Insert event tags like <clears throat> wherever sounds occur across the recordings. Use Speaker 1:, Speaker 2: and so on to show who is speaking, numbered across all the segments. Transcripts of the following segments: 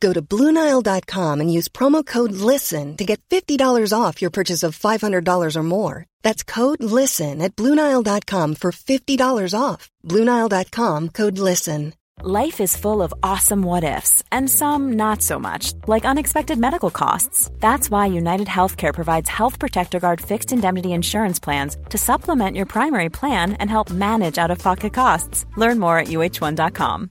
Speaker 1: Go to BlueNile.com and use promo code LISTEN to get $50 off your purchase of $500 or more. That's code LISTEN at BlueNile.com for $50 off. BlueNile.com code LISTEN.
Speaker 2: Life is full of awesome what ifs and some not so much, like unexpected medical costs. That's why United Healthcare provides Health Protector Guard fixed indemnity insurance plans to supplement your primary plan and help manage out of pocket costs. Learn more at UH1.com.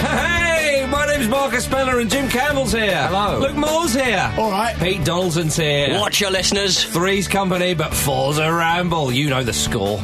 Speaker 3: Hey, my name's Marcus Speller and Jim Campbell's here. Hello. Luke Moore's here. All right. Pete Donaldson's here.
Speaker 4: Watch your listeners.
Speaker 3: Three's company, but four's a ramble. You know the score.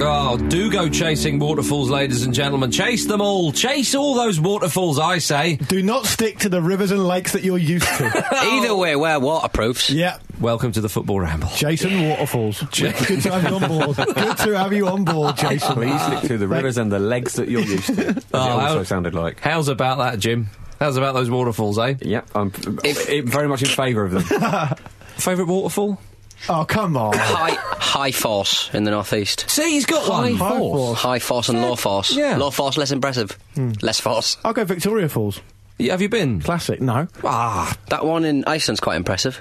Speaker 3: Oh, do go chasing waterfalls, ladies and gentlemen. Chase them all. Chase all those waterfalls, I say.
Speaker 5: Do not stick to the rivers and lakes that you're used
Speaker 6: <laughs>
Speaker 5: to.
Speaker 4: <laughs> Either way, we're waterproofs.
Speaker 5: yeah.
Speaker 3: Welcome to the football ramble.
Speaker 5: Jason Waterfalls. <laughs> Good to have you on board. Good to have you on board, Jason.
Speaker 6: Please stick to the rivers and the legs that you're used to. As it
Speaker 3: how-
Speaker 6: also sounded like.
Speaker 3: How's about that, Jim? How's about those waterfalls, eh?
Speaker 6: Yep, I'm i very much in favour of them.
Speaker 3: Favourite waterfall?
Speaker 5: <laughs> Oh, come on.
Speaker 4: High, high force in the northeast.
Speaker 3: See, he's got one.
Speaker 5: High force.
Speaker 4: High force and low force.
Speaker 3: yeah.
Speaker 4: Low force less impressive. Less force.
Speaker 5: I'll go Victoria Falls.
Speaker 3: Yeah, have you been?
Speaker 5: Classic. No.
Speaker 3: Ah,
Speaker 4: That one in Iceland's quite impressive.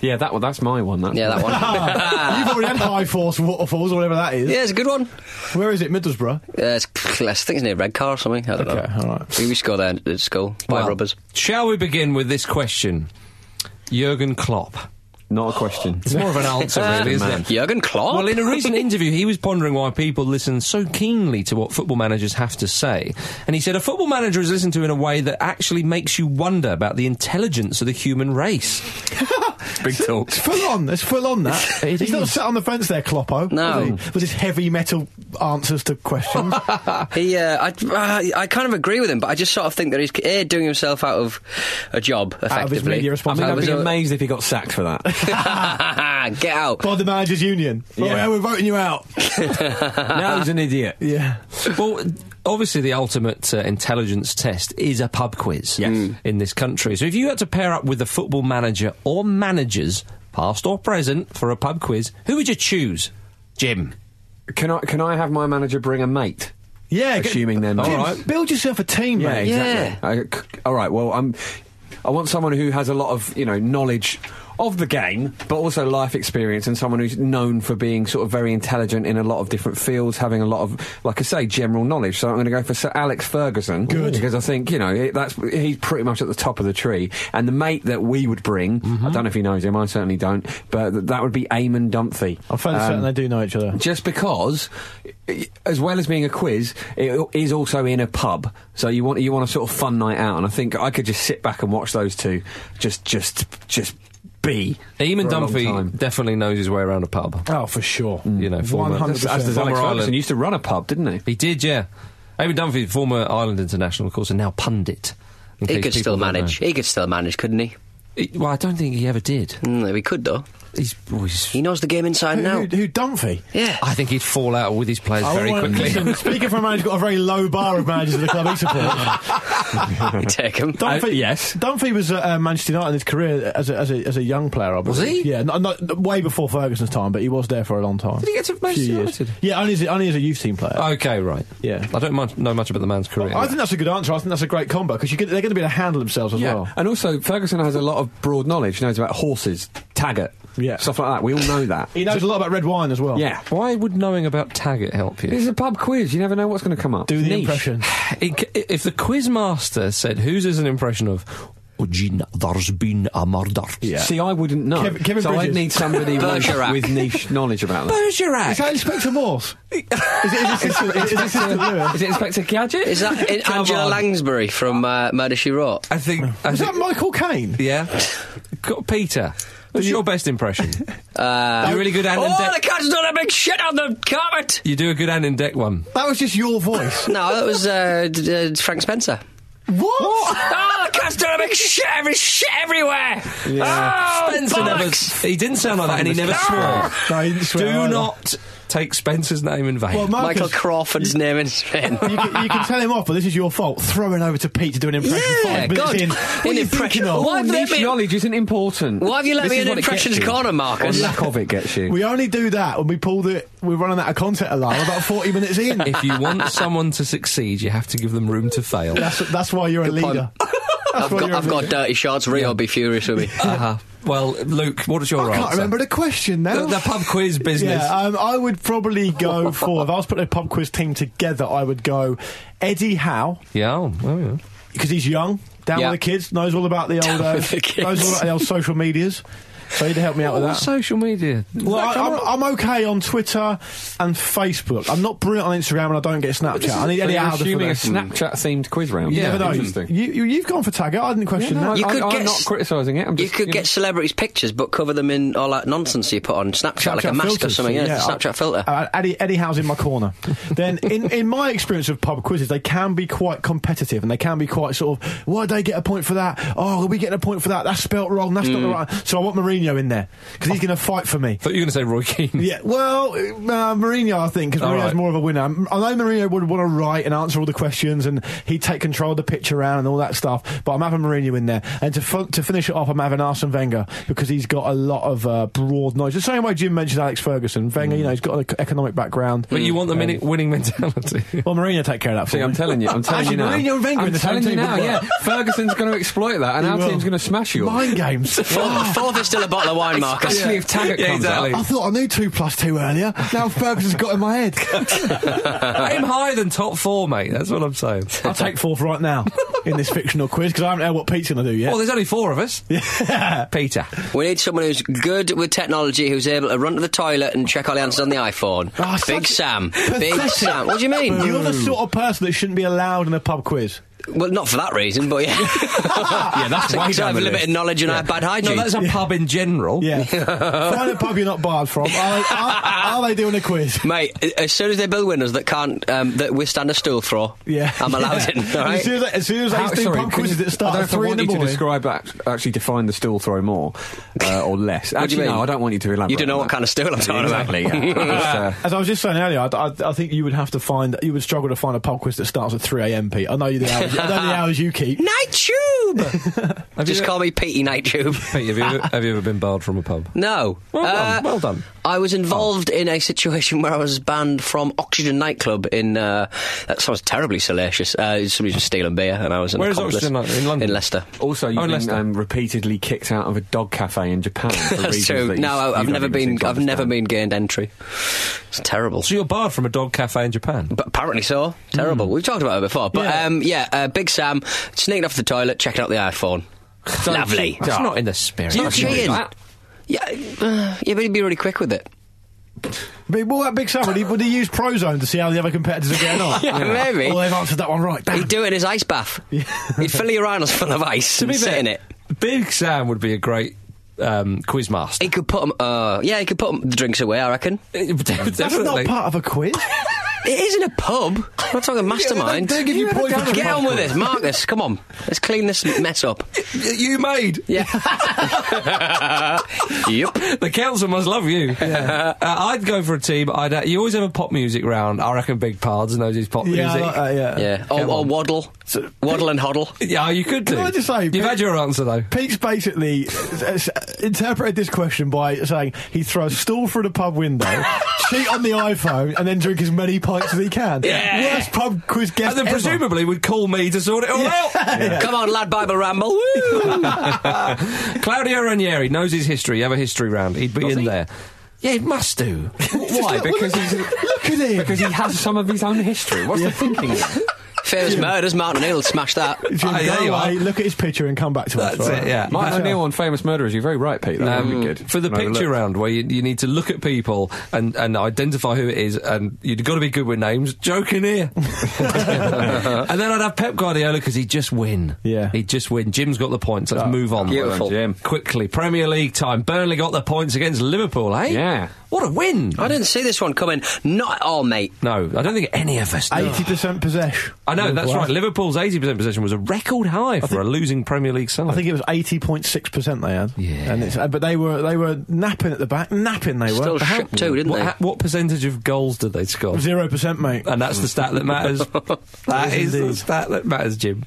Speaker 6: yeah, that one, that's my one. That
Speaker 4: Yeah, that
Speaker 5: <laughs>
Speaker 4: one.
Speaker 5: You've already had High Force Waterfalls or whatever that is.
Speaker 4: yeah, it's a good one.
Speaker 5: Where is it? Middlesbrough.
Speaker 4: Uh, it's, I think it's near Redcar or something. I don't
Speaker 5: Okay,
Speaker 4: know.
Speaker 5: all right.
Speaker 4: We used to go there at school, buy
Speaker 3: Well,
Speaker 4: rubbers.
Speaker 3: Shall we begin with this question? Jurgen Klopp.
Speaker 6: Not a question.
Speaker 3: It's more of an
Speaker 6: <laughs>
Speaker 3: answer, really, isn't it?
Speaker 4: Jurgen Klopp?
Speaker 3: Well, in a recent interview, he was pondering why people listen so keenly to what football managers have to say. And he said, A football manager is listened to in a way that actually makes you wonder about the intelligence of the human
Speaker 6: <laughs>
Speaker 3: race. Big talk.
Speaker 6: Oh.
Speaker 5: It's full on. It's full on
Speaker 6: <laughs>
Speaker 5: that.
Speaker 3: It
Speaker 5: He's not
Speaker 3: is.
Speaker 5: sat on the fence there, Kloppo.
Speaker 4: No.
Speaker 5: was he? With his heavy metal answers to questions.
Speaker 4: He, uh, I, I, I kind of agree with him, but I just sort of think that he's A, doing himself out of a job, effectively.
Speaker 5: Out of his media
Speaker 6: I mean,
Speaker 5: responsibility.
Speaker 4: I
Speaker 6: I'd
Speaker 4: was
Speaker 6: be
Speaker 4: a-
Speaker 6: amazed if he got sacked for
Speaker 5: <laughs>
Speaker 6: that.
Speaker 4: <laughs> Get out.
Speaker 5: By the managers' union. Oh,
Speaker 6: Yeah.
Speaker 5: yeah, we're voting you out.
Speaker 6: now he's an idiot.
Speaker 5: yeah.
Speaker 3: well, obviously, the ultimate uh, intelligence test is a pub quiz
Speaker 6: Mm.
Speaker 3: in this country. So, if you had to pair up with a football manager or managers, past or present, for a pub quiz, who would you choose? Jim.
Speaker 6: Can I, can I have my manager bring a mate?
Speaker 5: Yeah. get-
Speaker 6: Assuming they're mates.
Speaker 5: Jim, Build yourself a team,
Speaker 6: Yeah,
Speaker 5: mate.
Speaker 6: exactly. I c- all right, well, I'm, I want someone who has a lot of, you know, knowledge of the game, but also life experience and someone who's known for being sort of very intelligent in a lot of different fields, having a lot of, like I say, general knowledge. So I'm going to go for Sir Alex Ferguson. Good. Because I think, you know, it, that's he's pretty much at the top of the tree. And the mate that we would bring, I don't know if he knows him, I certainly don't, but th- that would be Eamon Dunphy.
Speaker 5: I'm fairly
Speaker 6: Um,
Speaker 5: certain they do know each other.
Speaker 6: just because, i- as well as being a quiz, it is also in a pub. So you want you want a sort of fun night out, and I think I could just sit back and watch those two just just just be.
Speaker 3: Eamon
Speaker 6: for a long
Speaker 3: Dunphy
Speaker 6: time.
Speaker 3: definitely knows his way around a pub.
Speaker 5: Oh, for sure.
Speaker 3: Mm. You know, former-
Speaker 5: one hundred
Speaker 6: As does
Speaker 3: Summer
Speaker 5: percent.
Speaker 6: Alex
Speaker 3: Island.
Speaker 6: Ferguson. He used to run a pub, didn't he?
Speaker 3: He did, yeah. Eamon Dunphy, former Ireland international, of course, and now pundit. in
Speaker 4: He
Speaker 3: case
Speaker 4: could
Speaker 3: people
Speaker 4: still
Speaker 3: don't
Speaker 4: manage.
Speaker 3: know.
Speaker 4: He could still manage, couldn't he?
Speaker 3: He- well, I don't think he ever did.
Speaker 4: Mm, he could though.
Speaker 3: He's, well, he's-
Speaker 4: He knows the game inside and
Speaker 5: Who, <laughs>
Speaker 4: out.
Speaker 5: who Dunphy?
Speaker 4: Yeah.
Speaker 3: <laughs> I think he'd fall out with his players very
Speaker 5: wanna-
Speaker 3: quickly.
Speaker 5: listen, speaking for a manager, who's got a very low bar of managers of the club he supports.
Speaker 4: He'd take him.
Speaker 5: Dunphy,
Speaker 6: yes.
Speaker 5: Dunphy was at uh, Manchester United in his career as a, as a, as a young player, I believe.
Speaker 3: he?
Speaker 5: Yeah, not, not, way before Ferguson's time, but he was there for a long time. Did
Speaker 3: he get to Manchester United?
Speaker 5: Yeah, only as, a- only as a youth team player.
Speaker 3: okay, right.
Speaker 5: Yeah.
Speaker 3: I don't much, know much about the man's career.
Speaker 5: I think that's a good answer. I think that's a great combo because they're going to be able to handle themselves as well.
Speaker 6: And also, Ferguson has a lot of broad knowledge. He knows about horses, Taggart,
Speaker 5: Yeah.
Speaker 6: stuff like that. We all know that.
Speaker 5: He knows a lot about red wine as well.
Speaker 6: yeah.
Speaker 3: Why would knowing about Taggart help you?
Speaker 6: This is a pub quiz. You never know what's going to come up.
Speaker 5: Do the
Speaker 6: Niche.
Speaker 5: impression.
Speaker 3: In ca- if the quiz master said, whose is an impression of, oh, Gene, there's been a murder.
Speaker 5: Yeah.
Speaker 6: See, I wouldn't know.
Speaker 5: Kevin- Kevin
Speaker 6: so I'd
Speaker 5: Bridges.
Speaker 6: need <laughs> somebody with,
Speaker 4: Bergerac.
Speaker 6: with niche knowledge about that.
Speaker 5: Is that Inspector Morse? is it, is it, is it, is it Lewis?
Speaker 6: Is it Inspector Gadget?
Speaker 4: Is that in
Speaker 6: Come
Speaker 4: Angela
Speaker 6: on.
Speaker 4: Langsbury from uh, Murder She Wrote?
Speaker 3: I think. I
Speaker 5: Is
Speaker 3: think
Speaker 5: that Michael Caine?
Speaker 3: yeah. Got Peter. What's your best
Speaker 4: <laughs>
Speaker 3: impression?
Speaker 4: Uh,
Speaker 3: You're really good hand and
Speaker 4: oh,
Speaker 3: deck.
Speaker 4: the cat's done a big shit on the carpet.
Speaker 3: You do a good hand in deck one.
Speaker 5: That was just your voice.
Speaker 4: No, that was uh, d- uh, Frank Spencer.
Speaker 5: what?
Speaker 4: oh, the cat's done a big shit, every shit everywhere. Oh,
Speaker 3: Spencer never.
Speaker 4: bollocks.
Speaker 3: He didn't sound like that, and he never
Speaker 4: Ah!
Speaker 3: swore.
Speaker 5: No, he didn't swear
Speaker 3: Do
Speaker 5: either.
Speaker 3: not take Spencer's name in vain.
Speaker 5: Well,
Speaker 4: Michael
Speaker 5: Marcus,
Speaker 4: Crawford's name in Spain.
Speaker 5: you, can, you can tell him off, but this is your fault. Throwing over to Pete to do an impression.
Speaker 4: Yeah,
Speaker 5: five minutes
Speaker 4: God.
Speaker 5: in.
Speaker 4: An
Speaker 5: What are you
Speaker 4: impression.
Speaker 5: thinking of?
Speaker 4: Why
Speaker 6: Oh,
Speaker 4: have you let
Speaker 6: niche
Speaker 4: me-
Speaker 6: knowledge isn't important.
Speaker 4: Why have you let
Speaker 6: This
Speaker 4: me
Speaker 6: is
Speaker 4: in
Speaker 6: what it gets
Speaker 4: impressions
Speaker 6: you.
Speaker 4: corner,
Speaker 6: <laughs>
Speaker 4: Marcus?
Speaker 6: Or lack of it gets you.
Speaker 5: We only do that when we pull the. We're running out of content alarm about 40 minutes in.
Speaker 3: <laughs> if you want someone to succeed, you have to give them room to fail.
Speaker 5: that's, that's why you're a leader. That's
Speaker 4: I've
Speaker 5: why
Speaker 4: got,
Speaker 5: you're a
Speaker 4: I've got
Speaker 5: leader.
Speaker 4: dirty shorts. Rio will be furious with me.
Speaker 3: Uh-huh.
Speaker 6: Ah.
Speaker 3: Well, Luke, what is your
Speaker 5: I
Speaker 3: answer?
Speaker 5: can't remember the question now.
Speaker 3: The, the pub quiz
Speaker 5: <laughs>
Speaker 3: business.
Speaker 5: Yeah, um, I would probably go for. If I was putting a pub quiz team together, I would go Eddie Howe
Speaker 3: Yeah, oh, oh, yeah.
Speaker 5: because he's young, down
Speaker 4: Yeah.
Speaker 5: with the kids, knows all about the old,
Speaker 4: Down
Speaker 5: uh,
Speaker 4: with the kids.
Speaker 5: knows all about the old social medias. So he'd help me out with
Speaker 3: Well,
Speaker 5: that.
Speaker 3: social media.
Speaker 5: Well, I, I'm, I'm okay on Twitter and Facebook. I'm not brilliant on Instagram, and I don't get Snapchat. I need
Speaker 6: So
Speaker 5: Eddie
Speaker 6: you're
Speaker 5: Howe to
Speaker 6: assuming a
Speaker 5: fill in.
Speaker 6: Snapchat themed quiz round.
Speaker 5: You never know.
Speaker 6: interesting.
Speaker 5: You, you, you've gone for Taggart. I didn't question
Speaker 6: Yeah, no,
Speaker 5: that.
Speaker 4: You
Speaker 6: I,
Speaker 4: could
Speaker 6: I'm
Speaker 4: get
Speaker 6: not
Speaker 4: s-
Speaker 6: criticising it. I'm
Speaker 4: You
Speaker 6: just,
Speaker 4: could get celebrities' pictures, but cover them in all that nonsense you put on Snapchat, like a mask or
Speaker 5: filters.
Speaker 4: something. Yeah,
Speaker 5: I-
Speaker 4: Snapchat filter.
Speaker 5: Uh, Eddie, Eddie Howe's in
Speaker 4: <laughs>
Speaker 5: my corner. then, in, in my experience of pub quizzes, they can be quite competitive and they can be quite sort of, why did they get a point for that? Oh, are we getting a point for that? That's spelt wrong. That's
Speaker 4: Mm.
Speaker 5: not the right. So I want Mourinho in there because
Speaker 4: Oh.
Speaker 5: he's going to fight for me.
Speaker 3: thought you were going to say Roy Keane.
Speaker 5: Yeah, well, uh, Mourinho, I think, because
Speaker 3: All
Speaker 5: Mourinho's
Speaker 3: right.
Speaker 5: more of a winner. I know Mourinho would want to write and answer all the questions, and he'd take control of the pitch around and all that stuff. But I'm having Mourinho in there, and to fin- to finish it off, I'm having Arsene Wenger because he's got a lot of uh, broad knowledge. The same way Jim mentioned Alex Ferguson, Wenger, you know, he's got an ec- economic background.
Speaker 3: But you want the
Speaker 5: Um,
Speaker 3: minute winning mentality.
Speaker 5: well, Mourinho take care of that
Speaker 6: <laughs>
Speaker 5: for
Speaker 6: See,
Speaker 5: me.
Speaker 6: I'm telling you,
Speaker 5: <laughs>
Speaker 6: I'm telling
Speaker 5: Actually,
Speaker 6: you now.
Speaker 5: Mourinho and Wenger in
Speaker 6: I'm
Speaker 5: the same
Speaker 6: telling you
Speaker 5: team
Speaker 6: now.
Speaker 5: would
Speaker 6: Yeah,
Speaker 5: <laughs> work.
Speaker 6: Ferguson's going to exploit that, and
Speaker 5: He
Speaker 6: our
Speaker 5: will.
Speaker 6: team's going to smash you. all.
Speaker 5: Mind
Speaker 6: <laughs>
Speaker 5: games. <laughs>
Speaker 4: Fourth, fourth is still a bottle
Speaker 3: <laughs>
Speaker 4: of wine, Marcus.
Speaker 6: Especially if Taggart
Speaker 3: Yeah,
Speaker 6: comes
Speaker 3: exactly.
Speaker 6: <laughs>
Speaker 5: I thought I knew two plus two earlier. Now Ferguson's got in my head.
Speaker 6: <laughs>
Speaker 3: Aim higher than top four, mate. That's what I'm <laughs> saying.
Speaker 5: I'll take fourth right now in this fictional quiz because I haven't heard what Pete's going to do yet.
Speaker 3: Well, there's only four of us.
Speaker 5: <laughs>
Speaker 3: Peter.
Speaker 4: We need someone who's good with technology, who's able to run to the toilet and check all the answers on the iPhone.
Speaker 5: Oh,
Speaker 4: Big
Speaker 5: such-
Speaker 4: Sam. Big Sam. What do you mean?
Speaker 5: You're the sort of person that shouldn't be allowed in a pub quiz.
Speaker 4: Well, not for that reason, but yeah. yeah, <laughs>
Speaker 5: that's way
Speaker 4: I
Speaker 5: down
Speaker 4: have
Speaker 5: the
Speaker 4: limited
Speaker 5: list.
Speaker 4: knowledge and I have bad
Speaker 3: No,
Speaker 4: hygiene.
Speaker 3: that's a pub in general. <laughs>
Speaker 5: Yeah. Find a pub you're not barred from. Are, they- are, are they doing a quiz?
Speaker 4: Mate, a- as soon as they build windows that can't um, that withstand a stool throw,
Speaker 5: Yeah.
Speaker 4: I'm allowed
Speaker 5: <laughs> Yeah.
Speaker 4: in. All right?
Speaker 5: As soon as, as, soon as they
Speaker 6: How-
Speaker 5: used to do
Speaker 6: sorry,
Speaker 5: pub
Speaker 6: can
Speaker 5: quizzes
Speaker 6: you-
Speaker 5: that start
Speaker 6: I don't know
Speaker 5: at
Speaker 6: if I
Speaker 5: three in
Speaker 6: want
Speaker 5: the
Speaker 6: you to
Speaker 5: morning.
Speaker 6: describe act- actually define the stool throw more
Speaker 3: <laughs>
Speaker 6: uh, or less.
Speaker 4: What do you
Speaker 6: Actually, no,
Speaker 4: mean?
Speaker 6: I don't want you to elaborate.
Speaker 4: You don't know
Speaker 6: on
Speaker 4: what
Speaker 6: that.
Speaker 4: kind of stool I'm talking about.
Speaker 6: exactly. Yeah.
Speaker 4: <laughs>
Speaker 6: Just, uh,
Speaker 5: As I was just saying earlier, I, I, I think you would have to find you would struggle to find a pub quiz that starts at three a.m. Pete, I know you the hours. I know the hours you keep.
Speaker 4: Night shoe!
Speaker 3: pub. Have
Speaker 4: <laughs> Just
Speaker 3: you,
Speaker 4: call me Petey
Speaker 3: <laughs>
Speaker 4: Night Tube.
Speaker 3: Pete, have you,
Speaker 4: <laughs>
Speaker 3: ever, have you ever been barred from a pub?
Speaker 4: No. Uh,
Speaker 3: Well done, well done.
Speaker 4: I was involved in a situation where I was banned from Oxygen nightclub in. Uh, that sounds terribly salacious. Uh, somebody was stealing beer, and I was an
Speaker 3: Where is
Speaker 4: accomplice.
Speaker 3: Oxygen Night- in London?
Speaker 4: In Leicester.
Speaker 6: Also, you've
Speaker 3: Oh,
Speaker 6: been
Speaker 3: Leicester.
Speaker 6: um, repeatedly kicked out of a dog cafe in Japan. <laughs> For
Speaker 4: That's
Speaker 6: reasons
Speaker 4: true.
Speaker 6: that you-
Speaker 4: no,
Speaker 6: you
Speaker 4: I, I've
Speaker 6: don't
Speaker 4: never
Speaker 6: even seem
Speaker 4: been.
Speaker 6: to
Speaker 4: I've never
Speaker 6: understand.
Speaker 4: been gained entry. It's terrible.
Speaker 3: So you're barred from a dog cafe in Japan.
Speaker 4: But apparently so. Terrible. We've talked about it before. But
Speaker 3: Hmm. Yeah.
Speaker 4: yeah, um, yeah uh, Big Sam sneaking off the toilet, checking out the iPhone. Lovely.
Speaker 3: That's not in the spirit.
Speaker 4: You
Speaker 3: That's not
Speaker 4: cheating.
Speaker 3: that.
Speaker 4: Yeah, uh, yeah, but he'd be really quick with it.
Speaker 5: But well, that big Sam, would he, would he use Prozone to see how the other competitors are
Speaker 3: <laughs>
Speaker 5: getting on?
Speaker 4: Yeah, maybe.
Speaker 5: Oh, they've answered that one right. Damn.
Speaker 4: He'd do it in his ice bath. he'd fill your urinals full of ice
Speaker 3: To
Speaker 4: and
Speaker 3: be
Speaker 4: sit
Speaker 3: fair,
Speaker 4: in it.
Speaker 3: Big Sam would be a great um, quiz master.
Speaker 4: He could put 'em- Uh, yeah, he could put 'em- the drinks away. I reckon.
Speaker 5: That's not part of
Speaker 3: <laughs>
Speaker 5: a quiz.
Speaker 4: It is in a pub. I'm not talking mastermind.
Speaker 5: they give you Yeah, points they for don't.
Speaker 4: Get on with this, Marcus. Come on, let's clean this mess up.
Speaker 3: you made.
Speaker 4: Yeah. yep.
Speaker 3: The council must love you. Uh, I'd go for a team. I'd uh, you always have a pop music round. I reckon Big Pards knows his pop
Speaker 5: yeah, I
Speaker 3: music.
Speaker 5: like that, yeah.
Speaker 4: Yeah. Or,
Speaker 3: Come
Speaker 4: or
Speaker 3: on.
Speaker 4: waddle, waddle and hoddle.
Speaker 3: Yeah, you could do.
Speaker 5: Can I just say,
Speaker 3: You've
Speaker 5: Pete-
Speaker 3: had your answer though.
Speaker 5: Pete's basically uh, s- interpreted this question by saying he throws stool through the
Speaker 3: <laughs>
Speaker 5: pub window, cheat on the iPhone, and then drink as many pints as he can.
Speaker 3: Yeah.
Speaker 5: Worst pub quiz guest
Speaker 3: And then
Speaker 5: ever.
Speaker 3: presumably would call me to sort it all out.
Speaker 4: Come on, lad, Bible ramble. Woo!
Speaker 3: <laughs> Claudio Ranieri knows his history. You have a history round. He'd be in there. Yeah, he must do.
Speaker 5: <laughs>
Speaker 3: Why? Because he's.
Speaker 5: Look at him.
Speaker 6: Because he has some of his own history. What's the thinking?
Speaker 4: <laughs> Famous murders. Martin O'Neill smash that.
Speaker 3: <laughs>
Speaker 5: He's gonna
Speaker 3: Ah, there
Speaker 5: go
Speaker 3: you
Speaker 5: away,
Speaker 3: are.
Speaker 5: look at his picture and come back to us.
Speaker 3: That's
Speaker 5: right?
Speaker 3: it, yeah. uh, Um,
Speaker 5: You
Speaker 6: Mike
Speaker 5: can
Speaker 6: O'Neill
Speaker 5: tell.
Speaker 6: on Famous Murderers. You're very right, Pete. That would be good.
Speaker 3: For the
Speaker 6: Can have a
Speaker 3: picture
Speaker 6: look.
Speaker 3: round, where you, you need to look at people and, and identify who it is, and you've got to be good with names. Joking here. <laughs> and then I'd have Pep Guardiola because he'd just win.
Speaker 5: Yeah.
Speaker 3: He'd just win. Jim's got the points. Let's move on.
Speaker 4: Beautiful.
Speaker 6: Oh, Jim.
Speaker 3: Quickly. Premier League time. Burnley got the points against Liverpool, eh?
Speaker 6: Yeah.
Speaker 3: What a win.
Speaker 4: I didn't see this one coming. Not at all, mate.
Speaker 3: no, I don't think any of us did.
Speaker 5: 80% possession.
Speaker 3: I know, that's
Speaker 5: Wow.
Speaker 3: right. Liverpool's 80% possession was a record high for a losing Premier League side.
Speaker 5: I think it was eighty point six percent they had.
Speaker 3: Yeah.
Speaker 5: and it's, uh, but they were they were napping at the back, napping they
Speaker 4: Still
Speaker 5: were.
Speaker 4: shit too, didn't
Speaker 3: what,
Speaker 4: they?
Speaker 3: ha- what percentage of goals did they score?
Speaker 5: Zero percent, mate.
Speaker 3: And that's the stat that
Speaker 6: <laughs>
Speaker 3: matters. that is the stat that matters, Jim.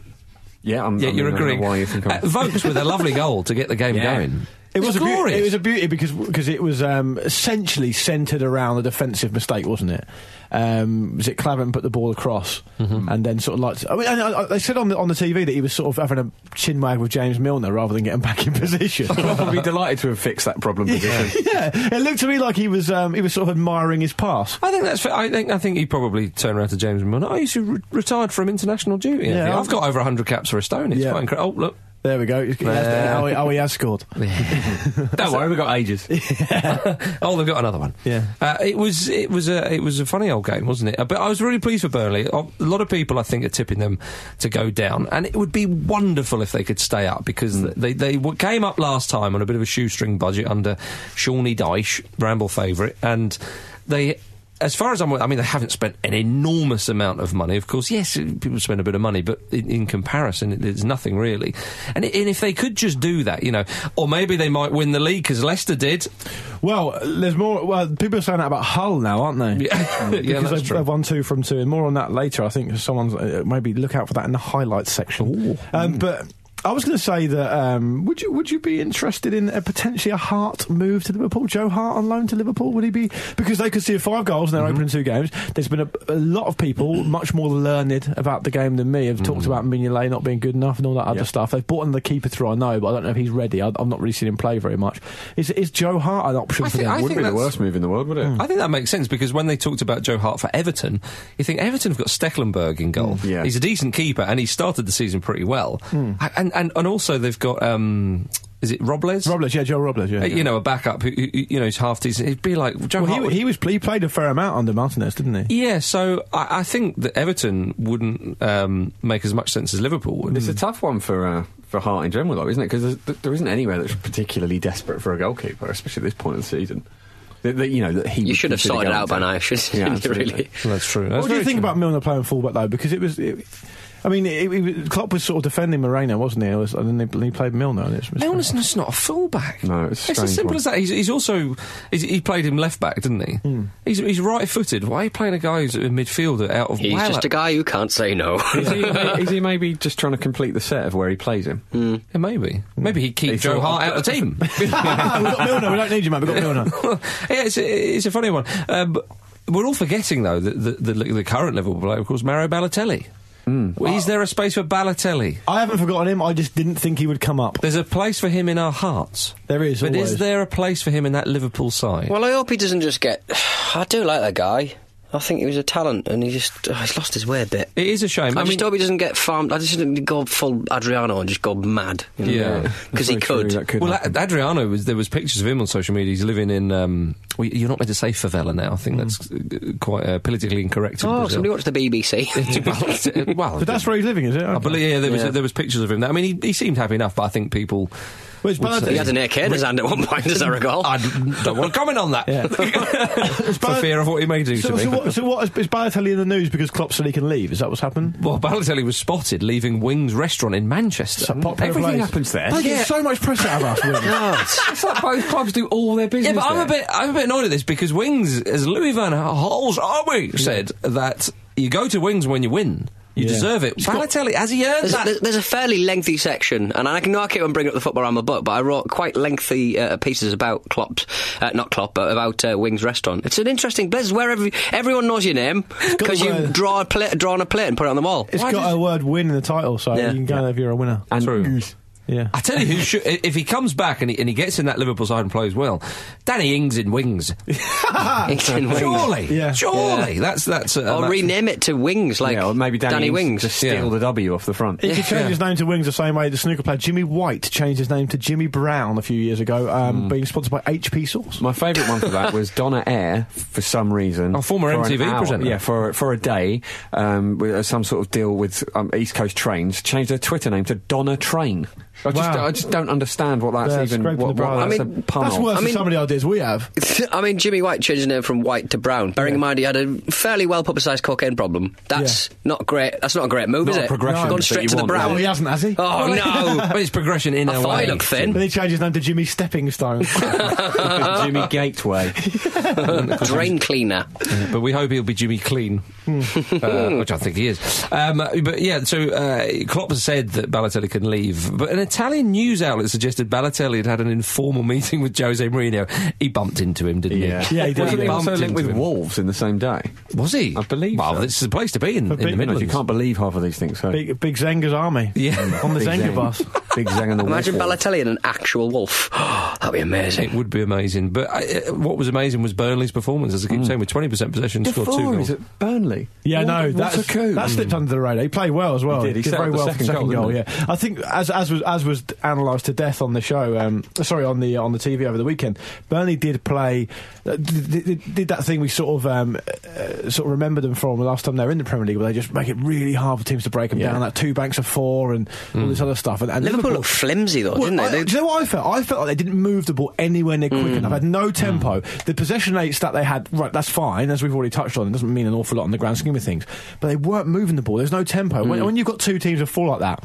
Speaker 6: Yeah, I'm,
Speaker 3: Yeah,
Speaker 6: I mean,
Speaker 3: you're
Speaker 6: I don't know
Speaker 3: agreeing.
Speaker 6: Why you think I'm...
Speaker 3: Uh, Vokes with a lovely goal to get the game
Speaker 6: Yeah.
Speaker 3: going.
Speaker 5: It was, a beauty.
Speaker 3: glorious.
Speaker 5: It was a <laughs> beauty because because it was um, essentially centred around a defensive mistake, wasn't it? Um, was it Clavin put the ball across
Speaker 3: Mm-hmm.
Speaker 5: and then sort of like I mean, and I, I, they said on the on the TV that he was sort of having a chin wag with James Milner rather than getting back
Speaker 3: <laughs>
Speaker 5: in position.
Speaker 6: I'll be delighted to have fixed that problem position.
Speaker 5: <laughs> yeah, it looked to me like he was um, he was sort of admiring his pass.
Speaker 3: I think that's. Fair. I think. I think he probably turned around to James and went, "I used to re- retired from international duty. I
Speaker 5: Yeah.
Speaker 3: think. I've got over hundred caps for Estonia. It's
Speaker 5: Yeah.
Speaker 3: quite incredible. Oh,
Speaker 5: <laughs>
Speaker 3: look,
Speaker 5: There we go. He has-
Speaker 3: Yeah.
Speaker 5: oh, he, oh, he has scored.
Speaker 3: don't worry, we've got
Speaker 5: <laughs>
Speaker 3: ages. <laughs> oh, they've got another one.
Speaker 5: Yeah.
Speaker 3: uh, it was it was a it was a funny old game, wasn't it? Uh, But I was really pleased for Burnley. A lot of people, I think, are tipping them to go down, and it would be wonderful if they could stay up because they they w- came up last time on a bit of a shoestring budget under Shawnee Dyche, Bramble favourite, and they as far as I'm, aware- I mean, they haven't spent an enormous amount of money. Of course, yes, people spend a bit of money, but in, in comparison, it, it's nothing really. And, i and if they could just do that, you know, or maybe they might win the league because Leicester did. <laughs>
Speaker 5: Well, there's more. Well, people are saying that about Hull now, aren't they?
Speaker 3: Yeah, yeah
Speaker 5: because
Speaker 3: that's
Speaker 5: they've,
Speaker 3: true.
Speaker 5: they've won two from two, and more on that later. I think someone's uh, maybe look out for that in the highlights section. Um, But I was going to say that um, would you would you be interested in a potentially a Hart move to Liverpool? Joe Hart on loan to Liverpool? Would he be because they could see five goals in their opening
Speaker 3: Mm-hmm.
Speaker 5: two games? There's been a, a lot of people much more learned about the game than me have
Speaker 3: Mm-hmm.
Speaker 5: talked about Mignolet not being good enough and all that other stuff. They've brought in the keeper through, I know, but I don't know if he's ready. I, I've not really seen him play very much. Is is Joe Hart an option
Speaker 3: I
Speaker 5: for
Speaker 3: think-
Speaker 5: them?
Speaker 3: I
Speaker 6: Wouldn't be the
Speaker 3: that's-
Speaker 6: worst move in the world, would it?
Speaker 3: I think that makes sense because when they talked about Joe Hart for Everton, you think Everton's got Stecklenberg in goal.
Speaker 6: Mm, yeah. Mm.
Speaker 3: He's a decent keeper and he started the season pretty well. A- And, and and also they've got um, is it Robles?
Speaker 5: Robles, yeah, Joe Robles, yeah.
Speaker 3: Uh, You know, a backup who, who who, you know is half decent. He'd be like Joe Hart.
Speaker 5: Well,
Speaker 3: would-
Speaker 5: he, he was he played a fair amount under Martinez, didn't he?
Speaker 3: yeah, so I, I think that Everton wouldn't um, make as much sense as Liverpool would.
Speaker 6: It's a tough one for uh, for Hart in general, though, isn't it? Because there isn't anywhere that's particularly desperate for a goalkeeper, especially at this point of the season. That, that, you know that he
Speaker 4: You
Speaker 6: would
Speaker 4: should have
Speaker 6: consider
Speaker 4: sorted it
Speaker 6: going
Speaker 4: out
Speaker 6: to.
Speaker 4: <laughs> by now, shouldn't
Speaker 6: Yeah,
Speaker 4: you?
Speaker 6: absolutely.
Speaker 4: really.
Speaker 3: Well, that's true. That's
Speaker 5: what do you
Speaker 3: very
Speaker 5: think
Speaker 3: true.
Speaker 5: about Milner playing fullback though? Because it was. It, I mean, it, it, Klopp was sort of defending Moreno, wasn't he? It was- and then they, he played Milner. And it's,
Speaker 3: Milner's just not a fullback.
Speaker 6: No, it's a
Speaker 3: as
Speaker 6: strange
Speaker 3: simple
Speaker 6: one.
Speaker 3: as that. He's, he's also he's, he played him left back, didn't he?
Speaker 6: Hmm.
Speaker 3: He's, he's right-footed. Why are you playing a guy who's a midfielder out of
Speaker 4: He's
Speaker 3: Wales?
Speaker 4: just a guy who can't say no.
Speaker 6: Is he, <laughs> is he maybe just trying to complete the set of where he plays him?
Speaker 3: Yeah, maybe.
Speaker 6: Hmm.
Speaker 3: Maybe he'd keep
Speaker 6: He
Speaker 3: Joe
Speaker 6: thought-
Speaker 3: Hart out of the
Speaker 6: <laughs>
Speaker 3: team. <laughs>
Speaker 5: <laughs> Ah, we've got Milner. We don't need you, man. We've got Milner.
Speaker 3: yeah, it's, it's a funny one. Um, we're all forgetting, though, that the, the, the current Liverpool player, of course, Mario Balotelli.
Speaker 6: Hmm.
Speaker 3: Is there a space for Balotelli?
Speaker 5: I haven't forgotten him. I just didn't think he would come up.
Speaker 3: There's a place for him in our hearts.
Speaker 5: There is.
Speaker 3: But
Speaker 5: always.
Speaker 3: is there a place for him in that Liverpool side?
Speaker 4: <laughs> well, I hope he doesn't just get. <sighs> I do like that guy. I think he was a talent, and he just oh, he's lost his way a bit.
Speaker 3: it is a shame.
Speaker 4: I,
Speaker 3: I
Speaker 4: just
Speaker 3: mean,
Speaker 4: hope he doesn't get farmed. I just didn't go full Adriano and just go mad. you know?
Speaker 3: Yeah.
Speaker 4: because he
Speaker 6: That's very
Speaker 4: could.
Speaker 6: true, that could
Speaker 3: well,
Speaker 6: happen.
Speaker 3: Ad- Adriano was. There was pictures of him on social media. He's living in. Um, well, you're not meant to say favela now. I
Speaker 5: Hmm.
Speaker 3: think that's uh, quite uh, politically incorrect. in
Speaker 4: Oh,
Speaker 3: Brazil.
Speaker 4: somebody watched the <laughs>
Speaker 3: <laughs> well, uh,
Speaker 4: BBC.
Speaker 5: <laughs>
Speaker 3: well,
Speaker 5: But that's where he's living, is it?
Speaker 3: I believe. Yeah, there was
Speaker 4: Yeah.
Speaker 3: there was pictures of him. there. I mean, he, he seemed happy enough, but I think people.
Speaker 5: Where's
Speaker 3: would
Speaker 5: Balotelli?
Speaker 3: say-
Speaker 4: he had an AK in his hand at one point, <laughs> as I recall.
Speaker 3: I d- don't want to comment on that <laughs>
Speaker 5: Yeah.
Speaker 3: for fear of what he may do
Speaker 5: So,
Speaker 3: to me.
Speaker 5: so, what, so what is, is Balotelli in the news because Klopp said he can leave? Is that what's happened?
Speaker 3: well, Balotelli was spotted leaving Wings restaurant in Manchester.
Speaker 5: It's a popular
Speaker 3: Everything
Speaker 5: place.
Speaker 3: happens there.
Speaker 5: They
Speaker 3: Yeah.
Speaker 5: get so much press out of us. wouldn't they?
Speaker 6: It's like both clubs do all their
Speaker 3: Yeah,
Speaker 6: business.
Speaker 3: but I'm a
Speaker 6: there.
Speaker 3: bit, I'm a bit annoyed at this because Wings, as Louis Van Hals Arby said, that you go to Wings when you win. You
Speaker 5: Yeah.
Speaker 3: deserve it. Balotelli, has he earned
Speaker 4: There's,
Speaker 3: that?
Speaker 4: there's, there's a fairly lengthy section, and I can know I keep on bringing up the football around my book, but I wrote quite lengthy uh, pieces about Klopp's, uh, not Klopp, but about uh, Wings Restaurant. It's an interesting place where every, everyone knows your name
Speaker 5: got
Speaker 4: because
Speaker 5: the
Speaker 4: you
Speaker 5: word-
Speaker 4: draw a plate, draw on a plate and put it on the wall.
Speaker 5: It's got a word "win" in the title, so
Speaker 4: Yeah.
Speaker 5: you can go there if you're a winner.
Speaker 6: And
Speaker 3: True.
Speaker 5: Yeah.
Speaker 3: I tell you
Speaker 6: <laughs>
Speaker 3: who should, if he comes back and he, and he gets in that Liverpool side and plays well, Danny Ings in Wings.
Speaker 4: It's <laughs> in Wings.
Speaker 3: Surely,
Speaker 5: Yeah.
Speaker 3: surely, that's that's. Uh,
Speaker 4: Or
Speaker 3: that's-
Speaker 4: rename it to Wings, like
Speaker 6: yeah, or maybe Danny,
Speaker 4: Wings.
Speaker 6: Just steal
Speaker 3: Yeah.
Speaker 6: the W off the front.
Speaker 5: He could change his name to Wings the same way the snooker player Jimmy White changed his name to Jimmy Brown a few years ago,
Speaker 6: Hmm.
Speaker 5: um, being sponsored by HP Sauce.
Speaker 6: My favourite one for
Speaker 3: <laughs>
Speaker 6: that was Donna Air, for some reason.
Speaker 3: Oh, former
Speaker 6: for an
Speaker 3: MTV
Speaker 6: hour-
Speaker 3: presenter.
Speaker 6: Yeah, for, for a day, um, with uh, some sort of deal with um, East Coast Trains, changed her Twitter name to Donna Train. I just,
Speaker 5: Wow.
Speaker 6: I just don't understand what that's
Speaker 5: Yeah,
Speaker 6: even.
Speaker 5: scraping
Speaker 6: What,
Speaker 5: the
Speaker 6: what
Speaker 5: bra
Speaker 6: that's
Speaker 4: there.
Speaker 6: a
Speaker 4: I mean,
Speaker 6: pun
Speaker 5: That's
Speaker 6: of.
Speaker 5: worse
Speaker 4: I mean-
Speaker 5: than some of the ideas we have.
Speaker 4: <laughs> I mean, Jimmy White changed his name from White to Brown, bearing in mind he had a fairly well publicised cocaine problem. That's not great. That's not a great move,
Speaker 6: Not
Speaker 4: is
Speaker 6: a
Speaker 4: it?
Speaker 6: progression
Speaker 4: Gone
Speaker 6: that
Speaker 4: straight
Speaker 6: you
Speaker 4: to the
Speaker 6: want,
Speaker 4: Brown.
Speaker 5: Oh,
Speaker 6: <laughs>
Speaker 5: he hasn't, has he?
Speaker 4: Oh no!
Speaker 3: but it's progression in
Speaker 4: I
Speaker 3: a
Speaker 4: thought
Speaker 3: way.
Speaker 4: he looked thin.
Speaker 5: Then he changed his name to Jimmy Stepping
Speaker 6: <laughs>
Speaker 5: Stone.
Speaker 6: Jimmy Gateway.
Speaker 4: Drain cleaner.
Speaker 3: but we hope he'll be Jimmy Clean, uh, which I think he is. Um, but yeah, so uh, Klopp has said that Balotelli can leave, but an Italian news outlet suggested Balotelli had had an informal <laughs> meeting with Jose Mourinho. He bumped into him, didn't
Speaker 6: Yeah,
Speaker 3: he?
Speaker 5: Yeah, he did.
Speaker 6: Wasn't he
Speaker 3: bumped
Speaker 6: also linked
Speaker 3: into
Speaker 6: with
Speaker 3: him.
Speaker 6: Wolves in the same day?
Speaker 3: Was he?
Speaker 6: I believe
Speaker 3: Well,
Speaker 6: so.
Speaker 3: this is the place to be in, in the
Speaker 5: big-
Speaker 3: Midlands.
Speaker 6: You can't believe half of these things. So.
Speaker 5: <laughs> big, big Zenga's army.
Speaker 3: Yeah. <laughs>
Speaker 5: On the
Speaker 6: Big
Speaker 5: Zenga
Speaker 6: Zang.
Speaker 5: bus.
Speaker 6: Big Zang and the
Speaker 4: Imagine
Speaker 6: Wolf.
Speaker 4: Balotelli in an actual wolf. <gasps> That'd be amazing.
Speaker 3: It would be amazing, but I, uh, what was amazing was Burnley's performance. As I keep saying, with twenty percent possession, scored two
Speaker 6: Before
Speaker 3: goals.
Speaker 6: he's at Burnley.
Speaker 5: Yeah,
Speaker 6: What-
Speaker 5: no,
Speaker 6: what
Speaker 5: that's,
Speaker 6: a coup.
Speaker 5: that slipped under the radar. He played well as well.
Speaker 6: He did. He set up
Speaker 5: very
Speaker 6: the
Speaker 5: well
Speaker 6: second
Speaker 5: for the second
Speaker 6: goal,
Speaker 5: goal.
Speaker 6: didn't
Speaker 5: yeah, I think as as was as was analysed to death on the show. Um, sorry, on the on the TV over the weekend. Burnley did play, uh, did, did, did that thing we sort of um, uh, sort of remember them from the last time they were in the Premier League, where they just make it really hard for teams to break them
Speaker 6: Yeah. Mm.
Speaker 5: down. Like two banks of four and all this other stuff. And, and
Speaker 4: Liverpool looked flimsy though,
Speaker 5: well,
Speaker 4: didn't
Speaker 5: I-
Speaker 4: they? Hmm.
Speaker 5: do
Speaker 4: they
Speaker 5: you know what I felt? I felt like they didn't move the ball anywhere near quick enough. Had no tempo. The possession rates that they had, right, that's fine, as we've already touched on. It doesn't mean an awful lot in the grand scheme of things. But they weren't moving the ball. There's no tempo.
Speaker 4: Hmm.
Speaker 5: When, when you've got two teams that fall like that.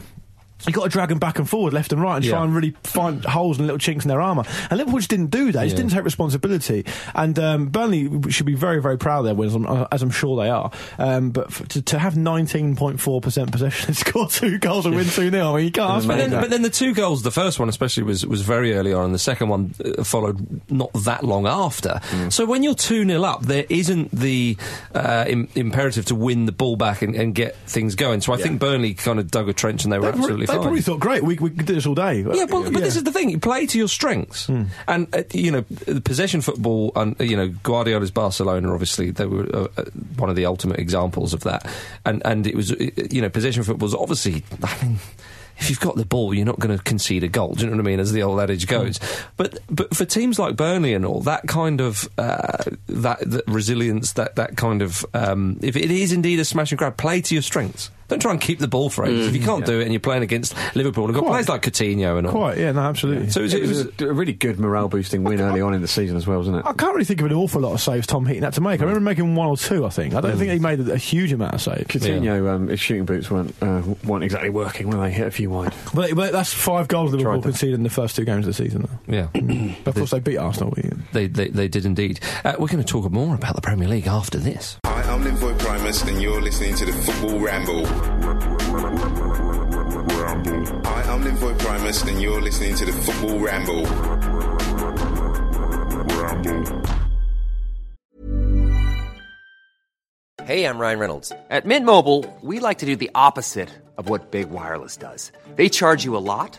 Speaker 5: You've got to drag them back and forward, left and right, and try
Speaker 3: Yeah.
Speaker 5: and really find holes and little chinks in their armour. And Liverpool just didn't do that. They just didn't take responsibility. And um, Burnley should be very, very proud of their wins, as I'm- as I'm sure they are. Um, but f- to, to have 19.4% possession and <laughs> score two goals and win 2 0, I mean, you can't ask for
Speaker 3: But then,
Speaker 5: anything.
Speaker 3: but then the two goals, the first one especially was was very early on, and the second one uh, followed not that long after.
Speaker 5: Mm.
Speaker 3: So when you're two 0 up, there isn't the uh, Im- imperative to win the ball back and, and get things going. So I think Burnley kind of dug a trench and they were
Speaker 5: They
Speaker 3: absolutely
Speaker 5: probably,
Speaker 3: fine.
Speaker 5: They probably thought, great, we, we could do this all day.
Speaker 3: Yeah, but, but this is the thing. You play to your strengths, and uh, you know the possession football. And uh, you know Guardiola's Barcelona, obviously, they were uh, uh, one of the ultimate examples of that. And and it was uh, you know possession football's obviously. I mean, if you've got the ball, you're not going to concede a goal. Do you know what I mean? As the old adage goes. But but for teams like Burnley and all that kind of uh, that, that resilience, that that kind of um, if it is indeed a smash and grab, play to your strengths. Don't try and keep the ball for ages. If you can't do it and you're playing against Liverpool, and got
Speaker 5: Quite.
Speaker 3: players like Coutinho and all.
Speaker 5: Quite, yeah, no, absolutely.
Speaker 3: So it was,
Speaker 6: It was a, a really good morale boosting win early on in the season as well, wasn't it?
Speaker 5: I can't really think of an awful lot of saves Tom Heaton had to make. I remember making one or two, I think. I don't think he made a, a huge amount of saves.
Speaker 6: Coutinho, um, his shooting boots weren't uh, weren't exactly working when they hit a few wide.
Speaker 5: But, but that's five goals Liverpool
Speaker 6: Tried that.
Speaker 5: conceded in the first two games of the season. Though.
Speaker 3: yeah. <clears throat>
Speaker 5: But of course, they beat Arsenal. yeah.
Speaker 3: They, they, they did indeed. Uh, we're going to talk more about the Premier League after this.
Speaker 7: Hi, I'm Linvoy Primus, and you're listening to the Football Ramble. Hi, I'm Linvoy Primus, and you're listening to the Football Ramble.
Speaker 8: Hey, I'm Ryan Reynolds. At Mint Mobile, we like to do the opposite of what Big Wireless does. They charge you a lot,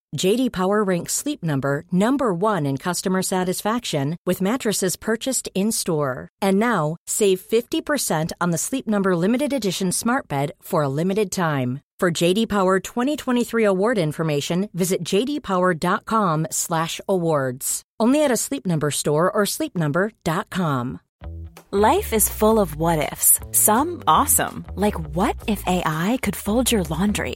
Speaker 9: JD Power ranks Sleep Number number 1 in customer satisfaction with mattresses purchased in-store. And now, save 50% on the Sleep Number limited edition Smart Bed for a limited time. For JD Power 2023 award information, visit jdpower.com/awards. Only at a Sleep Number store or sleepnumber.com.
Speaker 2: Life is full of what ifs. Some awesome, like what if AI could fold your laundry?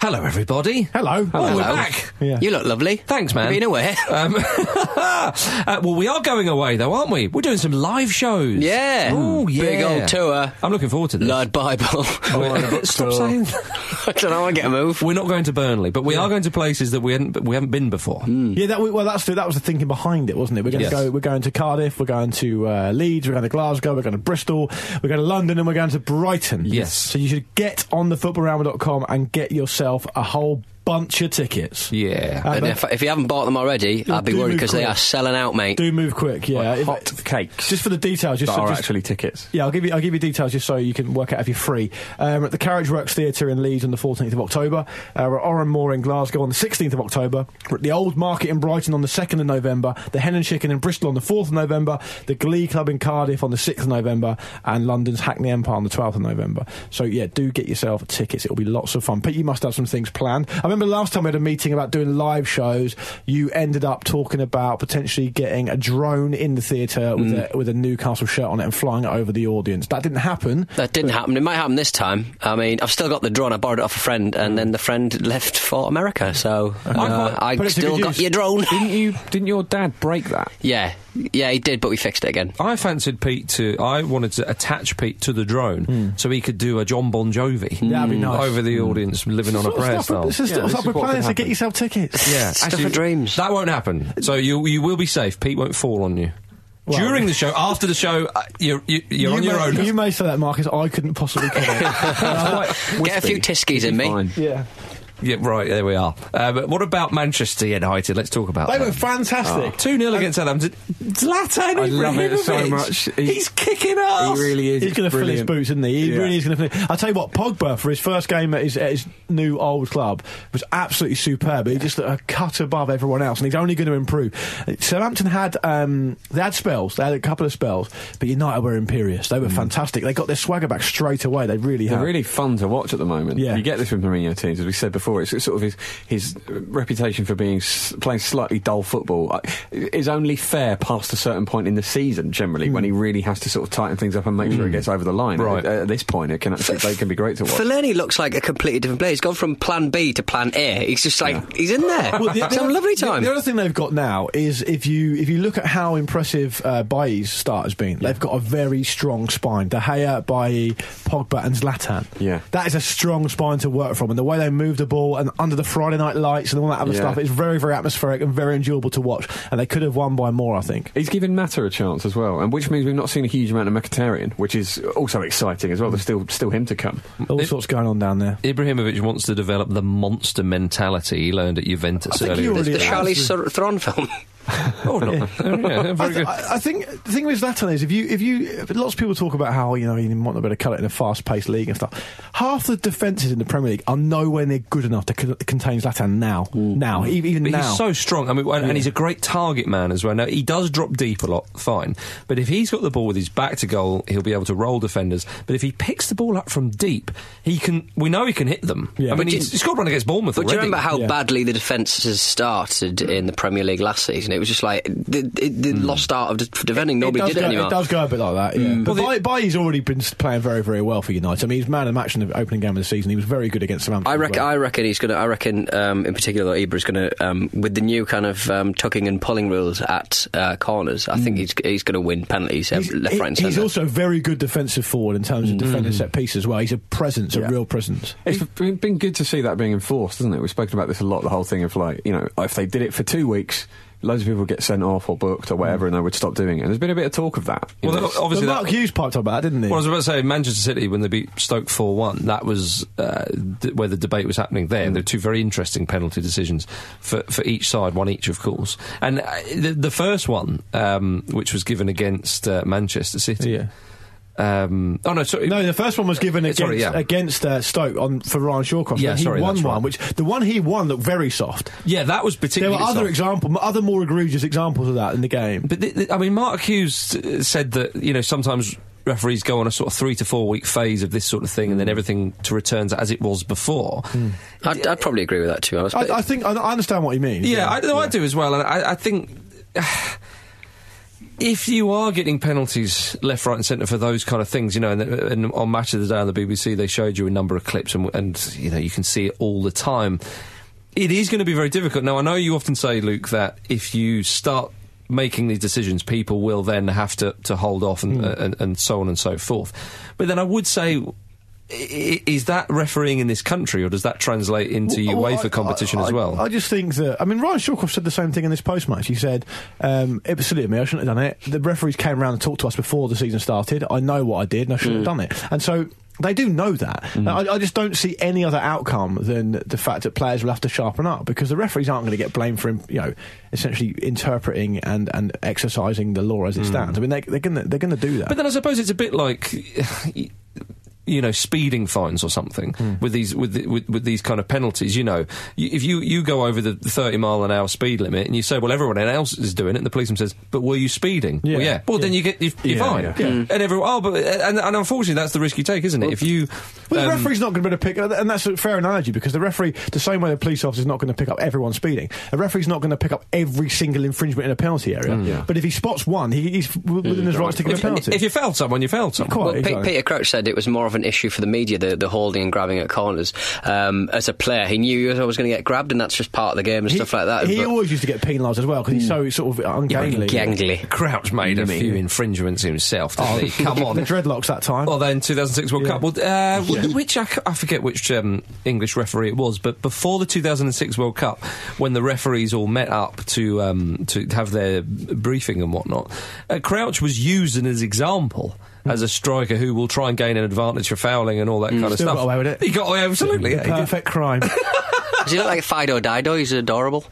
Speaker 3: Hello, everybody.
Speaker 5: Hello.
Speaker 3: Oh,
Speaker 5: Hello.
Speaker 3: we're back.
Speaker 5: Yeah.
Speaker 4: You look lovely.
Speaker 3: Thanks, man.
Speaker 4: You've been away.
Speaker 3: <laughs>
Speaker 4: <laughs>
Speaker 3: Um, uh, well, we are going away, though, aren't we? We're doing some live shows.
Speaker 4: Yeah.
Speaker 3: Oh, yeah.
Speaker 4: Big old tour.
Speaker 3: I'm looking forward to this.
Speaker 4: Lord Bible. <laughs>
Speaker 3: We're- Stop saying
Speaker 4: I don't know. I get a move.
Speaker 3: We're not going to Burnley, but we are going to places that we hadn't, we haven't been before.
Speaker 4: Mm,
Speaker 5: Yeah, that we- well, that's the, that was the thinking behind it, wasn't it? We're going
Speaker 3: Yes.
Speaker 5: to go. We're going to Cardiff. We're going to uh, Leeds. We're going to Glasgow. We're going to Bristol. We're going to London, and we're going to Brighton.
Speaker 3: Yes.
Speaker 5: So you should get on the footballramble.com and get yourself a whole bunch of tickets.
Speaker 3: Yeah.
Speaker 5: Uh,
Speaker 4: And
Speaker 5: but
Speaker 4: if, if you haven't bought them already, I'd be
Speaker 5: do
Speaker 4: worried
Speaker 5: move
Speaker 4: because they
Speaker 5: quick.
Speaker 4: are selling out, mate.
Speaker 5: do move quick. Yeah.
Speaker 6: Like
Speaker 5: If-
Speaker 6: hot cakes
Speaker 5: Just for the details. Just,
Speaker 6: that are
Speaker 5: just
Speaker 6: actually tickets.
Speaker 5: Yeah, I'll give you I'll give you details just so you can work out if you're free. Um, at the Carriage Works Theatre in Leeds on the 14th of October. Uh, we're at Oran Moor in Glasgow on the 16th of October. We're at the Old Market in Brighton on the 2nd of November. The Hen and Chicken in Bristol on the 4th of November. The Glee Club in Cardiff on the 6th of November. And London's Hackney Empire on the 12th of November. So yeah, do get yourself tickets. It'll be lots of fun. Pete, you must have some things planned. I remember last time we had a meeting about doing live shows. You ended up talking about potentially getting a drone in the theatre with,
Speaker 3: Mm.
Speaker 5: a, with a Newcastle shirt on it and flying it over the audience. That didn't happen.
Speaker 4: That didn't happen. It might happen this time. I mean, I've still got the drone. I borrowed it off a friend, and then the friend left for America. So uh, I
Speaker 5: put it to
Speaker 4: still
Speaker 5: good
Speaker 4: got
Speaker 5: use.
Speaker 4: your drone.
Speaker 6: Didn't you? Didn't your dad break that?
Speaker 4: yeah, yeah, he did, but we fixed it again.
Speaker 3: I fancied Pete to. I wanted to attach Pete to the drone so he could do a John Bon Jovi
Speaker 5: Hmm. That'd be nice. Hmm.
Speaker 3: over the audience, living on a prayer
Speaker 5: stuff,
Speaker 3: style.
Speaker 5: this is
Speaker 6: Yeah,
Speaker 5: sort of
Speaker 6: this
Speaker 5: stuff
Speaker 6: is
Speaker 5: we're
Speaker 6: what
Speaker 5: planning,
Speaker 6: could
Speaker 5: so get
Speaker 6: happen.
Speaker 5: yourself tickets.
Speaker 3: Yeah,
Speaker 4: Stuff of dreams.
Speaker 3: That won't happen.
Speaker 5: Uh,
Speaker 3: So you you will be safe. Pete won't fall on you during the show. After the show, uh, you're you, you're
Speaker 5: you
Speaker 3: on your
Speaker 5: may,
Speaker 3: own.
Speaker 5: You may say that, Marcus. I couldn't possibly comment.
Speaker 4: Get a few tiskies in me.
Speaker 6: Fine.
Speaker 5: yeah.
Speaker 3: <laughs> yeah, right. There we are. Uh, but what about Manchester United? Let's talk about
Speaker 5: They
Speaker 3: that.
Speaker 5: were fantastic.
Speaker 3: Two 0 against Southampton. Zlatan
Speaker 6: I love it so
Speaker 3: Ibrahimovic.
Speaker 6: much. He-
Speaker 3: He's kicking ass.
Speaker 6: He really is.
Speaker 5: He's going to fill his
Speaker 6: brilliant.
Speaker 5: boots, isn't he? He
Speaker 6: Yeah.
Speaker 5: really is going to fill. I tell you what, Pogba for his first game at his, at his new old club was absolutely superb. He just looked a cut above everyone else, and he's only going to improve. Uh, Southampton had um, they had spells, they had a couple of spells, but United were imperious. They were
Speaker 6: Mm.
Speaker 5: fantastic. They got their swagger back straight away. They really
Speaker 6: They're
Speaker 5: have.
Speaker 6: really fun to watch at the moment.
Speaker 5: Yeah.
Speaker 6: You get this with Mourinho teams, as we said before. before, it's, it's sort of his, his reputation for being s- playing slightly dull football uh, is only fair past a certain point in the season. Generally,
Speaker 5: Hmm.
Speaker 6: when he really has to sort of tighten things up and make sure it gets over the line.
Speaker 3: Right.
Speaker 6: At, at this point, it can actually, they can be great to watch.
Speaker 4: Fellaini looks like a completely different player. He's gone from Plan B to Plan A. He's just like he's in there.
Speaker 5: Well, the-
Speaker 4: He's
Speaker 5: the
Speaker 4: having a
Speaker 5: other-
Speaker 4: lovely
Speaker 5: the-
Speaker 4: time.
Speaker 5: The, other thing they've got now is if you if you look at how impressive uh, Bailly's start has been, they've got a very strong spine. De Gea, Bailly, Pogba, and Zlatan.
Speaker 6: Yeah.
Speaker 5: that is a strong spine to work from, and the way they move the ball and under the Friday night lights and all that other
Speaker 6: Yeah.
Speaker 5: stuff, it's very very atmospheric and very enjoyable to watch. And they could have won by more, I think.
Speaker 6: He's given Mata a chance as well, and which means we've not seen a huge amount of Mkhitaryan, which is also exciting as well. There's still still him to come.
Speaker 5: All sorts going on down there.
Speaker 3: Ibrahimovic wants to develop the monster mentality he learned at Juventus
Speaker 5: think
Speaker 3: earlier.
Speaker 5: you
Speaker 4: the
Speaker 5: already-
Speaker 4: the Charlie
Speaker 5: Absolutely.
Speaker 4: Theron film.
Speaker 3: Oh, no. Oh, <laughs> yeah,
Speaker 5: I,
Speaker 3: very good.
Speaker 5: th- I I think the thing with Zlatan is if you if you if lots of people talk about how you know you might not be able to cut it in a fast paced league and stuff. Half the defences in the Premier League are nowhere near good enough to c- contain Zlatan now. Now, e- even
Speaker 3: But
Speaker 5: now,
Speaker 3: he's so strong. I mean, and, and he's a great target man as well. Now he does drop deep a lot, fine. But if he's got the ball with his back to goal, he'll be able to roll defenders. But if he picks the ball up from deep, he can. We know he can hit them. I
Speaker 5: Yeah.
Speaker 3: mean,
Speaker 5: But
Speaker 3: he's, he scored one against Bournemouth
Speaker 4: But do you
Speaker 3: already.
Speaker 4: remember how
Speaker 5: Yeah.
Speaker 4: badly the defences started in the Premier League last season? It was just like the, the, the lost art of de- defending. Nobody
Speaker 5: does
Speaker 4: did it
Speaker 5: go,
Speaker 4: anymore.
Speaker 5: does go a bit like that. Yeah.
Speaker 4: Mm.
Speaker 5: But
Speaker 3: Well,
Speaker 5: Bay Bailly's already been s- playing very very well for United. I mean, he's man of the match in the opening game of the season. He was very good against Southampton.
Speaker 4: I
Speaker 5: as
Speaker 4: reckon.
Speaker 5: well.
Speaker 4: I reckon he's gonna. I reckon, um, in particular, though, Ibra's gonna, um, with the new kind of um, tucking and pulling rules at uh, corners. I think he's he's gonna win penalties um,
Speaker 5: He's,
Speaker 4: left,
Speaker 5: he-
Speaker 4: right, and
Speaker 5: he's
Speaker 4: centre. Mm.
Speaker 5: also a very good defensive forward in terms of defending set piece as well. He's a presence, a
Speaker 6: Yeah.
Speaker 5: real presence.
Speaker 6: It's been been good to see that being enforced, hasn't it? We've spoken about this a lot. The whole thing of like, you know, if they did it for two weeks, loads of people would get sent off or booked or whatever,
Speaker 5: Hmm.
Speaker 6: and they would stop doing it. And there's been a bit of talk of that. you
Speaker 3: Well,
Speaker 6: know.
Speaker 3: that- obviously
Speaker 5: but
Speaker 3: that-
Speaker 5: Mark Hughes piped up about that, didn't he?
Speaker 3: Well, I was about to say Manchester City when they beat Stoke four one. That was uh, d- where the debate was happening. There, there were two very interesting penalty decisions for, for each side, one each, of course. And uh, the, the first one, um, which was given against uh, Manchester City.
Speaker 5: Yeah.
Speaker 3: Um, oh no, sorry.
Speaker 5: No, the first one was given against,
Speaker 3: Sorry, yeah.
Speaker 5: against uh, Stoke on for Ryan Shawcross.
Speaker 3: Yeah,
Speaker 5: and he
Speaker 3: sorry,
Speaker 5: won
Speaker 3: that's
Speaker 5: one,
Speaker 3: right.
Speaker 5: which the one he won looked very soft.
Speaker 3: yeah, that was
Speaker 5: There
Speaker 3: particularly.
Speaker 5: were other
Speaker 3: soft.
Speaker 5: example, other more egregious examples of that in the game.
Speaker 3: But th- th- I mean, Mark Hughes uh, said that you know sometimes referees go on a sort of three to four week phase of this sort of thing, and then
Speaker 5: Mm.
Speaker 3: everything to returns as it was before.
Speaker 4: I'd, I'd probably agree with that too. honest. but
Speaker 5: I, I think I, I understand what you mean.
Speaker 3: Yeah, I, no, I do as well, and I, I think. <sighs> If you are getting penalties left, right, and centre for those kind of things, you know, and, and on Match of the Day on the BBC, they showed you a number of clips, and, and you know, you can see it all the time. It is going to be very difficult. Now, I know you often say, Luke, that if you start making these decisions, people will then have to, to hold off and,
Speaker 5: Hmm.
Speaker 3: uh, and, and so on and so forth. But then I would say, i- i- is that refereeing in this country, or does that translate into
Speaker 5: Well, oh,
Speaker 3: UEFA
Speaker 5: I-
Speaker 3: competition
Speaker 5: I-
Speaker 3: as
Speaker 5: I-
Speaker 3: well?
Speaker 5: I just think that I mean Ryan Shawcross said the same thing in this post match. He said, um, "It was silly of me. I shouldn't have done it. The referees came around and talked to us before the season started. I know what I did, and I shouldn't
Speaker 3: Mm.
Speaker 5: have done it." And so. They do know that. I, I just don't see any other outcome than the fact that players will have to sharpen up because the referees aren't going to get blamed for, you know, essentially interpreting and, and exercising the law as it stands. I mean, they, they're going to they're going to do that.
Speaker 3: Mm. But then I suppose it's a bit like. <sighs> y- You know, speeding fines or something
Speaker 5: Hmm.
Speaker 3: with these with, the, with with these kind of penalties. You know, you, if you you go over the thirty mile an hour speed limit and you say, "Well, everyone else is doing it," and the policeman says, "But were you speeding?"
Speaker 5: Yeah.
Speaker 3: Well, yeah. Well, then you get you, you're
Speaker 6: Yeah,
Speaker 3: fine.
Speaker 6: yeah.
Speaker 3: And everyone, oh, but and, and unfortunately, that's the risk you take, isn't it? If you
Speaker 5: Well, the
Speaker 3: um,
Speaker 5: referee's not going to be able to pick, and that's a fair analogy because the referee, the same way the police officer's not going to pick up everyone speeding, a referee's not going to pick up every single infringement in a penalty area. But if he spots one, he, he's w- within his rights to give a
Speaker 3: Mm. if,
Speaker 5: penalty.
Speaker 3: if you failed someone, you failed someone.
Speaker 5: Quite,
Speaker 3: Well,
Speaker 4: Pe-
Speaker 5: exactly.
Speaker 4: Peter Crouch said it was more of an issue for the media, the, the holding and grabbing at corners. Um, as a player, he knew he was always going to get grabbed, and that's just part of the game and
Speaker 5: He-
Speaker 4: stuff like that.
Speaker 5: He
Speaker 4: but-
Speaker 5: always used to get penalised as well because he's
Speaker 3: Mm.
Speaker 5: so sort of ungainly.
Speaker 4: gangly.
Speaker 3: Crouch made a few infringements himself. Didn't he? Come on,
Speaker 5: <laughs> the dreadlocks that time.
Speaker 3: Well, then 2006 World Cup. Well, uh, w- Which I, c- I forget which um, English referee it was, but before the 2006 World Cup, when the referees all met up to um, to have their briefing and whatnot, uh, Crouch was used as an example. As a striker who will try and gain an advantage for fouling and all that kind of
Speaker 5: Mm, Still
Speaker 3: stuff.
Speaker 5: got away with it.
Speaker 3: He got away, absolutely. yeah, he did.
Speaker 5: Perfect crime.
Speaker 4: Does he look like Fido Dido? He's adorable.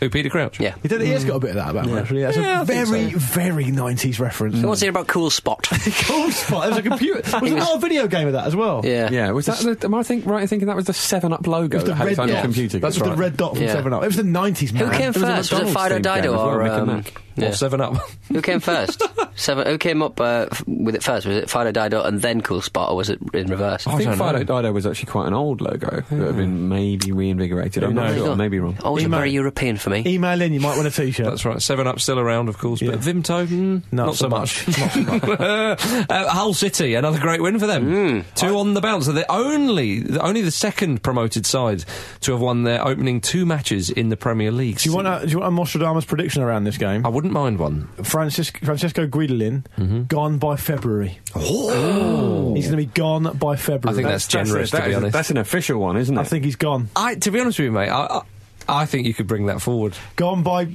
Speaker 3: Who, Peter Crouch?
Speaker 4: Yeah.
Speaker 5: he, did, he has got a bit of that about him, actually. That's
Speaker 3: Yeah,
Speaker 5: a
Speaker 3: I think Mm.
Speaker 5: very, very 90s reference.
Speaker 4: What's it about Cool
Speaker 5: <laughs>
Speaker 4: Spot?
Speaker 5: Cool spot. There was a computer. Was there not a video game of that as well?
Speaker 4: yeah.
Speaker 6: yeah, was that? The, am I think right in thinking that was the Seven Up logo
Speaker 5: It was
Speaker 6: that
Speaker 5: the
Speaker 6: had
Speaker 5: red
Speaker 6: its own
Speaker 5: dot.
Speaker 6: computer?
Speaker 5: That's
Speaker 6: game?
Speaker 5: the red dot from
Speaker 4: Yeah.
Speaker 5: Seven Up. It was the nineties.
Speaker 4: Who
Speaker 6: It
Speaker 4: came
Speaker 6: was a
Speaker 4: first? Was it
Speaker 6: McDonald's
Speaker 4: Fido
Speaker 6: themed game
Speaker 4: Dido
Speaker 6: as well,
Speaker 4: or
Speaker 6: Mick and
Speaker 4: um,
Speaker 6: Mac.
Speaker 3: Or Seven Up.
Speaker 4: Who
Speaker 6: <laughs>
Speaker 4: came first? Seven. Who came up uh, f- with it first? Was it Fido Dido and then Cool Spot, or was it in reverse?
Speaker 6: I, think Fido Dido was actually quite an old logo that had been maybe reinvigorated. I'm not
Speaker 4: knows?
Speaker 6: sure. Maybe wrong.
Speaker 4: Always
Speaker 5: Emo.
Speaker 4: very European for me.
Speaker 5: Email in, you might want a t shirt.
Speaker 3: That's right. Seven Up still around, of course, but Vimto, mm,
Speaker 5: Not
Speaker 3: not,
Speaker 5: so
Speaker 3: so much. <laughs> uh, Hull City, another great win for them.
Speaker 4: Hmm.
Speaker 3: Two on the bounce. They're the only, the- only the second promoted side to have won their opening two matches in the Premier League.
Speaker 5: Do you want a, do you want a Nostradamus prediction around this game?
Speaker 6: Oh.
Speaker 3: I wouldn't mind one.
Speaker 5: Francisco, Francesco Guidolin
Speaker 4: Mm-hmm.
Speaker 5: gone by February. Oh. He's going to be gone by
Speaker 3: I
Speaker 5: February.
Speaker 3: think that's generous,
Speaker 6: That
Speaker 3: to be
Speaker 6: is-
Speaker 3: honest.
Speaker 6: that's an official one, isn't it?
Speaker 5: I think he's gone.
Speaker 3: I, to be honest with you, mate, I, I, I think you could bring that forward.
Speaker 5: Gone by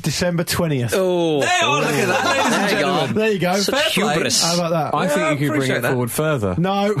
Speaker 5: December 20th.
Speaker 4: Oh,
Speaker 3: There you are, look at that, ladies and
Speaker 4: There you go.
Speaker 3: gentlemen.
Speaker 5: There you go.
Speaker 4: Such
Speaker 3: Fair play.
Speaker 4: hubris.
Speaker 5: How about that?
Speaker 6: I
Speaker 3: Yeah, I
Speaker 6: think you could bring
Speaker 3: appreciate
Speaker 6: it
Speaker 3: that.
Speaker 6: forward further. <laughs>
Speaker 5: no.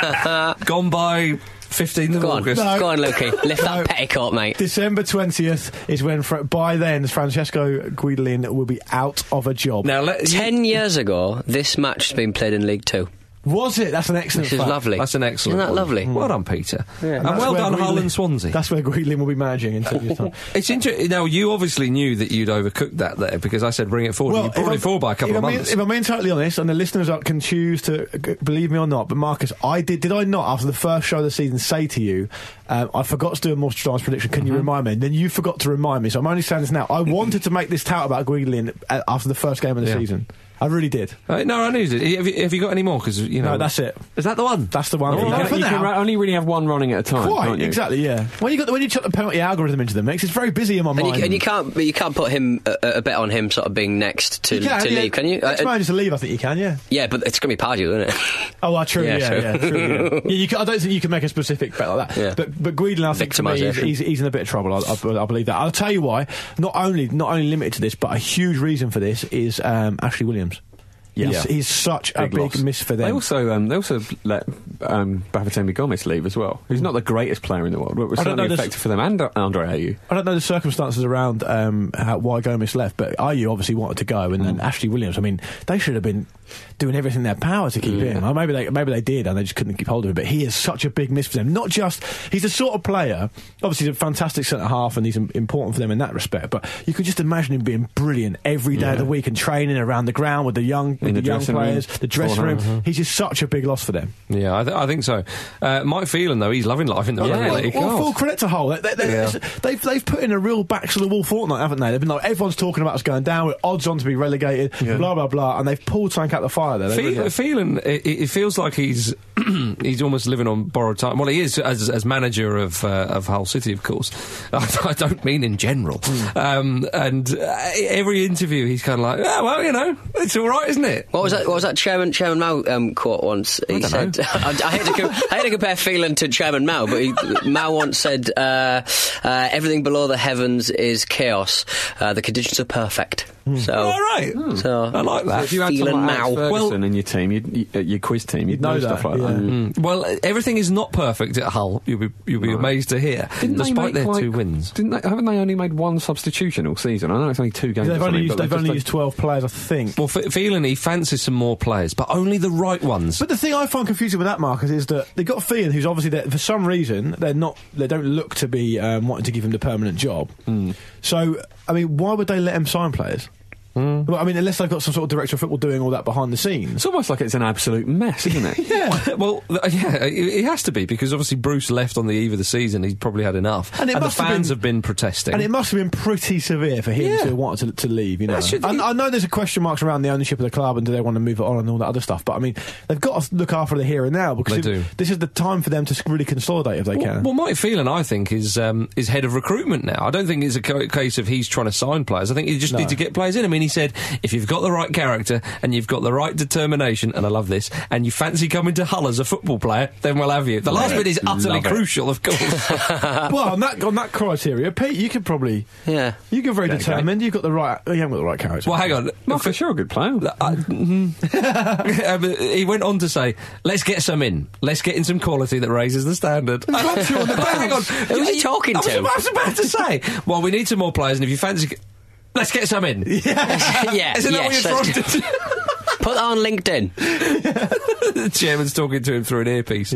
Speaker 3: Gone by 15th of
Speaker 4: Go on,
Speaker 3: August.
Speaker 5: No.
Speaker 4: go on, Lukey. Lift
Speaker 5: <laughs> No.
Speaker 4: that petticoat, mate.
Speaker 5: December 20th is when, Fra- by then, Francesco Guidolin will be out of a job.
Speaker 3: Now, let,
Speaker 4: Ten years ago, this match has been played in League Two.
Speaker 5: Was it? That's an excellent
Speaker 4: This is
Speaker 5: fact.
Speaker 4: lovely.
Speaker 3: That's an excellent.
Speaker 4: Isn't that
Speaker 3: one.
Speaker 4: lovely?
Speaker 3: Well done, Peter. And,
Speaker 5: that's
Speaker 3: well
Speaker 5: where
Speaker 3: done,
Speaker 5: Guidolin-
Speaker 3: Hull and Swansea.
Speaker 5: That's where Guidolin will be managing in two
Speaker 4: <laughs>
Speaker 5: years' time.
Speaker 3: It's interesting. Now you obviously knew that you'd overcooked that there because I said bring it forward. you
Speaker 5: if
Speaker 3: brought
Speaker 5: I'm-
Speaker 3: it forward by a couple
Speaker 5: if
Speaker 3: of
Speaker 5: I'm
Speaker 3: months.
Speaker 5: Being, if I'm being totally honest, and the listeners are, can choose to g- believe me or not, but Marcus, I did. Did I not after the first show of the season say to you, um, I forgot to do a Mostradamus prediction?
Speaker 3: Mm-hmm.
Speaker 5: Can you remind me? And then you forgot to remind me, so I'm only saying this now. I wanted to make this tout about Guidolin uh, after the first game of the
Speaker 3: Yeah.
Speaker 5: season. I really did.
Speaker 3: Uh, no, I knew it. Have you, have you got any more? Because you know,
Speaker 5: No, that's it.
Speaker 3: Is that the one?
Speaker 5: That's the one.
Speaker 6: You
Speaker 5: Well,
Speaker 6: can-
Speaker 5: for
Speaker 6: you can
Speaker 5: now.
Speaker 6: ra- only really have one running at
Speaker 3: Oh,
Speaker 6: a time.
Speaker 5: Quite
Speaker 6: can't you?
Speaker 5: exactly, yeah. When you got the, when you chuck the penalty algorithm into the mix, it's very busy in my
Speaker 4: And you,
Speaker 5: mind.
Speaker 4: and you can't, but you can't put him a, a bet on him sort of being next to,
Speaker 5: You can,
Speaker 4: to
Speaker 5: yeah.
Speaker 4: leave, can you?
Speaker 5: Next
Speaker 4: Uh,
Speaker 5: man to leave, I think you can, yeah.
Speaker 4: yeah, but it's going to be Pardew, isn't
Speaker 5: <laughs>
Speaker 4: it?
Speaker 5: Oh, well, true. Yeah,
Speaker 4: Yeah,
Speaker 5: yeah,
Speaker 4: true.
Speaker 5: yeah, true, yeah. yeah you can, I don't think you can make a specific bet like that.
Speaker 4: Yeah.
Speaker 5: But but Guidolin, I think to me, he's,
Speaker 4: Victimisation.
Speaker 5: he's, he's in a bit of trouble. I, I, I believe that. I'll tell you why. Not only not only limited to this, but a huge reason for this is um, Ashley Williams. He's,
Speaker 6: Yeah.
Speaker 5: he's such
Speaker 6: Big
Speaker 5: a big
Speaker 6: loss.
Speaker 5: miss for
Speaker 6: They
Speaker 5: them.
Speaker 6: also um, they also let um, Babatunde Gomis leave as well. Who's not the greatest player in the world, but was
Speaker 5: I don't know
Speaker 6: certainly
Speaker 5: this-
Speaker 6: effective for them. And uh, Andre Ayew.
Speaker 5: I don't know the circumstances around um, how, why Gomez left, but IU obviously wanted to go, and
Speaker 6: Mm.
Speaker 5: then Ashley Williams. I mean, they should have been doing everything in their power to keep him. Or maybe they maybe they did, and they just couldn't keep hold of him. But he is such a big miss for them. Not just he's the sort of player. Obviously, he's a fantastic centre half, and he's im- important for them in that respect. But you could just imagine him being brilliant every day of the week and training around the ground with the young with
Speaker 6: In
Speaker 5: the,
Speaker 6: the
Speaker 5: young
Speaker 6: dressing room.
Speaker 5: players, the dressing room.
Speaker 6: Beforehand. uh-huh.
Speaker 5: He's just such a big loss for them.
Speaker 3: yeah, I, th- I think so. Uh, Mike Phelan though, he's loving life in the
Speaker 6: Yeah.
Speaker 3: Premier
Speaker 6: Well,
Speaker 3: League.
Speaker 5: Well, full credit to Hull. They,
Speaker 3: Yeah.
Speaker 5: have they've put in a real backs of the wall fortnight, haven't they? They've been like, everyone's talking about us going down, we're odds on to be relegated, blah, blah, blah, and they've pulled something out the fire there. They
Speaker 3: Fe-
Speaker 5: really have.
Speaker 3: Phelan, it, it feels like he's he's almost living on borrowed time. Well, he is as, as manager of uh, of Hull City, of course. <laughs> I don't mean in general.
Speaker 6: Hmm.
Speaker 3: Um, and uh, every interview, he's kind of like, "Yeah, well, you know, it's all right, isn't it?"
Speaker 4: What was that? What was that Chairman Chairman Mao um, quote once? He said, <laughs> I, I hate to com- I hate to compare Phelan to Chairman Mao, but he, Mao once said, uh, uh, "Everything below the heavens is chaos. Uh, the conditions are perfect."
Speaker 5: Hmm.
Speaker 4: So,
Speaker 3: All right. Hmm.
Speaker 4: so
Speaker 3: I like that.
Speaker 6: If you had someone
Speaker 4: Phelan
Speaker 6: like Alex
Speaker 4: Mao.
Speaker 6: Ferguson in your team, you'd, you, uh, your quiz team, you'd know,
Speaker 5: know
Speaker 6: stuff
Speaker 5: that,
Speaker 6: like
Speaker 5: yeah.
Speaker 6: that.
Speaker 3: Mm. Well, uh, everything is not perfect at Hull. You'll be you'll be amazed to hear,
Speaker 6: they
Speaker 3: despite
Speaker 6: make,
Speaker 3: their
Speaker 6: like-
Speaker 3: two wins.
Speaker 6: Didn't they, haven't they only made one substitution all season? I know it's only two games.
Speaker 5: They've
Speaker 6: or
Speaker 5: only
Speaker 6: something,
Speaker 5: used,
Speaker 6: but
Speaker 5: they've
Speaker 6: they've
Speaker 5: only
Speaker 6: just-
Speaker 5: used 12 players, I think.
Speaker 3: Well, F- Phelan he fancies some more players, but only the right ones.
Speaker 5: But the thing I find confusing with that, Marcus, is that they got Fien, who's obviously there, for some reason they're not, they don't look to be um, wanting to give him the permanent job. So, I mean, why would they let him sign players? Well, I mean, unless they've got some sort of director of football doing all that behind the scenes.
Speaker 6: It's almost like it's an absolute mess, isn't <laughs> it?
Speaker 3: Yeah, well, th- <laughs> yeah, it it has to be because obviously Bruce left on the eve of the season. He's probably had enough,
Speaker 5: And
Speaker 3: and,
Speaker 5: it
Speaker 3: the
Speaker 5: must have
Speaker 3: fans
Speaker 5: been-
Speaker 3: have been
Speaker 6: <laughs>
Speaker 3: protesting. <laughs>
Speaker 5: And it must have been pretty severe for him
Speaker 3: Yeah.
Speaker 5: to have wanted to, to leave, you know.
Speaker 3: That should-
Speaker 5: I, I know there's a question marks around the ownership of the club and do they want to move it on and all that other stuff, but I mean, they've got to look after the here and now because
Speaker 3: They do.
Speaker 5: if- this is the time for them to really consolidate if they
Speaker 3: well,
Speaker 5: can.
Speaker 3: well, Mike Phelan, I think, is um, is head of recruitment now. I don't think it's a co- case of he's trying to sign players. I think you just
Speaker 5: No.
Speaker 3: need to get players in. I mean, he said if you've got the right character and you've got the right determination, and I love this, and you fancy coming to Hull as a football player, then we'll have you. The last bit is utterly
Speaker 6: Love it.
Speaker 3: crucial,
Speaker 6: <laughs>
Speaker 3: of course.
Speaker 5: Well, on that on that criteria, Pete, you could probably
Speaker 4: Yeah.
Speaker 5: you could very
Speaker 6: Yeah, okay.
Speaker 5: determined. You've got the right. You haven't got the right character.
Speaker 3: well, hang on,
Speaker 6: Marcus, you're a good player.
Speaker 3: I- mhm. Um, he went on to say, "Let's get some in. Let's get in some quality that raises the standard." <laughs>
Speaker 6: <laughs>
Speaker 3: But hang on,
Speaker 4: Who was he
Speaker 3: You-
Speaker 4: talking
Speaker 3: I was,
Speaker 4: to?
Speaker 3: I was about to say, "Well, we need some <laughs>
Speaker 6: <laughs>
Speaker 3: more players, and if you fancy, let's get some in."
Speaker 4: <laughs> yeah,
Speaker 3: Isn't
Speaker 4: yes,
Speaker 3: that what
Speaker 4: that's-
Speaker 3: you're trying to do?
Speaker 4: Put that on LinkedIn.
Speaker 3: the chairman's talking to him through an earpiece.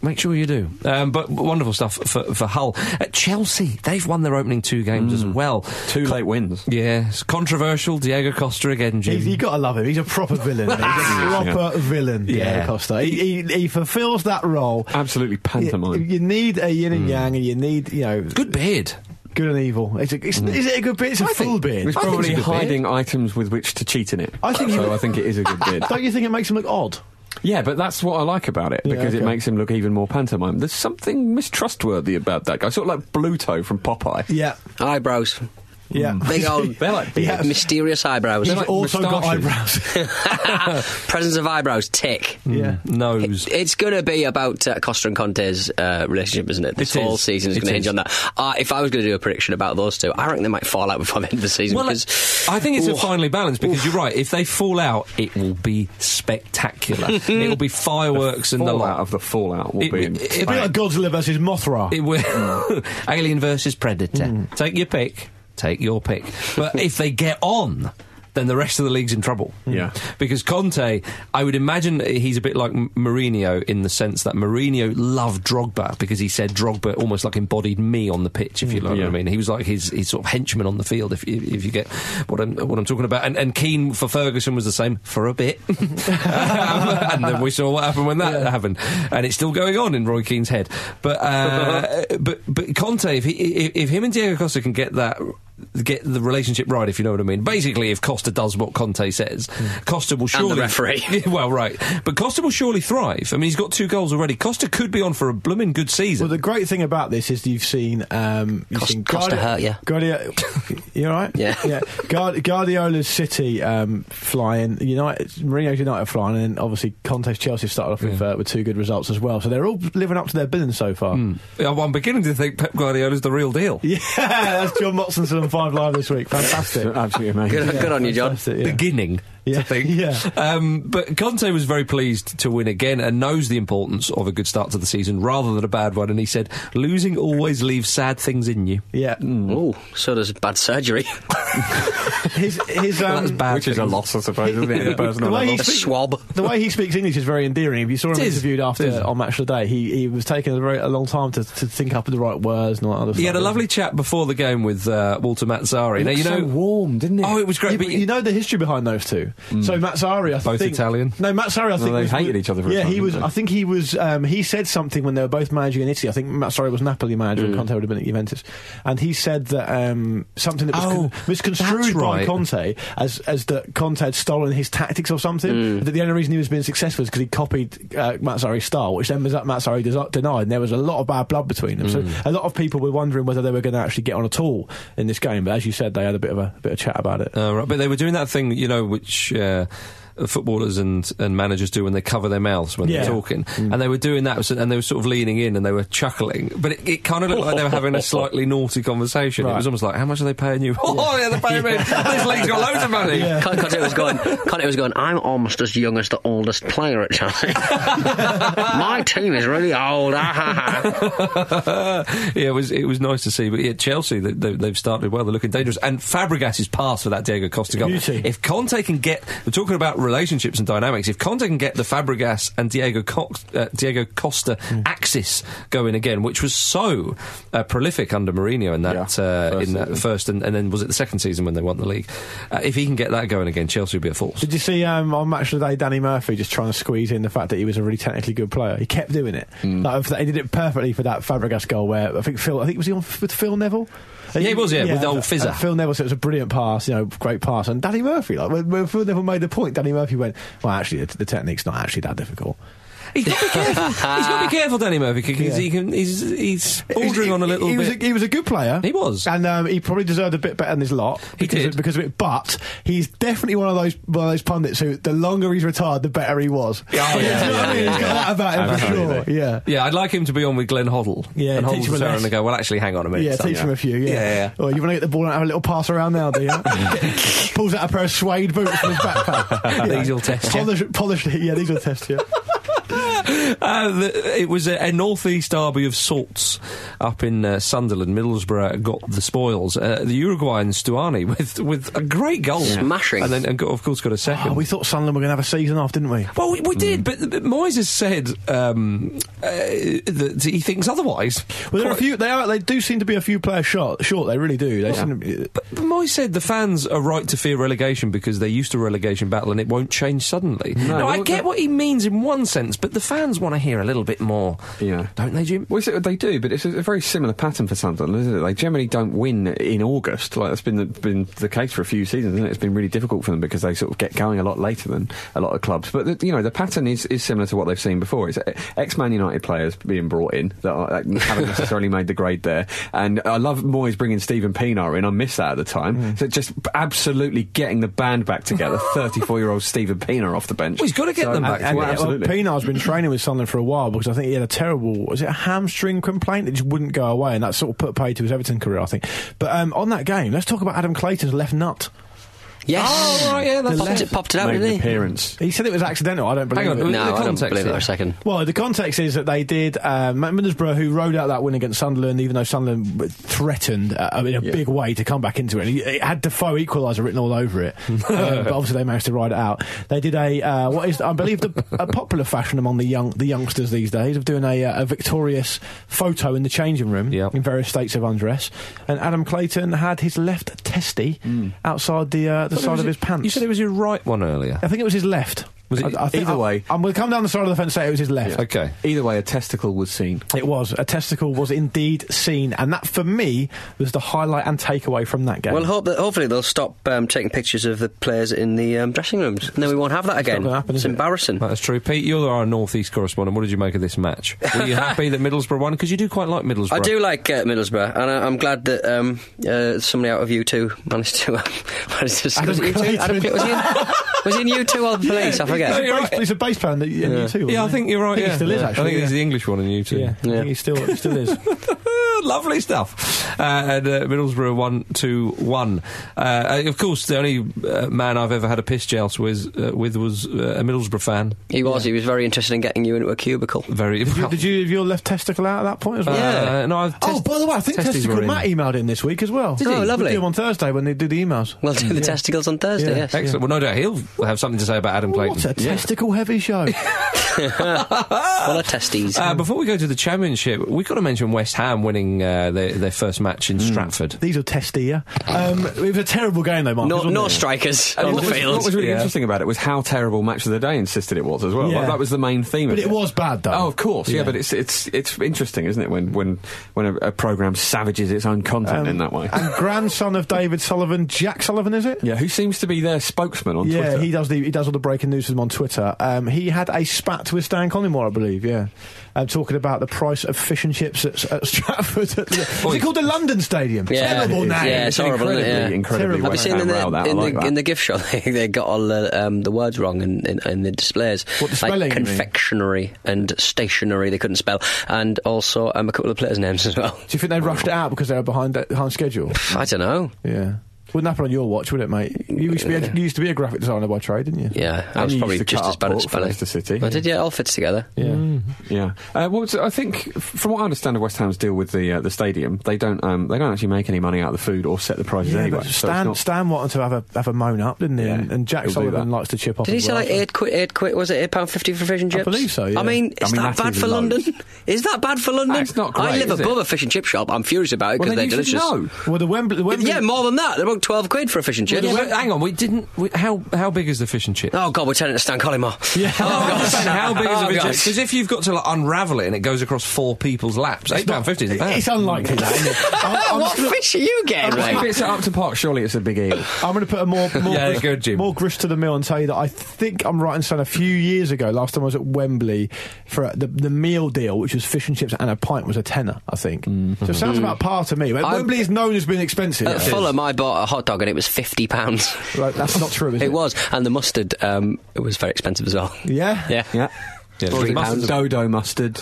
Speaker 3: Make sure you do. Um, but wonderful stuff for, for Hull. At Chelsea, they've won their opening two games
Speaker 6: Hmm.
Speaker 3: as well.
Speaker 6: Two late wins.
Speaker 3: Yes, controversial. Diego Costa again, Jim.
Speaker 5: He's, you got to love him. He's a proper villain. <laughs> He's a proper villain,
Speaker 3: Yeah.
Speaker 5: Diego Costa. He, he, he fulfills that role.
Speaker 6: Absolutely
Speaker 5: You,
Speaker 6: pantomime.
Speaker 5: you need a yin and yang, and you need, you know,
Speaker 3: Good beard.
Speaker 5: good and evil. It's a, it's, Is it a good bit? It's a full
Speaker 6: It
Speaker 5: bit.
Speaker 6: was
Speaker 3: Mm. I think
Speaker 6: probably
Speaker 3: it's a good bid.
Speaker 6: hiding items with which to cheat in it.
Speaker 5: I think
Speaker 6: so.
Speaker 5: you-
Speaker 6: I think it is a good
Speaker 3: <laughs>
Speaker 6: bid.
Speaker 5: Don't you think it makes him look odd?
Speaker 6: Yeah, but that's what I like about it
Speaker 5: Yeah,
Speaker 6: because it
Speaker 5: okay.
Speaker 6: makes him look even more pantomime. There's something mistrustworthy about that guy, sort of like Bluto from Popeye.
Speaker 5: Yeah.
Speaker 4: Eyebrows.
Speaker 5: Yeah.
Speaker 3: <laughs>
Speaker 4: Big old
Speaker 6: They're like
Speaker 5: Yeah.
Speaker 4: mysterious eyebrows.
Speaker 5: He's
Speaker 6: like
Speaker 5: also got eyebrows.
Speaker 6: moustaches.
Speaker 4: <laughs> Presence of eyebrows, tick.
Speaker 5: yeah.
Speaker 3: Mm, Nose.
Speaker 4: It's going to be about uh, Costa and Conte's uh, relationship, isn't it? This
Speaker 3: It
Speaker 4: whole
Speaker 3: is.
Speaker 4: season is
Speaker 3: It
Speaker 4: going to hinge
Speaker 3: is.
Speaker 4: on that. Uh, if I was going to do a prediction about those two, I reckon they might fall out before the end of the season.
Speaker 3: Well,
Speaker 4: because,
Speaker 3: I think it's a
Speaker 4: Oof.
Speaker 3: finely balanced because you're right. If they fall out, it will be spectacular.
Speaker 6: <laughs>
Speaker 3: it will be fireworks and the
Speaker 6: fallout
Speaker 3: lot.
Speaker 6: of the fallout will
Speaker 3: It-
Speaker 6: be.
Speaker 3: it-
Speaker 5: It'd be like Godzilla versus Mothra.
Speaker 3: It
Speaker 4: <laughs>
Speaker 5: <laughs>
Speaker 3: will. Alien versus Predator. Take your pick. Take your pick. But if they get on, then the rest of the league's in trouble.
Speaker 6: Yeah.
Speaker 3: Because Conte, I would imagine he's a bit like M- Mourinho in the sense that Mourinho loved Drogba because he said Drogba almost like embodied me on the pitch, if you know what I
Speaker 6: Yeah.
Speaker 3: mean. He was like his, his sort of henchman on the field, if, you- if you get what I'm, what I'm talking about. And, and Keane for Ferguson was the same for a bit. Um, and then we saw what happened when that happened. And it's still going on in Roy Keane's head. But, uh, but, but Conte, if, he, if, if him and Diego Costa can get that get the relationship right, if you know what I mean. Basically, if Costa does what Conte says, Costa will surely
Speaker 4: referee.
Speaker 3: well, right, but Costa will surely thrive. I mean, he's got two goals already. Costa could be on for a blooming good
Speaker 5: Well,
Speaker 3: season.
Speaker 5: the great thing about this is you've seen. Um, you've
Speaker 4: Cost-
Speaker 5: seen
Speaker 4: cost to hurt
Speaker 5: Guardi-
Speaker 4: ya.
Speaker 5: Guardi- <laughs> you all right?
Speaker 4: Yeah.
Speaker 5: yeah. Guard- Guardiola's City um, flying, United, Mourinho's United are flying, and obviously Conte's Chelsea have started off with, uh, with two good results as well. So they're all living up to their billing so far.
Speaker 3: Yeah, well, I'm beginning to think Pep Guardiola's the real deal.
Speaker 5: <laughs> Yeah, that's John Motson on Five Live this
Speaker 3: <laughs>
Speaker 5: week. Fantastic.
Speaker 6: Absolutely amazing.
Speaker 4: good, good on you, John.
Speaker 5: Fantastic, yeah.
Speaker 3: Beginning
Speaker 5: Yeah,
Speaker 3: to think.
Speaker 5: yeah.
Speaker 3: Um, but Conte was very pleased to win again and knows the importance of a good start to the season rather than a bad one. And he said, losing always leaves sad things in you.
Speaker 5: Yeah.
Speaker 4: Oh, so does bad surgery.
Speaker 5: His, his, um,
Speaker 3: That's bad.
Speaker 6: Which is a
Speaker 3: things.
Speaker 6: loss, I suppose,
Speaker 3: <laughs>
Speaker 6: isn't it? at a personal
Speaker 5: The way
Speaker 6: level?
Speaker 5: he
Speaker 4: A
Speaker 5: speaks-
Speaker 4: swab.
Speaker 5: The way he speaks English is very endearing. If you saw him
Speaker 3: It is.
Speaker 5: interviewed
Speaker 3: It is.
Speaker 5: after on Match of the Day, he, he was taking a very a long time to, to think up the right words and all that other stuff.
Speaker 3: He had a lovely chat before the game with uh, Walter Mazzari. Now, you
Speaker 6: so
Speaker 3: know.
Speaker 6: warm, didn't it?
Speaker 3: Oh, it was great.
Speaker 5: Yeah,
Speaker 3: but
Speaker 5: but
Speaker 3: you- Mm.
Speaker 5: you know the history behind those two. So Mazzari, I
Speaker 3: Both
Speaker 5: think
Speaker 3: Italian?
Speaker 5: No, Mazzari, I think
Speaker 6: they
Speaker 5: was-
Speaker 6: hated each other for a
Speaker 5: yeah,
Speaker 6: time,
Speaker 5: he was.
Speaker 6: didn't they?
Speaker 5: I think he was. Um, he said something when they were both managing in Italy. I think Mazzari was Napoli manager,
Speaker 3: Mm.
Speaker 5: and Conte would have been at Juventus. And he said that um, something that was
Speaker 3: Oh,
Speaker 5: con- misconstrued
Speaker 3: that's
Speaker 5: by
Speaker 3: right.
Speaker 5: Conte as as that Conte had stolen his tactics or something.
Speaker 3: Mm.
Speaker 5: That the only reason he was being successful is because he copied uh, Mazzari's style, which then Mazzari des- denied. And there was a lot of bad blood between them.
Speaker 3: Mm.
Speaker 5: So a lot of people were wondering whether they were going to actually get on at all in this game. But as you said, they had a bit of a, bit of chat about it.
Speaker 3: Uh, right, but they were doing that thing, you know, which uh, footballers and, and managers do when they cover their mouths when
Speaker 5: Yeah. Mm.
Speaker 3: they're talking, and they were doing that, so- and they were sort of leaning in and they were chuckling, but it, it kind of looked like they were having a slightly naughty conversation. It
Speaker 5: Right.
Speaker 3: was almost like, "How much are they paying you? <laughs>
Speaker 5: <laughs>
Speaker 3: Oh, yeah, they're paying me. This league's got loads of money."
Speaker 4: Con- Conte was
Speaker 5: <laughs>
Speaker 4: going. Conte was going. I'm almost as young as the oldest player at
Speaker 5: <laughs>
Speaker 4: Chelsea. My team is really old. Ah, ha,
Speaker 5: <laughs>
Speaker 4: ha.
Speaker 3: Uh, yeah, it was it was nice to see. But yeah, Chelsea they, they, they've started well. They're looking dangerous. And Fabregas's pass for that Diego Costa goal.
Speaker 5: Beauty.
Speaker 3: If Conte can get, we're talking about relationships and dynamics. If Conte can get the Fabregas and Diego Co- uh, Diego Costa
Speaker 5: Hmm.
Speaker 3: axis going again, which was so uh, prolific under Mourinho in that
Speaker 6: Yeah.
Speaker 3: uh,
Speaker 6: First
Speaker 3: in that
Speaker 6: season.
Speaker 3: first and, and then was it the second season when they won the league? Uh, if he can get that going again, Chelsea will be a force.
Speaker 5: Did you see um, on Match of the Day Danny Murphy just trying to squeeze in the fact that he was a really technically good player? He kept doing it.
Speaker 3: Mm.
Speaker 5: Like, if- he did it perfectly for that Fabregas goal where I think Phil, I think was he on f- with Phil Neville?
Speaker 3: Yeah, he was, yeah, with old
Speaker 5: and-
Speaker 3: Fizzer.
Speaker 5: and Phil Neville, so it was a brilliant pass, you know, great pass. And Danny Murphy, like when, when Phil Neville made the point, Danny Murphy went, "Well, actually, the, the technique's not actually that difficult."
Speaker 3: He's got to be careful. he's got to be careful, Danny Murphy, because
Speaker 5: Ah. Yeah.
Speaker 3: he can, he's he's bordering
Speaker 5: He-
Speaker 3: on a
Speaker 5: he-
Speaker 3: little
Speaker 5: he
Speaker 3: bit.
Speaker 5: Was a, he was a good player.
Speaker 3: He was.
Speaker 5: and um, he probably deserved a bit better than his lot.
Speaker 3: He
Speaker 5: because
Speaker 3: did.
Speaker 5: of, because of it. But he's definitely one of those one of those pundits who, the longer he's retired, the better he was.
Speaker 3: yeah,
Speaker 5: <laughs> Do you know what I
Speaker 3: yeah,
Speaker 5: mean? He's
Speaker 3: yeah.
Speaker 5: got that about him for
Speaker 6: Absolutely.
Speaker 5: sure. Yeah.
Speaker 3: Yeah, I'd like him to be on with Glenn Hoddle.
Speaker 5: Yeah,
Speaker 3: and
Speaker 5: teach
Speaker 3: Hoddle
Speaker 5: him a
Speaker 3: turn around
Speaker 5: lesson.
Speaker 3: and go, well, actually, hang on a minute.
Speaker 5: Yeah,
Speaker 3: son."
Speaker 5: teach him a few. Yeah.
Speaker 3: Yeah,
Speaker 5: <laughs>
Speaker 3: yeah.
Speaker 5: Well, you want to get the ball and have a little pass around now, do you? <laughs> Pulls out a pair of suede boots from his backpack.
Speaker 3: These will test you.
Speaker 5: Polish, polished, yeah, these will test you.
Speaker 3: Uh, the, it was a, a northeast derby of sorts up in uh, Sunderland. Middlesbrough got the spoils. Uh, the Uruguayan Stuani <laughs> with with a great goal,
Speaker 4: Smashing.
Speaker 3: and then and got, of course got a second.
Speaker 5: Oh, we Mm. thought Sunderland were going to have a season off, didn't we?
Speaker 3: well, we, we did, but, but Moyes has said um, uh, that he thinks otherwise.
Speaker 5: Well, there are a
Speaker 3: Quite-
Speaker 5: few. They are. They do seem to be a few players short. Short. They really do. They seem to be,
Speaker 3: But Moyes said the fans are right to fear relegation because they're used to relegation battle and it won't change suddenly.
Speaker 5: Mm.
Speaker 3: No, I
Speaker 6: well,
Speaker 3: get
Speaker 6: that-
Speaker 3: what he means in one sense, but the fans want to hear a little bit more,
Speaker 6: Yeah.
Speaker 3: don't they, Jim?
Speaker 6: Well, it's- they do, but it's a a very similar pattern for Sunderland, isn't it? They generally don't win in August. Like that's been the, been the case for a few seasons, isn't it? It's been really difficult for them because they sort of get going a lot later than a lot of clubs. But the, you know, the pattern is, is similar to what they've seen before. It's uh, ex-Man United players being brought in that, are, that
Speaker 3: <laughs>
Speaker 6: haven't necessarily made the grade there. And I love Moyes bringing Stephen Pienaar in. I missed that at the time.
Speaker 3: Mm.
Speaker 6: So just absolutely getting the band back together.
Speaker 3: <laughs>
Speaker 6: Thirty-four-year-old Stephen Pienaar off the bench.
Speaker 3: Well, he's gotta get them back
Speaker 6: and-
Speaker 3: to it.
Speaker 5: uh, And
Speaker 6: and-
Speaker 5: well,
Speaker 6: absolutely.
Speaker 5: Pinar's been training with Sunderland for a while because I think he had a terrible was it a hamstring complaint? It just wouldn't go away, and that sort of put pay to his Everton career, I think. But um, on that game, let's talk about Adam Clayton's left nut.
Speaker 4: Yes.
Speaker 3: Oh, right, yeah, that's
Speaker 4: popped, it, popped it out,
Speaker 6: made an
Speaker 4: didn't he?
Speaker 6: appearance.
Speaker 5: He said it was accidental. I don't believe
Speaker 3: Hang on,
Speaker 5: it.
Speaker 3: who-
Speaker 4: No,
Speaker 3: The
Speaker 4: I don't
Speaker 3: context
Speaker 4: believe
Speaker 3: here.
Speaker 4: it for a second.
Speaker 5: Well, the context is that they did. Uh, Matt Middlesbrough, who rode out that win against Sunderland, even though Sunderland w- threatened uh, in a big way to come back into it, and he- it had Defoe equaliser written all
Speaker 3: <laughs>
Speaker 5: over it. Um, but obviously, they managed to ride it out. They did a uh, what is, I believe, the, a popular fashion among the young the youngsters these days of doing a, uh, a victorious photo in the changing room
Speaker 3: Yep.
Speaker 5: in various states of undress. And Adam Clayton had his left testy outside the uh, the
Speaker 3: Hmm. It
Speaker 5: side
Speaker 3: was
Speaker 5: of
Speaker 3: your-
Speaker 5: his pants.
Speaker 3: You said it was your right one earlier.
Speaker 5: I think it was his left.
Speaker 3: Was it-
Speaker 5: I, I think
Speaker 6: either
Speaker 5: I-
Speaker 6: way.
Speaker 5: I'm going to come down the side of the fence and say it was his left.
Speaker 3: Okay.
Speaker 6: Either way, a testicle was seen.
Speaker 5: It was. A testicle was indeed seen. And that, for me, was the highlight and takeaway from that game.
Speaker 4: Well, hope that hopefully they'll stop um, taking pictures of the players in the um, dressing rooms, and then we won't have that again.
Speaker 5: gonna happen,
Speaker 4: it's
Speaker 5: is it?
Speaker 4: embarrassing.
Speaker 3: That's true. Pete, you're our northeast correspondent. What did you make of this match? Were
Speaker 4: <laughs>
Speaker 3: you happy that Middlesbrough won? Because you do quite like Middlesbrough.
Speaker 4: I do like uh, Middlesbrough, and I, I'm glad that um, uh, somebody out of you two managed to <laughs> um, managed to.
Speaker 5: Adam
Speaker 4: was, it you two?
Speaker 5: Clayton.
Speaker 4: Adam Clayton- was, he in, was he in you two or the police? I
Speaker 3: No,
Speaker 4: forget.
Speaker 5: <laughs>
Speaker 3: you're right.
Speaker 5: He's a bass player in the- in U2. wasn't
Speaker 3: Yeah, I
Speaker 5: he?
Speaker 3: think you're right.
Speaker 5: I think
Speaker 3: yeah.
Speaker 5: he still is,
Speaker 3: Yeah.
Speaker 5: actually.
Speaker 3: I think
Speaker 5: yeah.
Speaker 3: he's the English one in you two.
Speaker 5: Yeah, I
Speaker 4: Yeah.
Speaker 5: think he still, he still is.
Speaker 3: Lovely stuff. Uh, and uh, Middlesbrough 1 2 1. Uh, of course, the only uh, man I've ever had a piss joust with, uh, with was uh, a Middlesbrough fan.
Speaker 4: He was. He was very interested in getting you into a cubicle.
Speaker 3: Very
Speaker 5: Did you,
Speaker 3: well.
Speaker 5: did you have your left testicle out at that point as well?
Speaker 4: Yeah.
Speaker 3: Uh, no, I've
Speaker 5: Oh,
Speaker 3: test-
Speaker 5: by the way, I think
Speaker 3: testes were
Speaker 5: Testicle
Speaker 3: in.
Speaker 5: Matt emailed in this week as well.
Speaker 4: Did he? Oh,
Speaker 5: We
Speaker 4: lovely.
Speaker 5: do them on Thursday when they do the emails.
Speaker 4: We'll do the testicles on Thursday.
Speaker 5: Yeah.
Speaker 4: Yes.
Speaker 3: Excellent. Well, no doubt he'll have something to say about Adam Clayton.
Speaker 5: What a testicle heavy show.
Speaker 4: Full of testes.
Speaker 3: Uh, before we go to the championship, we've got to mention West Ham winning uh, their, their first match in Stratford.
Speaker 5: These are testier. Um, it was a terrible game, though, Mark.
Speaker 4: no,
Speaker 5: wasn't
Speaker 4: no
Speaker 5: it?
Speaker 4: strikers
Speaker 6: And
Speaker 4: on
Speaker 6: what,
Speaker 4: the
Speaker 6: was,
Speaker 4: field.
Speaker 6: what was really
Speaker 3: Yeah.
Speaker 6: interesting about it was how terrible match of the day insisted it was as well.
Speaker 5: Yeah.
Speaker 6: Like, that was the main theme.
Speaker 5: But
Speaker 6: of
Speaker 5: it was bad, though.
Speaker 6: Oh, of course, yeah.
Speaker 5: Yeah.
Speaker 6: But it's it's it's interesting, isn't it? When when when a, a program savages its own content in that way.
Speaker 5: Um, And grandson of David Sullivan, Jack Sullivan, is it?
Speaker 6: <laughs> yeah, who seems to be their spokesman on
Speaker 5: yeah,
Speaker 6: Twitter?
Speaker 5: he does the he does all the breaking news for them on Twitter. Um, he had a spat with Stan Collymore, I believe. Yeah, um, talking about the price of fish and chips at, at Stratford. <laughs>
Speaker 6: Oh,
Speaker 3: Oi.
Speaker 5: Is it called the London Stadium?
Speaker 4: Yeah, it
Speaker 5: Terrible
Speaker 4: is.
Speaker 5: name.
Speaker 4: Yeah, it's horrible, isn't
Speaker 6: incredibly,
Speaker 4: it? Yeah.
Speaker 6: incredibly
Speaker 5: Terrible.
Speaker 4: Have you
Speaker 6: West
Speaker 4: seen
Speaker 6: Ham
Speaker 4: in the,
Speaker 6: row, Oh, that. I
Speaker 4: in,
Speaker 6: like
Speaker 4: the,
Speaker 6: that.
Speaker 4: in the gift shop <laughs> they, they got all the, um, the words wrong in, in, in the displays?
Speaker 5: What, the spelling, you
Speaker 4: Like
Speaker 5: mean?
Speaker 4: confectionery and stationery they couldn't spell, and also um, a couple of players' names as well. <laughs>
Speaker 5: Do you think they rushed it out because they were behind behind schedule?
Speaker 4: I don't know.
Speaker 5: Yeah, wouldn't happen on your watch, would it, mate? You used to be a, you used to be a graphic designer by trade, didn't you?
Speaker 4: Yeah, I
Speaker 6: And
Speaker 4: was
Speaker 6: you
Speaker 4: probably
Speaker 6: used to
Speaker 4: just
Speaker 6: cut
Speaker 4: as
Speaker 6: up
Speaker 4: bad at
Speaker 6: Port for
Speaker 4: spelling.
Speaker 6: Leicester City.
Speaker 4: I did, yeah, it all fits together.
Speaker 5: Yeah.
Speaker 6: Mm. Yeah. Uh, well, I think f- from what I understand of West Ham's deal with the uh, the stadium, they don't um, they don't actually make any money out of the food or set the prices
Speaker 5: Yeah,
Speaker 6: anyway.
Speaker 5: but
Speaker 6: so it's
Speaker 5: Stan,
Speaker 6: not-
Speaker 5: Stan wanted to have a have a moan up, didn't he?
Speaker 6: Yeah,
Speaker 5: and, and Jack
Speaker 6: he'll do
Speaker 5: Sullivan
Speaker 6: that.
Speaker 5: likes to chip off.
Speaker 4: Did he
Speaker 5: as
Speaker 4: say
Speaker 5: well,
Speaker 4: like
Speaker 5: so-
Speaker 4: eight quid? Eight quid was it? Eight pound fifty for fish and
Speaker 5: I
Speaker 4: chips?
Speaker 5: believe so, yeah.
Speaker 4: I mean,
Speaker 6: I
Speaker 4: is
Speaker 6: mean,
Speaker 4: that
Speaker 6: that's
Speaker 4: bad
Speaker 6: even
Speaker 4: for
Speaker 6: low.
Speaker 4: London? Is that bad for London?
Speaker 6: That's not
Speaker 4: I
Speaker 6: great,
Speaker 4: live
Speaker 6: is it?
Speaker 4: above a fish and chip shop. I'm furious about it
Speaker 6: Well,
Speaker 4: because
Speaker 6: then
Speaker 4: they're
Speaker 6: you should
Speaker 4: delicious.
Speaker 6: know.
Speaker 5: Well, the Wembley, the Wembley
Speaker 4: Yeah, more than that. They're about twelve quid for a fish and chips.
Speaker 3: Yeah, but hang on, we didn't. We, how how big is the fish and chip?
Speaker 4: <laughs> Oh God, we're turning to Stan Collymore.
Speaker 5: Yeah.
Speaker 4: Oh,
Speaker 3: I
Speaker 4: God.
Speaker 3: understand how big is
Speaker 4: Oh,
Speaker 3: a fish
Speaker 4: God.
Speaker 3: and chip? Because if you've got to like, unravel it and it goes across four people's laps, eight pound fifty is a
Speaker 5: It's unlikely that. Isn't it? I-
Speaker 4: <laughs>
Speaker 5: I'm
Speaker 4: what
Speaker 5: still-
Speaker 4: fish are you
Speaker 3: <laughs>
Speaker 4: getting?
Speaker 6: If
Speaker 4: Ray?
Speaker 6: it's up to Park, surely it's a big eel.
Speaker 3: Oh,
Speaker 5: I'm going to put a more more,
Speaker 3: Yeah,
Speaker 5: grist,
Speaker 3: go, Jim.
Speaker 5: more grist to the mill and tell you that I think I'm right in saying a few years ago, last time I was at Wembley for a, the the meal deal, which was fish and chips and a pint, was a tenner, I think.
Speaker 3: Mm.
Speaker 5: So it sounds about par to me. But
Speaker 4: I'm-
Speaker 5: Wembley is known as being expensive.
Speaker 4: At
Speaker 5: <laughs>
Speaker 4: Fulham, I Uh, bought a hot dog and it was fifty pounds. <laughs>
Speaker 5: Right, that's not true. Is it,
Speaker 4: It was, and the mustard um, it was very expensive as well.
Speaker 5: Yeah.
Speaker 4: yeah.
Speaker 6: Yeah.
Speaker 3: Yeah,
Speaker 6: Or is
Speaker 3: three
Speaker 6: it
Speaker 3: pounds.
Speaker 6: Dodo mustard.
Speaker 3: <laughs>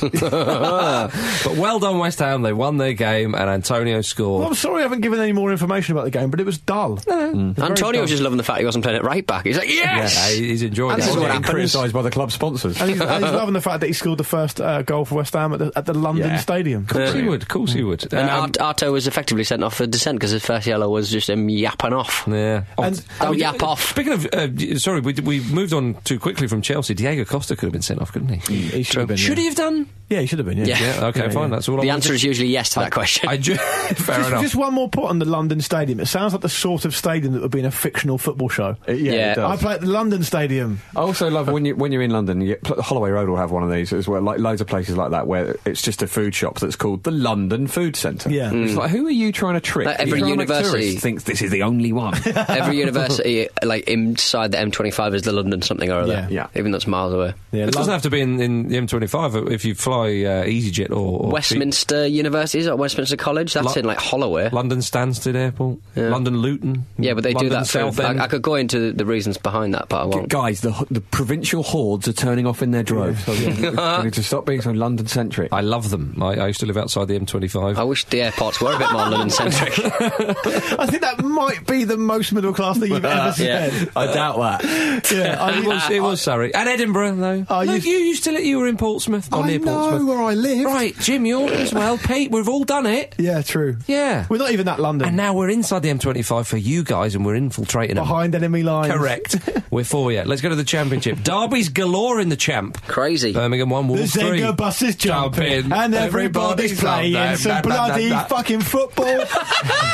Speaker 3: but well done, West Ham. They won their game, and Antonio
Speaker 5: Well,
Speaker 3: scored.
Speaker 5: I'm sorry I haven't given any more information about the game, but it was dull. It was very
Speaker 4: Antonio was
Speaker 5: dull.
Speaker 4: just loving the fact he wasn't playing it right back. He's like, yes!
Speaker 3: Yeah, he's enjoying
Speaker 4: And this
Speaker 3: it.
Speaker 4: is what
Speaker 6: Getting
Speaker 4: happens.
Speaker 6: criticised by the club sponsors.
Speaker 5: And he's, and he's loving the fact that he scored the first uh, goal for West Ham at the, at the London
Speaker 6: Yeah.
Speaker 5: Stadium.
Speaker 3: Of course he would. Of course he would.
Speaker 4: And
Speaker 3: Um,
Speaker 4: Art- Arto was effectively sent off for dissent because his first yellow was just him yapping off.
Speaker 3: Yeah. Oh,
Speaker 5: And-
Speaker 4: Don't
Speaker 3: we-
Speaker 4: yap off.
Speaker 3: Speaking of, uh, d- sorry, we, we moved on too quickly from Chelsea. Diego Costa could have been sent off, couldn't he?
Speaker 5: He should have been.
Speaker 3: Should
Speaker 5: yeah.
Speaker 3: he have done?
Speaker 5: Yeah, he should have been. Yeah.
Speaker 4: Yeah.
Speaker 3: Yeah. Okay.
Speaker 5: Yeah,
Speaker 3: fine.
Speaker 5: yeah.
Speaker 3: That's all. I
Speaker 4: the
Speaker 3: wanted.
Speaker 4: answer is usually yes to that question.
Speaker 3: I ju- <laughs> fair
Speaker 5: Just,
Speaker 3: enough.
Speaker 5: just one more put on the London Stadium. It sounds like the sort of stadium that would be in a fictional football show.
Speaker 6: yeah,
Speaker 4: Yeah.
Speaker 6: it does.
Speaker 5: I play at the London Stadium.
Speaker 6: I also love when you when you're in London. You get, pl- Holloway Road will have one of these as well. Like loads of places like that where it's just a food shop that's called the London Food Centre.
Speaker 5: Yeah. Mm.
Speaker 6: it's like who are you trying to trick?
Speaker 4: Like
Speaker 6: You're
Speaker 4: every
Speaker 6: trying to make
Speaker 4: university-
Speaker 6: tourists thinks this is the only
Speaker 4: <laughs>
Speaker 6: one.
Speaker 4: Every university, like inside the M25, is the London something or other.
Speaker 5: Yeah.
Speaker 6: Yeah.
Speaker 4: Even that's miles away.
Speaker 5: Yeah,
Speaker 3: it
Speaker 5: Lon-
Speaker 3: doesn't have to be in, in the M25 if you fly uh, EasyJet or, or
Speaker 4: Westminster University, is that Westminster College? That's
Speaker 3: Lo-
Speaker 4: in like Holloway.
Speaker 3: London Stansted Airport, London Luton.
Speaker 4: yeah, but they
Speaker 3: London
Speaker 4: do that.
Speaker 3: South
Speaker 4: For,
Speaker 3: End.
Speaker 4: I, I could go into the reasons behind that, but I won't.
Speaker 6: Guys, the the provincial hordes are turning off in their droves. So, yeah, we need to stop being so London centric.
Speaker 3: I love them. I, I used to live outside the M25.
Speaker 5: <laughs>
Speaker 4: I wish the airports were a bit more London centric.
Speaker 5: I think that might be the most middle class thing you've
Speaker 3: <laughs>
Speaker 5: ever
Speaker 4: Yeah.
Speaker 5: said.
Speaker 6: I doubt that.
Speaker 5: Yeah, I
Speaker 3: it
Speaker 5: mean-
Speaker 3: was, it was Surrey and Edinburgh though.
Speaker 5: I
Speaker 3: Look,
Speaker 5: used-
Speaker 3: you used to let you were in Portsmouth. or
Speaker 5: I
Speaker 3: near
Speaker 5: know
Speaker 3: Portsmouth.
Speaker 5: where I lived.
Speaker 3: Right, Jim, you're as well. Pete, we've all done it.
Speaker 5: Yeah, true.
Speaker 3: Yeah.
Speaker 5: We're not even that London.
Speaker 3: And now we're inside the M25 for you guys, and we're infiltrating 'em.
Speaker 5: behind enemy lines.
Speaker 3: Correct.
Speaker 5: <laughs>
Speaker 3: we're for you. Let's go to the championship. Derby's galore in the champ.
Speaker 4: Crazy.
Speaker 3: Birmingham one,
Speaker 5: The
Speaker 3: Wolves three.
Speaker 5: Zenga bus is jumping,
Speaker 3: Jumping.
Speaker 5: and everybody's
Speaker 3: Everybody's
Speaker 5: playing
Speaker 3: jumping.
Speaker 5: some
Speaker 3: Da, da, da,
Speaker 5: bloody
Speaker 3: da.
Speaker 5: fucking football.
Speaker 4: <laughs>
Speaker 5: <laughs>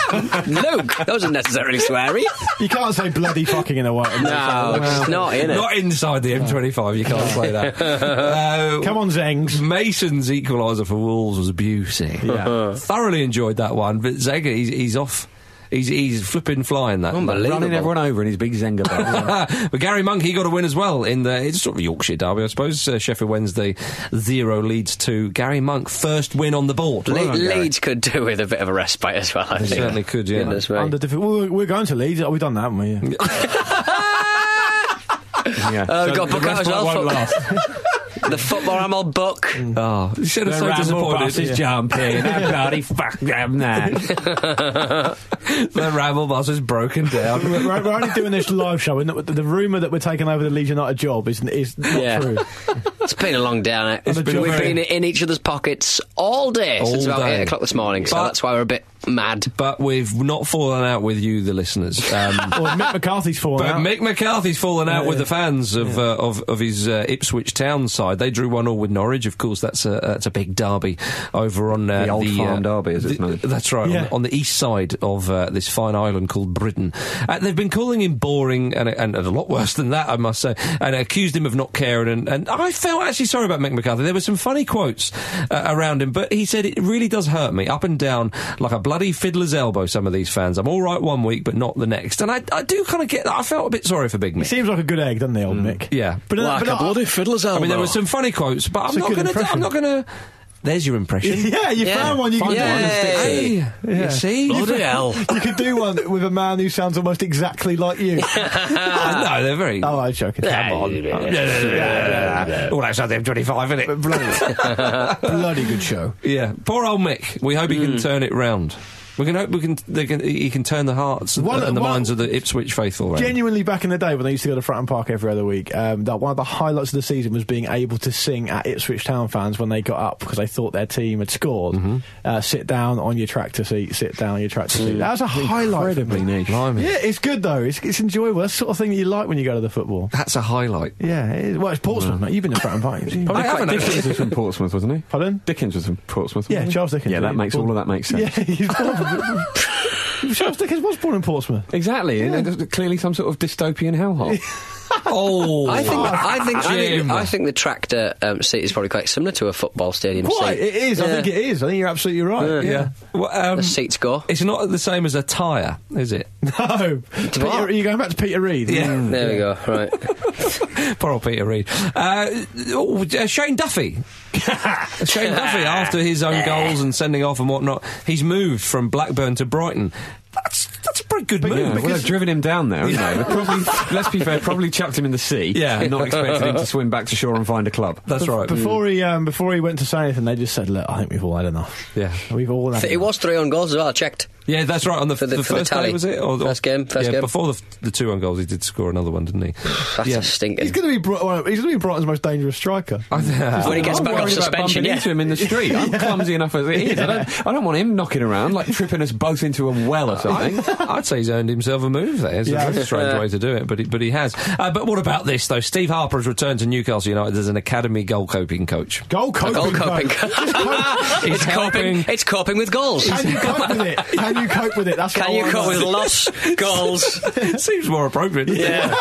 Speaker 4: Luke, that wasn't necessarily sweary.
Speaker 5: you can't say bloody fucking in a
Speaker 3: <laughs>
Speaker 5: way.
Speaker 4: no, it's not in it.
Speaker 3: Not inside the M25. You
Speaker 6: <laughs>
Speaker 3: can't say that. Uh,
Speaker 5: Come on, Zengs.
Speaker 3: Mason's equaliser for Wolves was beauty.
Speaker 6: Uh-huh.
Speaker 5: Yeah.
Speaker 3: Thoroughly enjoyed that one. But Zega, he's, he's off. He's, he's flipping flying that.
Speaker 6: Running everyone over in his big Zenga
Speaker 3: <laughs>
Speaker 6: bag.
Speaker 3: but Gary Monk, he got a win as well in the it's sort of Yorkshire derby, I suppose. Uh, Sheffield Wednesday zero leads to Gary Monk first win on the board.
Speaker 4: Le- Leeds could do with a bit of a respite as well. I
Speaker 3: They
Speaker 4: think.
Speaker 3: certainly could, yeah.
Speaker 4: Goodness me.
Speaker 5: Under diffi- well, we're going to Leeds. Oh, we've done that, haven't we? Yeah.
Speaker 6: yeah.
Speaker 3: Uh,
Speaker 4: Oh, God,
Speaker 6: the
Speaker 4: Bucko
Speaker 6: rest
Speaker 4: as
Speaker 6: one
Speaker 4: well
Speaker 6: won't
Speaker 4: for-
Speaker 6: last.
Speaker 4: the football ramble book.
Speaker 3: Oh, you should have so disappointed.
Speaker 6: jumping. Bloody fuck them <laughs> there.
Speaker 3: the ramble bus is broken down.
Speaker 5: We're, we're- we're only doing this live show, and the, the rumour that we're taking over the Leeds United job is, is not
Speaker 4: Yeah.
Speaker 5: true.
Speaker 4: <laughs> It's been a long day, hasn't it?
Speaker 5: It's been a
Speaker 4: We've
Speaker 5: very-
Speaker 4: been in each other's pockets all day since
Speaker 3: All
Speaker 4: about
Speaker 3: day.
Speaker 4: 8 o'clock this morning, so
Speaker 3: But-
Speaker 4: that's why we're a bit mad.
Speaker 3: but we've not fallen out with you, the listeners.
Speaker 6: <laughs>
Speaker 3: Um,
Speaker 5: Or Mick McCarthy's fallen
Speaker 3: But
Speaker 5: out.
Speaker 3: Mick McCarthy's fallen out with the fans of uh, of, of his uh, Ipswich Town side. They drew one all with Norwich. Of course, that's a that's a big derby over on uh,
Speaker 6: The old farm
Speaker 3: uh,
Speaker 6: derby, as it's
Speaker 3: the-
Speaker 6: known.
Speaker 3: That's right,
Speaker 5: Yeah.
Speaker 3: on, on the east side of uh, this fine island called Britain. Uh, they've been calling him boring and, and a lot worse than that, I must say, and accused him of not caring. And, and I felt actually sorry about Mick McCarthy. There were some funny quotes uh, around him, but he said it really does hurt me up and down like a bloody fiddler's elbow. Some of these fans, I'm all right one week, but not the next. And I, I do kind of get that. I felt a bit sorry for Big Mick.
Speaker 5: Seems like a good egg, doesn't he, old Mick?
Speaker 3: Mm. Yeah.
Speaker 5: But, uh, but, uh,
Speaker 4: fiddler's elbow.
Speaker 3: I mean, there were some funny quotes, but
Speaker 5: It's
Speaker 3: I'm
Speaker 5: a
Speaker 3: not
Speaker 5: good
Speaker 3: going to.
Speaker 5: impression.
Speaker 3: I'm not going to. There's your impression.
Speaker 5: <laughs> <laughs> yeah, you
Speaker 4: Yeah.
Speaker 5: found one. You
Speaker 4: Find
Speaker 5: can
Speaker 4: one
Speaker 5: do.
Speaker 4: and stick to it.
Speaker 3: Hey, you see?
Speaker 4: Bloody hell.
Speaker 5: You could do one with a man who sounds almost exactly
Speaker 4: <laughs>
Speaker 5: like you.
Speaker 3: Ah, no, they're very.
Speaker 5: oh, I'm joking.
Speaker 3: Come on. All outside the M25, isn't it?
Speaker 5: Bloody, bloody good show.
Speaker 3: Yeah. Poor old Mick. We hope he can turn it round. We can hope we can, they can he can turn the hearts and,
Speaker 5: One-
Speaker 3: and the
Speaker 5: one-
Speaker 3: minds of the Ipswich faithful round.
Speaker 5: Genuinely, back in the day when I used to go to Fratton Park every other week, um, that one of the highlights of the season was being able to sing at Ipswich Town fans when they got up because they thought their team had scored. Uh, sit down on your tractor seat. Sit down on your tractor seat. That was a highlight. for me.
Speaker 3: niche. Blimey.
Speaker 5: Yeah, it's good though. It's, it's enjoyable. That's the sort of thing that you like when you go to the football.
Speaker 3: That's a highlight.
Speaker 5: Yeah, it is. well, it's Portsmouth, mate. You've been to Fratton Park. haven't you?
Speaker 3: I haven't
Speaker 6: Dickens
Speaker 3: actually.
Speaker 6: was from Portsmouth, wasn't he?
Speaker 5: Pardon?
Speaker 6: Dickens was from Portsmouth.
Speaker 5: Yeah,
Speaker 6: wasn't he?
Speaker 5: Charles Dickens.
Speaker 6: Yeah, that
Speaker 5: He
Speaker 6: makes
Speaker 5: was
Speaker 6: all
Speaker 5: born-
Speaker 6: of that makes sense.
Speaker 5: Yeah, he's born. Charles Dickens was born in Portsmouth.
Speaker 6: Exactly. and there's Clearly, some sort of dystopian hellhole.
Speaker 3: Oh,
Speaker 4: I think, I, think, I,
Speaker 3: Jim.
Speaker 4: think, I think the tractor um, seat is probably quite similar to a football stadium
Speaker 5: Quite,
Speaker 4: seat.
Speaker 5: it is. I
Speaker 4: Yeah.
Speaker 5: think it is. I think you're absolutely right.
Speaker 4: Yeah.
Speaker 3: Yeah. Well, um,
Speaker 4: The seats go.
Speaker 3: It's not the same as a tyre, is it?
Speaker 5: <laughs> No, Oh, Peter,
Speaker 4: what?
Speaker 5: are you going back to Peter Reed? Mm.
Speaker 3: Yeah.
Speaker 4: There we go, right.
Speaker 3: Poor old Peter Reed. Uh, oh, uh, Shane
Speaker 4: <laughs>
Speaker 3: Duffy. Shane Duffy, after his own goals and sending off and whatnot, he's moved from Blackburn to Brighton. That's that's a pretty very good move.
Speaker 6: Yeah, well,
Speaker 3: because-
Speaker 6: they've driven him down there, haven't they? They've probably, let's be fair, probably chucked him in the sea.
Speaker 3: Yeah. <laughs>
Speaker 6: and not expected him to swim back to shore and find a club.
Speaker 3: That's right. Mm.
Speaker 5: Before he um, before he went to say anything, they just said, "Look, I think we've all had enough.
Speaker 3: Yeah.
Speaker 5: We've all had
Speaker 4: It
Speaker 5: enough."
Speaker 4: was three on goals as well. I checked.
Speaker 3: Yeah, that's right. On the,
Speaker 4: For the-
Speaker 3: the
Speaker 4: for the
Speaker 3: first
Speaker 4: tally.
Speaker 3: day, was it?
Speaker 4: First game, first
Speaker 3: yeah,
Speaker 4: game.
Speaker 3: Before the, the two on goals, he did score another one, didn't he?
Speaker 4: That's a <laughs> stinking.
Speaker 5: He's going to be brought. well, he's going to be Brighton's most dangerous striker.
Speaker 4: When he gets
Speaker 6: uh, I'm
Speaker 4: back
Speaker 6: worried
Speaker 4: off
Speaker 6: about
Speaker 4: suspension,
Speaker 6: bumping
Speaker 4: yeah.
Speaker 6: into him in the street. I'm clumsy enough as it is. I, don't, I don't want him knocking around, like tripping us both into a well or something.
Speaker 3: <laughs> I'd say he's earned himself a move there. It's
Speaker 5: Yeah.
Speaker 3: a very strange
Speaker 4: Yeah.
Speaker 3: way to do it, but he, but he has. Uh, but what about this, though? Steve Harper has returned to Newcastle United as an academy goal coping coach.
Speaker 5: Goal coping.
Speaker 4: Goal coping.
Speaker 5: coach.
Speaker 3: <laughs>
Speaker 5: Just cope-
Speaker 4: it's coping.
Speaker 3: helping.
Speaker 4: It's coping with goals.
Speaker 5: Can you cope with it? Can you cope with it? That's what
Speaker 4: Can
Speaker 5: I
Speaker 4: you
Speaker 5: wanna
Speaker 4: cope
Speaker 5: know.
Speaker 4: with loss, goals?
Speaker 3: Seems more appropriate. doesn't it?
Speaker 4: Yeah.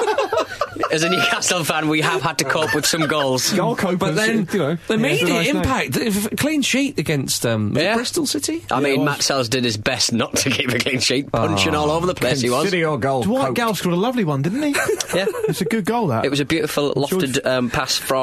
Speaker 4: As a Newcastle fan, we have had to cope with some goals.
Speaker 5: Goal copers.
Speaker 3: But then
Speaker 6: you
Speaker 3: the
Speaker 6: know, yeah, it's a
Speaker 3: media
Speaker 6: nice name.
Speaker 3: impact, the- clean sheet against um, was it
Speaker 4: Yeah.
Speaker 3: Bristol City.
Speaker 4: I
Speaker 5: it
Speaker 4: mean,
Speaker 5: was.
Speaker 4: Matt Sells did his best not to keep a clean sheet, punching all over the place. He was.
Speaker 6: Consider your goal.
Speaker 5: Dwight
Speaker 6: coach.
Speaker 5: Gale scored a lovely one, didn't he?
Speaker 4: <laughs> Yeah.
Speaker 5: It's a good goal. That
Speaker 4: It was a beautiful lofted um, pass from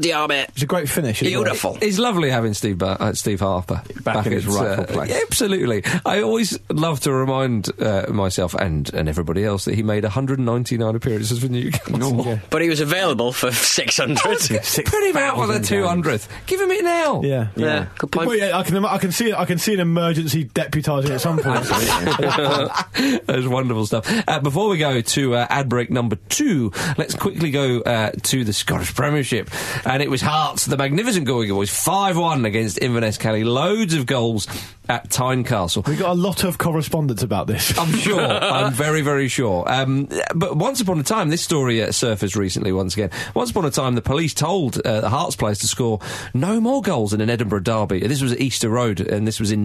Speaker 4: Diarmid.
Speaker 5: It's a great finish. isn't it?
Speaker 4: Beautiful.
Speaker 3: It's lovely having Steve Bar- uh, Steve Harper
Speaker 6: Back in his
Speaker 3: at, uh,
Speaker 6: rightful place.
Speaker 3: Absolutely. I always love to remind uh, myself and, and everybody else that he made 199 appearances for Newcastle.
Speaker 4: But he was available for <laughs> 600.
Speaker 3: Put him out on the 200th. Give him it now. <laughs>
Speaker 6: <laughs>
Speaker 5: Yeah.
Speaker 4: yeah, good
Speaker 5: Well,
Speaker 4: point.
Speaker 5: yeah, I can, ima- I can see, I can see an emergency deputising at
Speaker 4: <laughs>
Speaker 5: some point.
Speaker 3: that was wonderful stuff. Uh, before we go to uh, ad break number two, let's quickly go uh, to the Scottish Premiership. And it was Hearts, the magnificent Gorgie Boys, 5 1 against Inverness Kelly. Loads of goals at Tynecastle.
Speaker 5: we got a lot of correspondence
Speaker 3: <laughs>
Speaker 5: about this.
Speaker 3: I'm sure. I'm very, very sure. Um, but once upon a time, this story uh, surfaced recently once again. Once upon a time, the police told uh, the Hearts players to score no more goals in an Edinburgh derby. This was at Easter Road, and this was in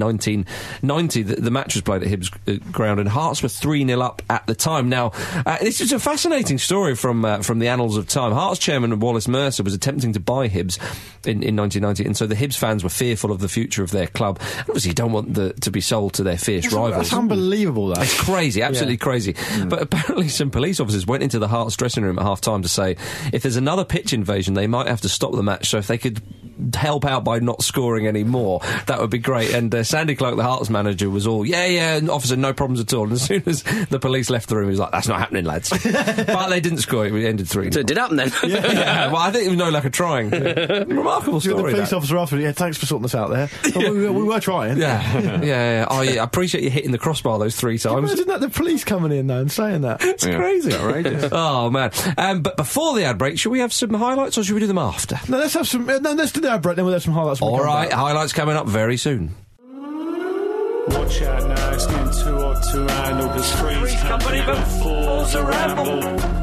Speaker 3: 1990. The, the match was played at Hibs uh, Ground, and Hearts were 3 0 up at the time. Now, uh, this is a fascinating story from uh, from the annals of time. Hearts chairman Wallace Mercer was attempting to buy Hibs in, in 1990, and so the Hibs fans were fearful of the future of their club. And obviously, you don't want the, to be sold to their fierce rivals.
Speaker 5: That's unbelievable. That. <laughs>
Speaker 3: It's crazy, absolutely crazy.
Speaker 5: Mm.
Speaker 3: But apparently, some police officers went into the Hearts dressing room at half time to say if there's another pitch invasion, they might have to stop the match. So if they could help out by not scoring any more, that would be great. And uh, Sandy Clark, the Hearts manager, was all, yeah, yeah, and officer, no problems at all. And as soon as the police left the room, he was like, that's not happening,
Speaker 5: <laughs>
Speaker 3: lads. but they didn't score, it ended 3
Speaker 4: So it did happen then.
Speaker 3: <laughs> yeah, well, I think it was no lack of
Speaker 5: <laughs>
Speaker 3: trying. Remarkable
Speaker 5: The
Speaker 3: story.
Speaker 5: police
Speaker 3: that.
Speaker 5: officer after, yeah, thanks for sorting us
Speaker 3: <laughs>
Speaker 5: out there. Well, we, we were trying. <laughs>
Speaker 3: Yeah, yeah, yeah. Oh, yeah. I appreciate you hitting the crossbar those three
Speaker 5: Can you
Speaker 3: times.
Speaker 5: Imagine that the police coming in though and saying that.
Speaker 3: It's crazy.
Speaker 5: <laughs>
Speaker 6: outrageous.
Speaker 3: <laughs> oh, man. Um, but before the ad break, should we have some highlights or should we do them after?
Speaker 5: No, let's have some. uh, No, let's do that, Brett. Then we'll have some highlights. when we
Speaker 3: All
Speaker 5: come
Speaker 3: right,
Speaker 5: back.
Speaker 3: highlights coming up very soon.
Speaker 10: Watch out now, it's getting too hot to handle. The screen's company, but fools a ramble.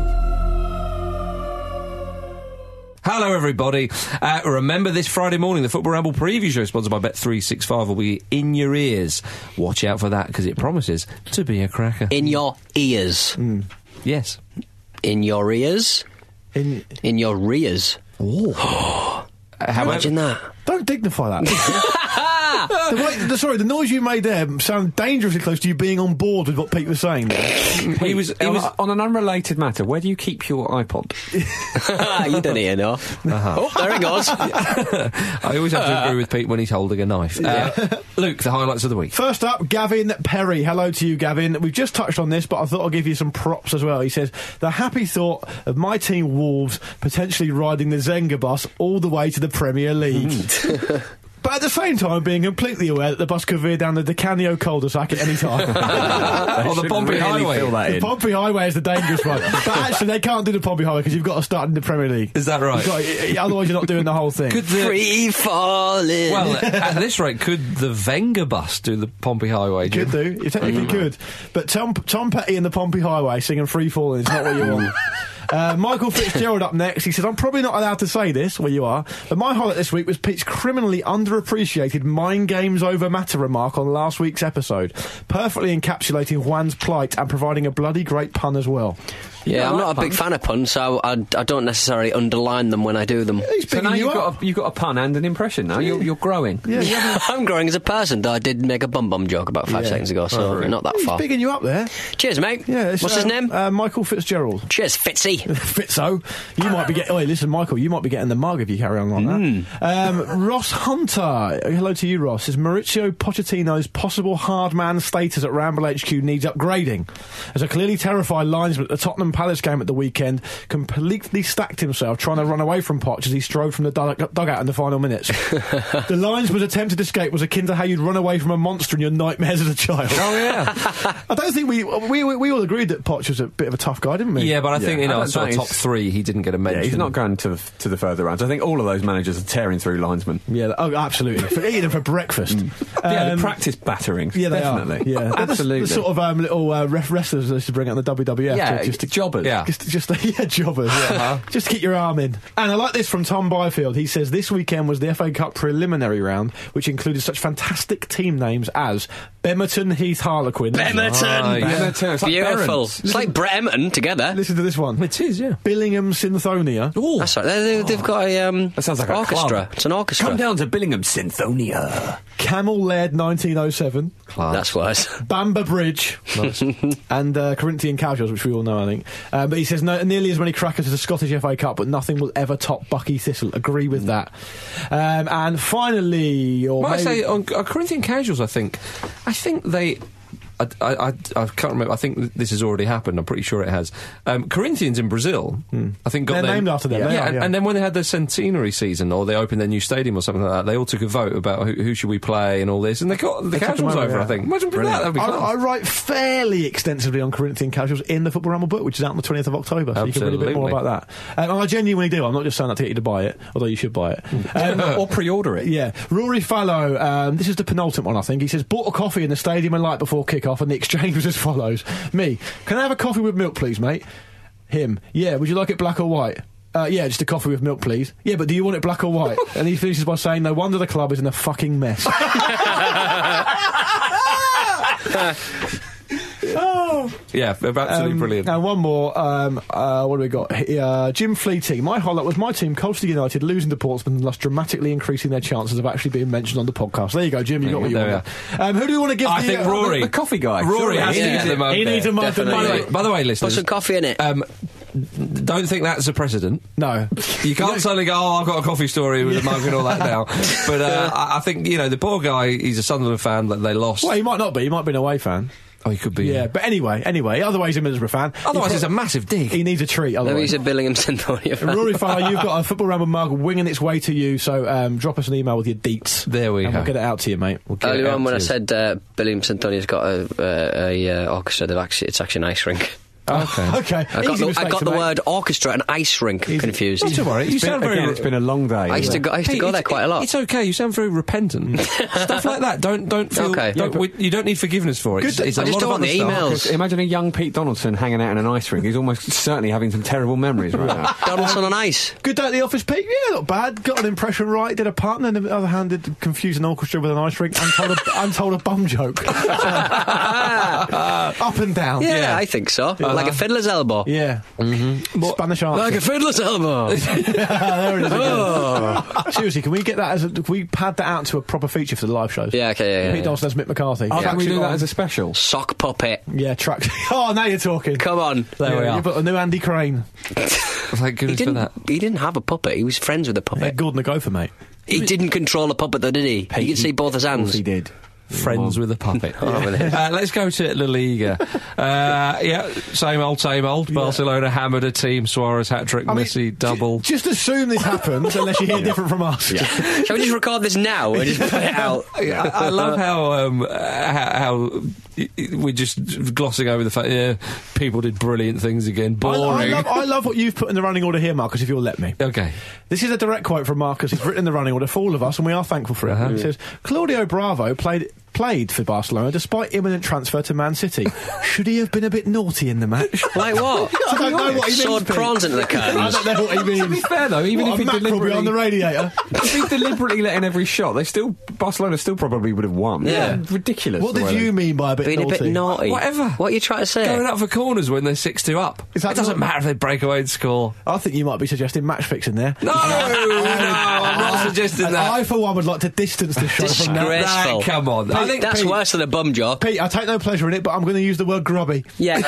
Speaker 3: Hello, everybody. Uh, remember this Friday morning, the Football Ramble preview show sponsored by Bet365 will be in your ears. Watch out for that because it promises to be a cracker.
Speaker 5: Mm.
Speaker 4: In your ears.
Speaker 3: yes.
Speaker 4: In your ears.
Speaker 5: In-
Speaker 4: In your rears.
Speaker 3: However-
Speaker 4: Imagine that.
Speaker 5: Don't dignify that.
Speaker 3: <laughs>
Speaker 5: the way, the, sorry, the noise you made there sounded dangerously close to you being on board with what Pete was saying.
Speaker 3: <laughs> He was. He
Speaker 6: On-
Speaker 3: was
Speaker 6: on an unrelated matter, where do you keep your iPod?
Speaker 4: <laughs> you don't hear no.
Speaker 5: Uh-huh.
Speaker 4: Oh, there it
Speaker 5: <laughs>
Speaker 4: goes.
Speaker 3: I always have to agree with Pete when he's holding a knife. Uh, Luke, the highlights of the
Speaker 5: <laughs>
Speaker 3: week.
Speaker 5: First up, Gavin Perry. Hello to you, Gavin. We've just touched on this, but I thought I'd give you some props as well. He says, The happy thought of my team, Wolves, potentially riding the Zenga bus all the way to the Premier
Speaker 3: <laughs>
Speaker 5: League. But at the same time, being completely aware that the bus could veer down the Decanio cul-de-sac at any
Speaker 3: <laughs>
Speaker 5: time.
Speaker 3: on the
Speaker 6: should
Speaker 3: Pompey
Speaker 6: really
Speaker 3: Highway.
Speaker 6: fill that
Speaker 5: the
Speaker 6: in.
Speaker 5: Pompey Highway is the dangerous one. But actually, they can't do the Pompey Highway because you've got to start in the Premier League.
Speaker 3: Is that right?
Speaker 5: You've got to- otherwise, you're not doing the whole thing.
Speaker 3: Could the-
Speaker 4: Free falling.
Speaker 3: Well, at this rate, could the Venga bus do the Pompey Highway? Jim?
Speaker 5: Could do. You technically could. But Tom, Tom Petty and the Pompey Highway singing Free Falling is not what you want. Uh, Michael Fitzgerald up next. He says, I'm probably not allowed to say this, where you are, but my highlight this week was Pete's criminally underappreciated mind games over matter remark on last week's episode, perfectly encapsulating Juan's plight and providing a bloody great pun as well.
Speaker 4: yeah, I'm not a big fan of puns, so I, I don't necessarily underline them when I do them.
Speaker 5: He's
Speaker 6: So
Speaker 5: picking
Speaker 6: now
Speaker 5: you
Speaker 6: you've
Speaker 5: up.
Speaker 6: got, a, you've got a pun and an impression now. You're, you're growing.
Speaker 5: yeah, you
Speaker 4: <laughs>
Speaker 5: haven't-
Speaker 4: I'm growing as a person, though I did make a bum bum joke about five
Speaker 5: Yeah.
Speaker 4: seconds ago, so not that
Speaker 5: he's
Speaker 4: far.
Speaker 5: picking you up there.
Speaker 4: Cheers, mate.
Speaker 5: Yeah, it's,
Speaker 4: What's his
Speaker 5: um,
Speaker 4: name?
Speaker 5: Uh, Michael Fitzgerald.
Speaker 4: Cheers, Fitzy.
Speaker 5: <laughs> Fitzo, you might be getting. Oi, listen, Michael, you might be getting the mug if you carry on like that.
Speaker 3: Hmm.
Speaker 5: Um, Ross Hunter, hello to you, Ross. Is Maurizio Pochettino's possible hard man status at Ramble HQ needs upgrading? As a clearly terrified linesman at the Tottenham Palace game at the weekend, completely stacked himself trying to run away from Poch as he strode from the dug- dugout in the
Speaker 3: <laughs>
Speaker 5: final minutes. the linesman's attempted escape was akin to how you'd run away from a monster in your nightmares as a child.
Speaker 3: Oh, yeah.
Speaker 5: <laughs> I don't think we, we we we all agreed that Poch was a bit of a tough guy, didn't we?
Speaker 3: Yeah, but I think in
Speaker 6: I
Speaker 3: our
Speaker 6: don't
Speaker 3: sort of
Speaker 6: think
Speaker 3: top
Speaker 6: he's-
Speaker 3: three, he didn't get a mention.
Speaker 6: Yeah, he's not going to the, to the further rounds. I think all of those managers are tearing through linesmen.
Speaker 5: Yeah, oh, absolutely. For eating them for breakfast.
Speaker 6: yeah,
Speaker 5: Um,
Speaker 6: the practice batterings.
Speaker 5: Yeah, they
Speaker 6: definitely.
Speaker 5: are. Yeah, They're the-
Speaker 6: absolutely.
Speaker 5: The, sort of um, little uh, ref wrestlers they used to bring out in the WWF.
Speaker 6: yeah,
Speaker 5: to- just to,
Speaker 6: jobbers.
Speaker 3: Yeah.
Speaker 5: just, just <laughs> yeah, jobbers. Yeah.
Speaker 3: Uh-huh.
Speaker 5: Just to get your arm in. And I like this from Tom Byfield. He says this weekend was the FA Cup preliminary round, which included such fantastic team names as Bemerton Heath Harlequin.
Speaker 4: Bemerton!
Speaker 3: Nice.
Speaker 6: Yeah, they're- it's like
Speaker 4: Beautiful.
Speaker 6: Barons.
Speaker 4: It's like Brett Emerton together.
Speaker 5: Listen to this one.
Speaker 3: It is, yeah.
Speaker 5: Billingham Synthonia.
Speaker 4: That's right. They, they, they've got a um,
Speaker 6: That sounds like a
Speaker 4: orchestra.
Speaker 6: club.
Speaker 4: It's an orchestra.
Speaker 6: Come down to Billingham Synthonia.
Speaker 5: Camel Laird 1907.
Speaker 4: That's worse. <laughs>
Speaker 5: Bamber Bridge <laughs> and uh, Corinthian Casuals, which we all know, I think. Uh, but he says no, nearly as many crackers as the Scottish FA Cup, but nothing will ever top Bucky Thistle. Agree with that. Um, and finally,
Speaker 3: Mm.
Speaker 5: or
Speaker 3: Might I
Speaker 5: maybe-
Speaker 3: say on, on Corinthian casuals, I think, I think they. I, I, I, I can't remember. I think th- this has already happened. I'm pretty sure it has. Um, Corinthians in Brazil, I think, got
Speaker 5: Hmm. They're
Speaker 3: their-
Speaker 5: named after them.
Speaker 3: Yeah,
Speaker 5: They are,
Speaker 3: and,
Speaker 5: yeah.
Speaker 3: and then when they had their centenary season, or they opened their new stadium or something like that, they all took a vote about who, who should we play and all this, and they got the
Speaker 5: took them
Speaker 3: casuals
Speaker 5: over,
Speaker 3: over.
Speaker 5: yeah.
Speaker 3: I think. Imagine doing that. That'd be
Speaker 5: I,
Speaker 3: class.
Speaker 5: I write fairly extensively on Corinthian casuals in the Football Ramble book, which is out on the 20th of October. So you can read a bit more
Speaker 3: Absolutely.
Speaker 5: about that. Um, I genuinely do. I'm not just saying that to get you to buy it, although you should
Speaker 3: <laughs>
Speaker 5: buy it. Um,
Speaker 6: or pre-order it.
Speaker 5: Yeah, Rory Fallow. Um, this is the penultimate one, I think. He says bought a coffee in the stadium and light before kickoff, and the exchange was as follows: Me, can I have a coffee with milk, please, mate? Him, yeah. Would you like it black or white? Uh, yeah, just a coffee with milk, please. Yeah, but do you want it black or
Speaker 3: <laughs>
Speaker 5: white? and he finishes by saying, "No wonder the club is in a fucking mess." oh.
Speaker 3: yeah, absolutely
Speaker 5: Um,
Speaker 3: brilliant.
Speaker 5: And one more. Um, uh, what do we got? He- Uh, Jim Fleeting. My highlight was my team, Colchester United, losing to Portsmouth and thus dramatically increasing their chances of actually being mentioned on the podcast. There you go, Jim. You got what you
Speaker 3: There we
Speaker 5: wanted. Um, who do we want to give?
Speaker 3: I
Speaker 5: the,
Speaker 3: think
Speaker 5: uh,
Speaker 3: Rory.
Speaker 6: The coffee guy.
Speaker 3: Rory
Speaker 6: Surely
Speaker 3: has
Speaker 4: Yeah.
Speaker 3: to get the mug.
Speaker 5: He
Speaker 3: there.
Speaker 5: needs a mug.
Speaker 4: Definitely.
Speaker 3: By the way, by the way,
Speaker 4: Put
Speaker 3: listeners,
Speaker 4: some coffee in it.
Speaker 3: Um, don't think that's a precedent.
Speaker 5: No.
Speaker 3: You can't suddenly go, oh, I've got a coffee story with a mug and all that
Speaker 5: <laughs>
Speaker 3: now. But uh, I I think, you know, the poor guy, he's a Sunderland fan that they lost.
Speaker 5: Well, he might not be. He might be an away fan.
Speaker 3: Oh, he could be.
Speaker 5: Yeah, but anyway, anyway. Otherwise, he's a Middlesbrough fan.
Speaker 3: Otherwise,
Speaker 5: He
Speaker 3: it's a
Speaker 5: pro-
Speaker 3: massive dig.
Speaker 5: He needs a treat.
Speaker 4: Maybe
Speaker 5: Otherwise.
Speaker 4: he's a Billingham <laughs> Synthonia fan.
Speaker 5: Rory Fowler, you've got a football ramble mug winging its way to you, so um, drop us an email with your deets.
Speaker 3: There we
Speaker 5: and
Speaker 3: go.
Speaker 5: We'll get it out to you, mate. We'll get it
Speaker 4: Earlier
Speaker 5: out
Speaker 4: on, when
Speaker 5: to
Speaker 4: I
Speaker 5: you.
Speaker 4: said uh, Billingham Synthonia's got a, uh, a uh, orchestra, they've actually, it's actually an ice rink.
Speaker 3: Okay.
Speaker 5: <laughs> okay,
Speaker 4: I got
Speaker 5: Easy
Speaker 4: the, I
Speaker 5: mistake
Speaker 4: got
Speaker 5: to
Speaker 4: the
Speaker 5: make.
Speaker 4: word orchestra and ice rink confused.
Speaker 3: Not to worry. You
Speaker 6: It's been,
Speaker 3: sound very.
Speaker 6: again, it's been a long day.
Speaker 4: I used to
Speaker 6: isn't
Speaker 4: go, I used to
Speaker 3: Hey,
Speaker 4: go
Speaker 3: it's-
Speaker 4: there quite a lot.
Speaker 3: It's okay. You sound very repentant.
Speaker 5: Mm.
Speaker 3: stuff like that. Don't don't feel.
Speaker 4: Okay.
Speaker 3: Don't,
Speaker 4: Yeah,
Speaker 3: we, you don't need forgiveness for it.
Speaker 4: Good
Speaker 3: It's,
Speaker 4: that-
Speaker 3: it's
Speaker 4: I
Speaker 3: a
Speaker 4: just
Speaker 3: lot
Speaker 4: don't
Speaker 3: of
Speaker 4: want
Speaker 3: other
Speaker 4: the
Speaker 3: stuff.
Speaker 4: emails.
Speaker 6: it? Imagine a young Pete Donaldson hanging out in an ice rink. He's almost certainly having some terrible memories right now.
Speaker 3: <laughs>
Speaker 4: Donaldson on ice.
Speaker 5: Good day at the office, Pete. Yeah, not bad. Got an impression right. Did a partner, and on the other hand, did confuse an orchestra with an ice rink and told a, <laughs> and told a
Speaker 4: <laughs>
Speaker 5: bum joke. <laughs> So, up and down.
Speaker 4: Yeah, I think so.
Speaker 3: Uh-huh.
Speaker 4: Like a fiddler's elbow.
Speaker 5: Yeah.
Speaker 4: Mm-hmm.
Speaker 5: Spanish
Speaker 4: <laughs>
Speaker 5: answer.
Speaker 4: Like a fiddler's
Speaker 3: <laughs>
Speaker 4: elbow.
Speaker 5: <laughs> there it is. again.
Speaker 4: Oh.
Speaker 5: Seriously, can we get that as a, can we pad that out to a proper feature for the live shows?
Speaker 4: Yeah, okay, yeah, yeah,
Speaker 5: Pete
Speaker 4: yeah.
Speaker 5: Dawson as Mick McCarthy.
Speaker 6: Oh, can we do
Speaker 5: Traction
Speaker 6: that
Speaker 5: on-
Speaker 6: as a special?
Speaker 4: Sock puppet.
Speaker 5: yeah track? <laughs> Oh, now you're talking.
Speaker 4: Come on.
Speaker 3: There we
Speaker 5: yeah,
Speaker 3: are.
Speaker 5: You've got a new Andy Crane.
Speaker 3: Thank
Speaker 4: He
Speaker 3: goodness for
Speaker 4: didn't,
Speaker 3: that.
Speaker 4: he didn't have a puppet. He was friends with a
Speaker 5: Yeah,
Speaker 4: puppet.
Speaker 5: Gordon the Gopher, mate.
Speaker 4: He didn't control a puppet, though, did he? You can see both his hands.
Speaker 6: He did.
Speaker 3: Friends with a
Speaker 4: Oh,
Speaker 3: <laughs>
Speaker 5: <laughs>
Speaker 3: puppet. uh, let's go to La Liga. Uh, yeah, same old, same old. Barcelona hammered a team. Suarez hat trick.
Speaker 5: I mean,
Speaker 3: Messi
Speaker 5: j-
Speaker 3: double.
Speaker 5: just assume
Speaker 6: <laughs>
Speaker 5: this happens unless you hear different from us.
Speaker 4: Shall we just record this now and just put it out?
Speaker 3: <laughs> Yeah, I I
Speaker 6: <laughs>
Speaker 3: love how um, uh, how, how y- y- we're just glossing over the fact yeah, people did brilliant things again.
Speaker 5: <laughs> I,
Speaker 3: Boring.
Speaker 5: I, love, I love what you've put in the running order here, Marcus, if you'll let me.
Speaker 3: <laughs> okay.
Speaker 5: This is a direct quote from Marcus. He's written in the running order for all of us, and we are thankful for it.
Speaker 6: Uh-huh.
Speaker 5: He says, Claudio Bravo played played for Barcelona despite imminent transfer to
Speaker 6: <laughs>
Speaker 5: Man City. Should he have been a bit naughty in the match?
Speaker 4: Like what?
Speaker 5: <laughs> I don't know what he means,
Speaker 4: Sword
Speaker 5: Pete.
Speaker 4: prawns into the
Speaker 5: <laughs> I
Speaker 4: curtains.
Speaker 5: don't know what he means.
Speaker 6: To be fair, though, even
Speaker 5: What,
Speaker 6: if he
Speaker 5: a mackerel
Speaker 6: deliberately
Speaker 5: beyond
Speaker 6: <laughs>
Speaker 5: the radiator.
Speaker 6: if he deliberately let in every shot, they still Barcelona still probably would have won.
Speaker 4: Yeah.
Speaker 6: ridiculous.
Speaker 5: what
Speaker 6: the
Speaker 5: did
Speaker 6: way they-
Speaker 5: you mean by a bit
Speaker 4: Being a
Speaker 5: naughty?
Speaker 4: bit naughty.
Speaker 3: Whatever.
Speaker 4: What are you trying to say?
Speaker 3: Going up for corners when they're 6 2 up. It
Speaker 5: Is that
Speaker 3: doesn't
Speaker 5: not-
Speaker 3: matter if they break away and score.
Speaker 5: I think you might be suggesting match fixing there. <laughs>
Speaker 3: No, no, I'm not suggesting
Speaker 5: And
Speaker 3: that.
Speaker 5: I, for one, would like to distance this show from that.
Speaker 4: Disgrace.
Speaker 3: That-
Speaker 4: Disgraceful.
Speaker 3: come on.
Speaker 5: Pete
Speaker 4: I think that's worse than a bum job.
Speaker 5: Pete, I take no pleasure in it, but I'm going to use the word grubby.
Speaker 4: <laughs> Yeah.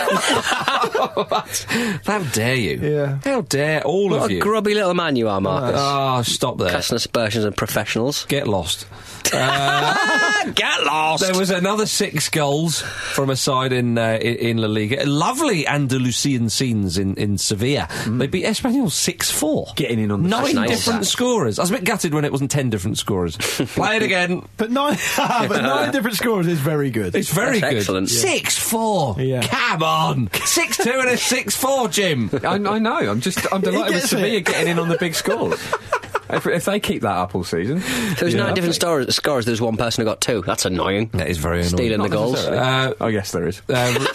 Speaker 3: How dare you?
Speaker 5: Yeah.
Speaker 3: How dare all
Speaker 4: what
Speaker 3: of
Speaker 4: a
Speaker 3: you?
Speaker 4: grubby little man you are, Marcus.
Speaker 3: Ah, stop there.
Speaker 4: Casting aspersions and professionals.
Speaker 3: Get
Speaker 4: <laughs>
Speaker 3: lost. Uh,
Speaker 4: Get lost.
Speaker 3: There was another six goals from a side in uh, i- in La Liga. Lovely Andalusian scenes in, in Sevilla.
Speaker 4: Mm.
Speaker 3: They beat Espanyol 6 4.
Speaker 6: Getting in on the
Speaker 3: Nine
Speaker 4: That's nice.
Speaker 3: different scorers. I was a bit gutted when it wasn't 10 different
Speaker 4: <laughs>
Speaker 3: scorers. Play it again.
Speaker 5: But nine, <laughs> but nine different scores is very good.
Speaker 3: It's very
Speaker 4: That's
Speaker 3: good.
Speaker 4: excellent. Yeah.
Speaker 3: 6 4.
Speaker 5: Yeah.
Speaker 3: Come on. 6 2 and a 6 4, Jim.
Speaker 6: I, I know. I'm just. I'm delighted with
Speaker 5: gets
Speaker 6: Sevilla
Speaker 5: it.
Speaker 6: getting in on the
Speaker 3: <laughs>
Speaker 6: big scores. if, if they keep that up all season,
Speaker 4: If there was nine different scores, scores, there was one person who got two. That's annoying.
Speaker 3: That is very annoying.
Speaker 4: Stealing the
Speaker 6: Not
Speaker 4: goals.
Speaker 6: necessarily.
Speaker 3: Uh,
Speaker 6: oh yes, there is.
Speaker 3: Uh,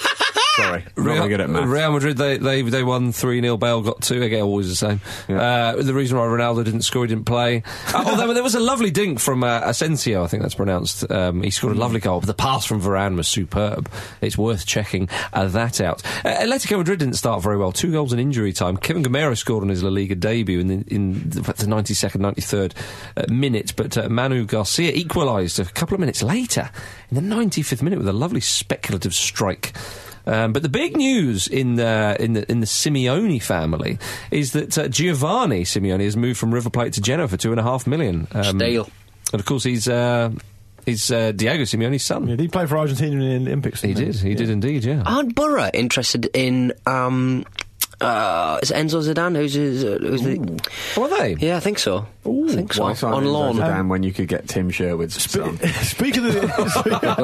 Speaker 6: Sorry, Real,
Speaker 3: Real,
Speaker 6: really good at maths.
Speaker 3: Real Madrid, they, they, they won 3 0. Bale got two. Again, always the same. Uh, the reason why Ronaldo didn't score, he didn't
Speaker 6: <laughs>
Speaker 3: play. Uh, although there was a lovely dink from uh, Asensio, I think that's pronounced. Um, he
Speaker 6: Hmm.
Speaker 3: scored a lovely goal. But the pass from Varane was superb. It's worth checking uh, that out. Uh, Atletico Madrid didn't start very well. Two goals in injury time. Kevin Gamero scored on his La Liga debut in the, in the 92nd, 93rd uh, minute. But uh, Manu Garcia equalised a couple of minutes later in the 95th minute with a lovely speculative strike. Um, but the big news in uh, in the in the Simeone family is that uh, Giovanni Simeone has moved from River Plate to Genoa for two and a half million. Um,
Speaker 4: Steal.
Speaker 3: And of course, he's uh, he's uh, Diego Simeone's
Speaker 5: Yeah,
Speaker 3: son.
Speaker 5: did he play for Argentina in the Olympics?
Speaker 3: He
Speaker 5: didn't
Speaker 3: did. He did indeed. Yeah.
Speaker 4: Aren't Borough interested in. Um, uh, is it Enzo Zidane who's, who's, who's the.
Speaker 3: Were they?
Speaker 4: Yeah, I think so. I think so.
Speaker 6: Why sign
Speaker 4: On
Speaker 6: Enzo
Speaker 4: lawn.
Speaker 6: Zidane when you could get Tim Sherwood's son?
Speaker 5: <laughs> Speaking of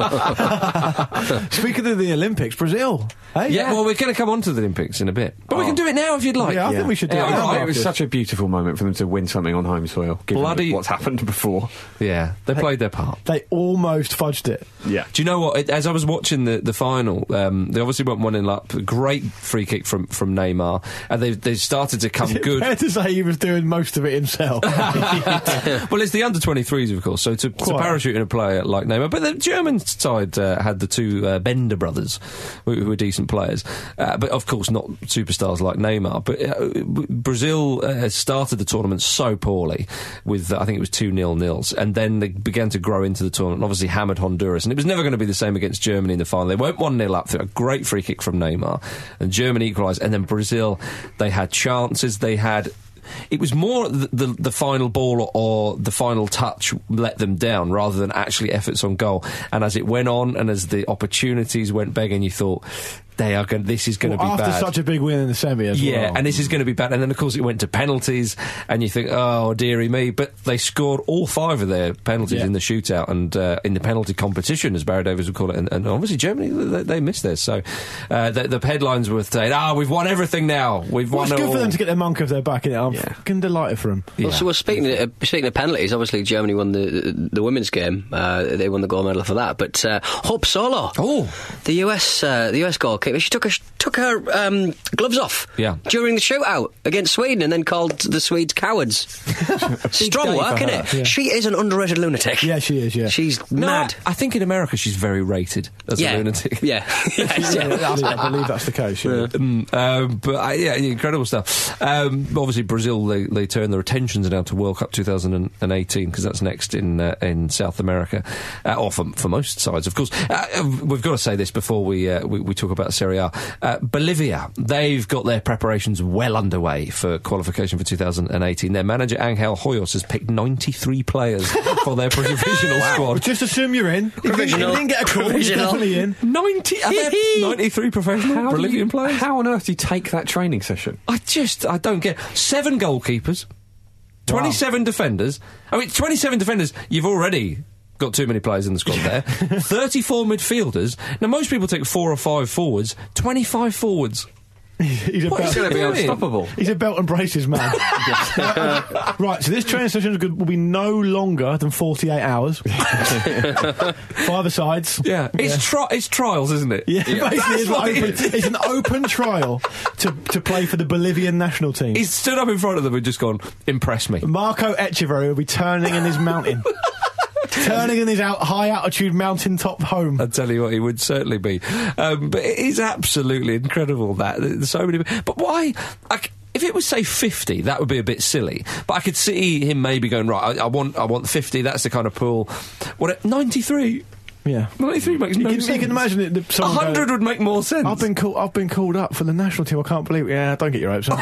Speaker 3: <laughs>
Speaker 5: the speaking of the Olympics, Brazil. Hey?
Speaker 3: Yeah. Well, we're going to come on to the Olympics in a bit, but we can do it now if you'd like.
Speaker 5: Yeah, I think we should do
Speaker 3: Yeah, Oh,
Speaker 5: it.
Speaker 3: all
Speaker 6: It
Speaker 3: right.
Speaker 6: was such a beautiful moment for them to win something on home soil. Given
Speaker 3: Bloody-
Speaker 6: what's happened before.
Speaker 3: Yeah, they played their part.
Speaker 5: They almost fudged it.
Speaker 6: Yeah.
Speaker 3: Do you know what? It- As I was watching the, the final, um, they obviously went one in up. Great free kick from, from Neymar, and they they started to
Speaker 5: <laughs>
Speaker 3: come good.
Speaker 5: Fair to say he was doing most of it himself.
Speaker 3: <laughs> well, it's the under 23s, of course. So to, to
Speaker 5: Quite.
Speaker 3: parachute in a player like Neymar, but the German side uh, had the two uh, Bender brothers, who, who were decent players, uh, but of course not superstars like Neymar. But uh, w- Brazil uh, started the tournament so poorly with uh, I think it was two nil nils, and then they began to grow into the tournament. and Obviously hammered Honduras, and it was never going to be the same against Germany in the final. They went one 0 up through a great free kick from Neymar, and Germany equalised, and then Brazil they had chances, they had it was more the, the, the final ball or the final touch let them down rather than actually efforts on goal. And as it went on and as the opportunities went begging, you thought, they are going. This is going to be
Speaker 5: After
Speaker 3: bad.
Speaker 5: such a big win in the semi as
Speaker 3: yeah,
Speaker 5: well.
Speaker 3: and this is going to be bad. And then, of course, it went to penalties, and you think, oh, dearie me. But they scored all five of their penalties
Speaker 5: Yeah.
Speaker 3: in the shootout and uh, in the penalty competition, as Barry Davis would call it. And, and obviously, Germany, they, they missed this. So uh, the, the headlines were saying, ah, we've won everything now. We've
Speaker 5: well,
Speaker 3: won
Speaker 5: it's
Speaker 3: it
Speaker 5: good for
Speaker 3: all."
Speaker 5: them to get their monk off their back in it. I'm
Speaker 6: Yeah.
Speaker 5: fucking delighted for them.
Speaker 3: Yeah.
Speaker 4: Well, so we're speaking uh, speaking of penalties. Obviously, Germany won the the, women's game. Uh, they won the gold medal for that. But uh, Hope Solo,
Speaker 3: Oh.
Speaker 4: the US uh, the US goalkeeper, she took her took her um, gloves off.
Speaker 3: Yeah.
Speaker 4: during the shootout against Sweden, and then called the Swedes cowards.
Speaker 5: day
Speaker 4: Strong
Speaker 5: for
Speaker 4: work, is
Speaker 5: her,
Speaker 4: it?
Speaker 5: yeah.
Speaker 4: She is an underrated lunatic.
Speaker 5: Yeah, she is, yeah.
Speaker 4: she's
Speaker 3: No,
Speaker 4: mad.
Speaker 3: I, I think in America she's very rated as
Speaker 4: yeah.
Speaker 3: a lunatic. <laughs>
Speaker 4: Yeah. <laughs> Yes,
Speaker 5: <laughs> Yeah,
Speaker 4: yeah.
Speaker 5: I believe- I believe that's the case. yeah.
Speaker 3: Mm, um, but I, yeah, incredible stuff. Um, obviously, Brazil they, they turn their attentions now to World Cup 2018 because that's next in uh, in South America, uh, or for, for most sides, of course. Uh, uh, we've got to say this before we uh, we, we talk about Serie A. Uh, Bolivia they've got their preparations well underway for qualification for 2018. Their manager Angel Hoyos has picked 93
Speaker 4: <laughs>
Speaker 3: players for their provisional
Speaker 5: Well,
Speaker 3: squad.
Speaker 5: just assume you're in. If you didn't- if you
Speaker 4: Provisional.
Speaker 5: didn't get a call, you're
Speaker 4: Provisional.
Speaker 5: definitely in.
Speaker 3: 90, are there 93 professional
Speaker 6: How do
Speaker 3: Bolivian
Speaker 6: you-
Speaker 3: players?
Speaker 6: How on earth do you take that training session?
Speaker 3: I just, I don't get Seven goalkeepers, 27 defenders. I mean, 27 defenders, you've already got too many players in the <laughs> squad there. 34 midfielders. Now, most people take four or five forwards, 25 forwards.
Speaker 5: <laughs> He's a
Speaker 3: What
Speaker 5: belt-
Speaker 3: is going to be
Speaker 6: They're
Speaker 3: unstoppable?
Speaker 6: unstoppable.
Speaker 5: <laughs> He's a belt and braces man. <laughs> right, so this training session is good- will be no longer than 48 hours. Five sides.
Speaker 3: Yeah, it's tri- it's trials, isn't it? <laughs>
Speaker 5: <laughs> Yeah, basically,
Speaker 3: That's
Speaker 5: it's,
Speaker 3: what
Speaker 5: an
Speaker 3: it
Speaker 5: open,
Speaker 3: is.
Speaker 5: it's an open trial to, to play for the Bolivian national team.
Speaker 3: He's stood up in front of them and just gone, impress me.
Speaker 5: Marco Echeverry will be turning in his mountain, turning in his out, high altitude mountaintop home.
Speaker 3: I tell you what, he would certainly be. Um, but it is absolutely incredible that there's so many. But why? I c if it was say fifty, that would be a bit silly. But I could see him maybe going right. I, I want, I want fifty. That's the kind of pool. What ninety three?
Speaker 5: Yeah.
Speaker 3: 93 makes
Speaker 5: You
Speaker 3: no
Speaker 5: can,
Speaker 3: sense.
Speaker 5: you can imagine it. that someone
Speaker 3: 100
Speaker 5: go,
Speaker 3: would make more sense. <laughs>
Speaker 6: <laughs>
Speaker 5: I've been called. I've been called up for the national team. I can't believe. It. Yeah, don't get your hopes up.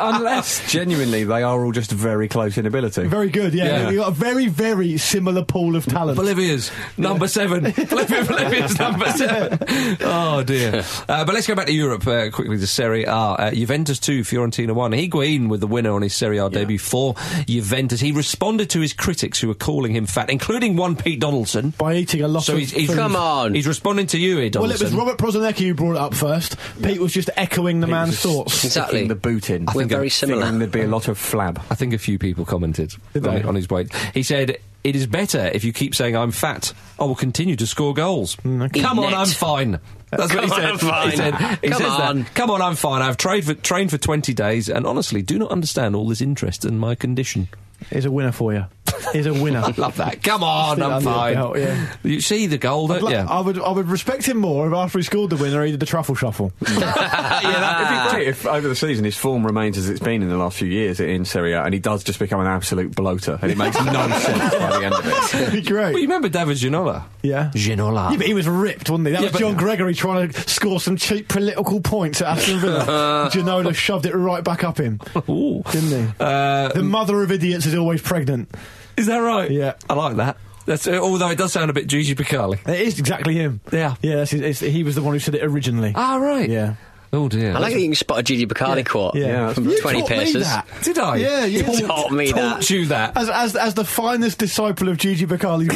Speaker 6: Unless, genuinely, they are all just very close in ability.
Speaker 5: very good. Yeah,
Speaker 6: Yeah.
Speaker 5: you've got a very, very similar pool of talent.
Speaker 3: Bolivia's number seven.
Speaker 5: <laughs>
Speaker 3: Bolivia, Bolivia's number seven. Oh dear. Uh, but let's go back to Europe uh, quickly to Serie A. Uh, Juventus two, Fiorentina one. Higuain with the winner on his Serie A debut for Juventus. He responded to his critics who were calling him fat, including one Pete Donaldson.
Speaker 5: by eating a lot
Speaker 3: So
Speaker 5: of.
Speaker 3: he's, he's
Speaker 5: food.
Speaker 4: Come on.
Speaker 3: He's responding to you, here,
Speaker 5: Well, it
Speaker 3: Donaldson.
Speaker 5: was Robert Prozenecki who brought it up first. Pete was just echoing the man's thoughts.
Speaker 4: Exactly.
Speaker 6: Sticking the boot in.
Speaker 4: We're
Speaker 6: Thinking-
Speaker 4: very similar.
Speaker 6: thinking There'd be a lot of flab.
Speaker 3: I think a few people commented
Speaker 5: Did
Speaker 3: on,
Speaker 5: they?
Speaker 3: on his weight. He said, "It is better if you keep saying I'm fat. I will continue to score goals.
Speaker 6: Mm,
Speaker 4: okay.
Speaker 3: Come on,
Speaker 4: Eat net.
Speaker 3: I'm fine." That's what he
Speaker 4: Come
Speaker 3: said.
Speaker 4: on, I'm fine.
Speaker 3: He said, he
Speaker 4: Come
Speaker 3: says that.
Speaker 4: on.
Speaker 3: Come on, I'm fine. I've trained for, trained for 20 days and honestly do not understand all this interest in my condition.
Speaker 5: Here's a winner for you. Here's a winner.
Speaker 3: Love that. Come on,
Speaker 5: Stick
Speaker 3: I'm
Speaker 5: under your
Speaker 3: fine.
Speaker 5: belt, yeah.
Speaker 3: You see the goal,
Speaker 5: I'd
Speaker 3: don't
Speaker 5: like-
Speaker 3: you?
Speaker 5: I would I would respect him more if after he scored the winner he did the truffle shuffle.
Speaker 6: yeah, that'd be great if over the season his form remains as it's been in the last few years in Serie A and he does just become an absolute bloater and it makes
Speaker 3: <laughs>
Speaker 6: no sense by the end of it.
Speaker 5: That'd be
Speaker 3: Well, you
Speaker 5: great.
Speaker 3: remember David Ginola?
Speaker 5: Yeah.
Speaker 3: Ginola.
Speaker 5: Yeah, but he was ripped, wasn't he? That
Speaker 3: Yeah,
Speaker 5: was
Speaker 3: but-
Speaker 5: John Gregory trying to score some cheap political points at Aston <laughs> Villa. Ginola shoved it right back up <laughs> him.
Speaker 3: Ooh.
Speaker 5: Didn't he?
Speaker 3: Uh,
Speaker 5: The mother of idiots is always pregnant.
Speaker 3: is that right?
Speaker 5: Yeah.
Speaker 3: I like that. That's, although it does sound a bit Gigi Piccoli.
Speaker 5: It is exactly him.
Speaker 3: Yeah.
Speaker 5: Yeah, that's his, it's, he was the one who said it originally.
Speaker 3: Ah, right.
Speaker 5: Yeah.
Speaker 3: Oh, dear.
Speaker 4: I like that you can spot a Gigi Bacardi quart.
Speaker 5: Yeah.
Speaker 4: from
Speaker 5: You
Speaker 4: 20
Speaker 5: taught me
Speaker 4: paces.
Speaker 5: that.
Speaker 3: Did I?
Speaker 5: Yeah, you
Speaker 4: You taught me that.
Speaker 3: Taught you that.
Speaker 5: As, as, as the finest disciple of Gigi Bacali's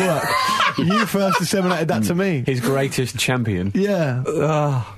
Speaker 5: <laughs> work, you first disseminated that to me.
Speaker 6: His greatest champion.
Speaker 5: Yeah.
Speaker 3: Ah.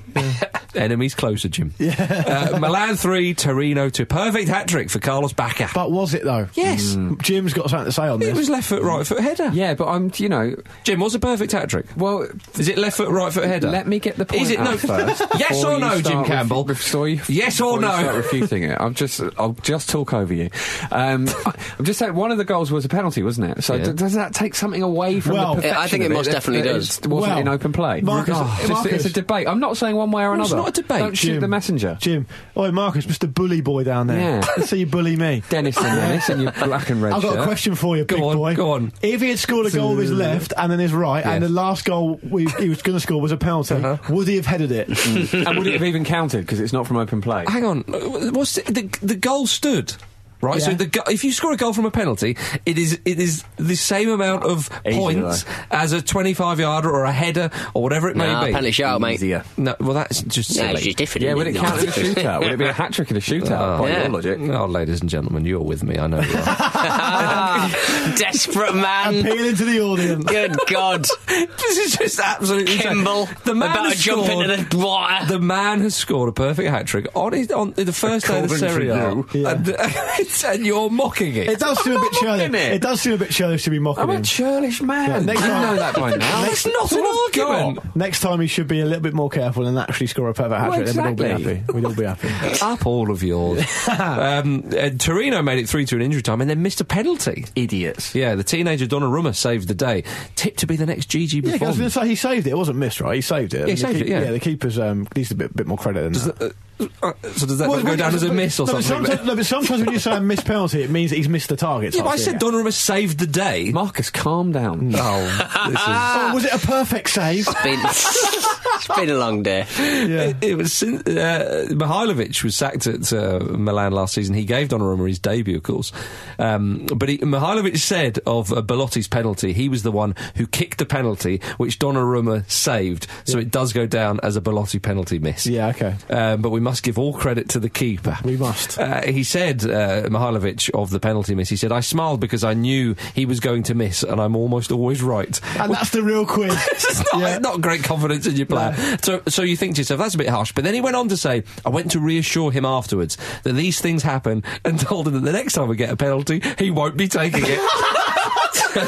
Speaker 3: Enemies closer, Jim. Uh, Milan 3, Torino 2. Perfect hat trick for Carlos Bacca.
Speaker 5: But was it though? Mm.
Speaker 3: Yes.
Speaker 5: Jim's got something to say on
Speaker 3: it
Speaker 5: this.
Speaker 3: was left foot, right foot header.
Speaker 6: Yeah, but I'm, you know,
Speaker 3: Jim, what's a perfect hat trick?
Speaker 6: well,
Speaker 3: Is it left foot, right foot header?
Speaker 6: Let me get the point
Speaker 3: Is it
Speaker 6: out
Speaker 3: no
Speaker 6: first.
Speaker 3: yes
Speaker 6: <laughs> before
Speaker 3: or
Speaker 6: you
Speaker 3: no,
Speaker 6: start
Speaker 3: Jim
Speaker 6: refu-
Speaker 3: Campbell?
Speaker 6: before you-
Speaker 3: yes or
Speaker 6: before you start
Speaker 3: no?
Speaker 6: refuting it. I'm just, I'll just talk over you.
Speaker 3: <laughs>
Speaker 6: Um, I- I'm just saying, one of the goals was a penalty, wasn't it? So
Speaker 3: Yeah.
Speaker 6: d- does that take something away from
Speaker 5: Well-
Speaker 6: the
Speaker 5: Yeah,
Speaker 6: perfection
Speaker 4: I think it
Speaker 6: of
Speaker 4: most
Speaker 6: That-
Speaker 4: definitely
Speaker 6: that
Speaker 4: does.
Speaker 6: It wasn't
Speaker 5: Well,
Speaker 6: in open play.
Speaker 5: Marcus-
Speaker 6: Oh, it's, just- it's
Speaker 5: Marcus.
Speaker 6: a debate. I'm not saying one way or
Speaker 3: Well,
Speaker 6: another.
Speaker 3: it's not a debate,
Speaker 6: Don't shoot
Speaker 5: Jim.
Speaker 6: the messenger.
Speaker 5: Jim, oi Marcus, Mr. Bully Boy down there.
Speaker 6: Yeah.
Speaker 5: Let's see you bully me.
Speaker 3: <laughs>
Speaker 6: Dennis and Dennis and your black and red
Speaker 5: I've got
Speaker 6: shirt.
Speaker 5: a question for you,
Speaker 3: Go
Speaker 5: big
Speaker 3: on,
Speaker 5: boy.
Speaker 3: go on.
Speaker 5: If he had scored a goal with his left and then his right, and
Speaker 3: Yes. Uh-huh.
Speaker 5: the last goal we, he was going to score was a penalty, would he have headed it?
Speaker 3: Mm.
Speaker 6: and would it have even counted because it's not from open play?
Speaker 3: Hang on. Uh, What's the, the, the goal stood? Right, so
Speaker 5: Yeah.
Speaker 3: the go- if you score a goal from a penalty, it is it is the same amount of
Speaker 6: Easy,
Speaker 3: points as a twenty-five yarder or a header or whatever it may
Speaker 4: Nah,
Speaker 3: be.
Speaker 4: penalty shout, mate.
Speaker 6: Easier.
Speaker 3: No, well, that's just
Speaker 4: No,
Speaker 3: silly.
Speaker 4: it's just different.
Speaker 6: Yeah,
Speaker 4: isn't
Speaker 6: would it
Speaker 4: No,
Speaker 6: count in a
Speaker 4: it's different.
Speaker 6: shootout? Would it be a hat trick in a shootout? by
Speaker 4: Yeah.
Speaker 6: your logic.
Speaker 3: Oh, ladies and gentlemen, you're with me. I know you are. <laughs>
Speaker 4: Ah, <laughs> Desperate man.
Speaker 5: <laughs> Appealing to the audience.
Speaker 4: Good God.
Speaker 3: this is just absolutely insane.
Speaker 4: Kimball. about to
Speaker 3: has
Speaker 4: jump
Speaker 3: scored-
Speaker 4: into the water.
Speaker 3: The man has scored a perfect hat trick on his, on the first day of the
Speaker 6: Coventry
Speaker 3: Serie A,
Speaker 6: blue.
Speaker 5: Yeah.
Speaker 3: and, <laughs> it's- and you're mocking it.
Speaker 5: It does seem a bit churlish.
Speaker 6: mocking it.
Speaker 5: It does seem a bit churlish to be mocking
Speaker 6: I'm a
Speaker 5: him.
Speaker 6: churlish man.
Speaker 5: Yeah, next
Speaker 6: you
Speaker 5: time-
Speaker 6: know that by now.
Speaker 3: That's not an
Speaker 6: What have I
Speaker 3: argument.
Speaker 5: Next time he should be a little bit more careful and actually score a perfect hat
Speaker 6: Well,
Speaker 5: trick. Then
Speaker 6: exactly.
Speaker 5: we'd all
Speaker 3: <laughs>
Speaker 5: be happy. We'd all be happy.
Speaker 3: Up all of
Speaker 5: <laughs>
Speaker 3: yours. um, uh, Torino made it three to an injury time and then missed a penalty.
Speaker 6: Idiots.
Speaker 3: Yeah, the teenager Donnarumma saved the day. Tipped to be the next Gigi
Speaker 5: Yeah, 'cause I was
Speaker 3: Buffon.
Speaker 5: going to say he saved it. It wasn't missed, right? He saved it.
Speaker 3: he
Speaker 5: And the
Speaker 3: saved
Speaker 5: keep-
Speaker 3: it, yeah.
Speaker 5: the keeper's um, needs a bit, bit more credit than that.
Speaker 3: Uh, so does that
Speaker 5: Well,
Speaker 3: not go
Speaker 5: when-
Speaker 3: down as a
Speaker 5: but-
Speaker 3: miss or
Speaker 5: no, but
Speaker 3: something?
Speaker 5: Sometimes, no, but sometimes when you say a missed penalty, it means that he's missed the target.
Speaker 3: yeah,
Speaker 5: type
Speaker 3: but I
Speaker 5: thing.
Speaker 3: said Donnarumma saved the day. <laughs>
Speaker 6: Marcus, calm down.
Speaker 3: Oh, this is.
Speaker 5: Oh, was it a perfect save?
Speaker 4: Been- <laughs> it's been a long day.
Speaker 5: yeah.
Speaker 3: It, it was sin- uh, Mihailovic was sacked at uh, Milan last season. He gave Donnarumma his debut, of course. Um, but he, Mihailovic said of uh, Belotti's penalty, he was the one who kicked the penalty, which Donnarumma saved. So it does go down as a Belotti penalty miss.
Speaker 5: <laughs> Yeah, okay.
Speaker 3: Um, but we must give all credit to the keeper.
Speaker 5: We must.
Speaker 3: Uh, he said, uh, Mihailovic of the penalty miss, he said, I smiled because I knew he was going to miss, and I'm almost always right.
Speaker 5: And that's the
Speaker 3: <laughs>
Speaker 5: real quiz.
Speaker 3: It's not,
Speaker 5: Yeah.
Speaker 3: not great confidence in your player. So, so you think to yourself, that's a bit harsh. But then he went on to say, I went to reassure him afterwards that these things happen and told him that the next time we get a penalty, he won't be taking
Speaker 5: <laughs>
Speaker 3: it.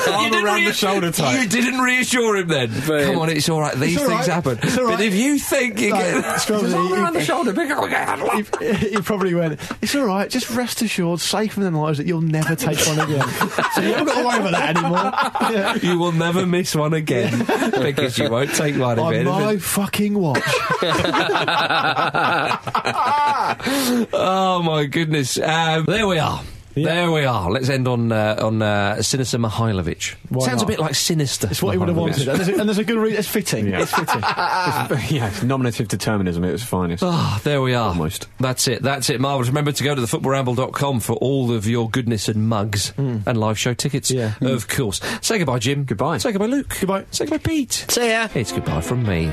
Speaker 3: Arm
Speaker 6: didn't rea-
Speaker 3: You didn't reassure him then.
Speaker 4: Brilliant.
Speaker 3: Come on, it's all right. These
Speaker 5: all
Speaker 3: things
Speaker 5: right.
Speaker 3: happen.
Speaker 5: It's all
Speaker 3: But
Speaker 5: right.
Speaker 3: if you think you
Speaker 5: No,
Speaker 3: get. <laughs>
Speaker 5: it's probably-
Speaker 3: Arm around the
Speaker 5: you-
Speaker 3: shoulder, big-
Speaker 5: he, he probably went, it's all right, just rest assured, safe in the knowledge that you'll never take one again. so you haven't got to worry about that anymore. Yeah.
Speaker 3: <laughs> You will never miss one
Speaker 5: <laughs>
Speaker 3: again because you won't take one of
Speaker 5: On
Speaker 3: it.
Speaker 5: my fucking watch.
Speaker 3: <laughs> oh my goodness. Um, there we are. There we are. Let's end on uh, on uh, Sinister Mihailovic.
Speaker 5: Why
Speaker 3: Sounds
Speaker 5: not?
Speaker 3: a bit like Sinister.
Speaker 5: It's what he would have
Speaker 3: Mihailovic.
Speaker 5: wanted. And there's a, and there's a good reason. It's fitting.
Speaker 11: Yeah.
Speaker 3: <laughs>
Speaker 5: It's fitting.
Speaker 11: It's- yeah, it's nominative determinism at its finest.
Speaker 3: Ah, there we are.
Speaker 11: Almost.
Speaker 3: That's it. That's it. Marvellous. Remember to go to thefootballramble.com for all of your goodness and mugs and live show tickets.
Speaker 5: Hmm. Yeah.
Speaker 3: Of course. Say goodbye, Jim.
Speaker 11: Goodbye.
Speaker 3: Say goodbye, Luke.
Speaker 5: Goodbye. Ah.
Speaker 3: Say goodbye, Pete.
Speaker 12: See ya.
Speaker 3: It's goodbye from me.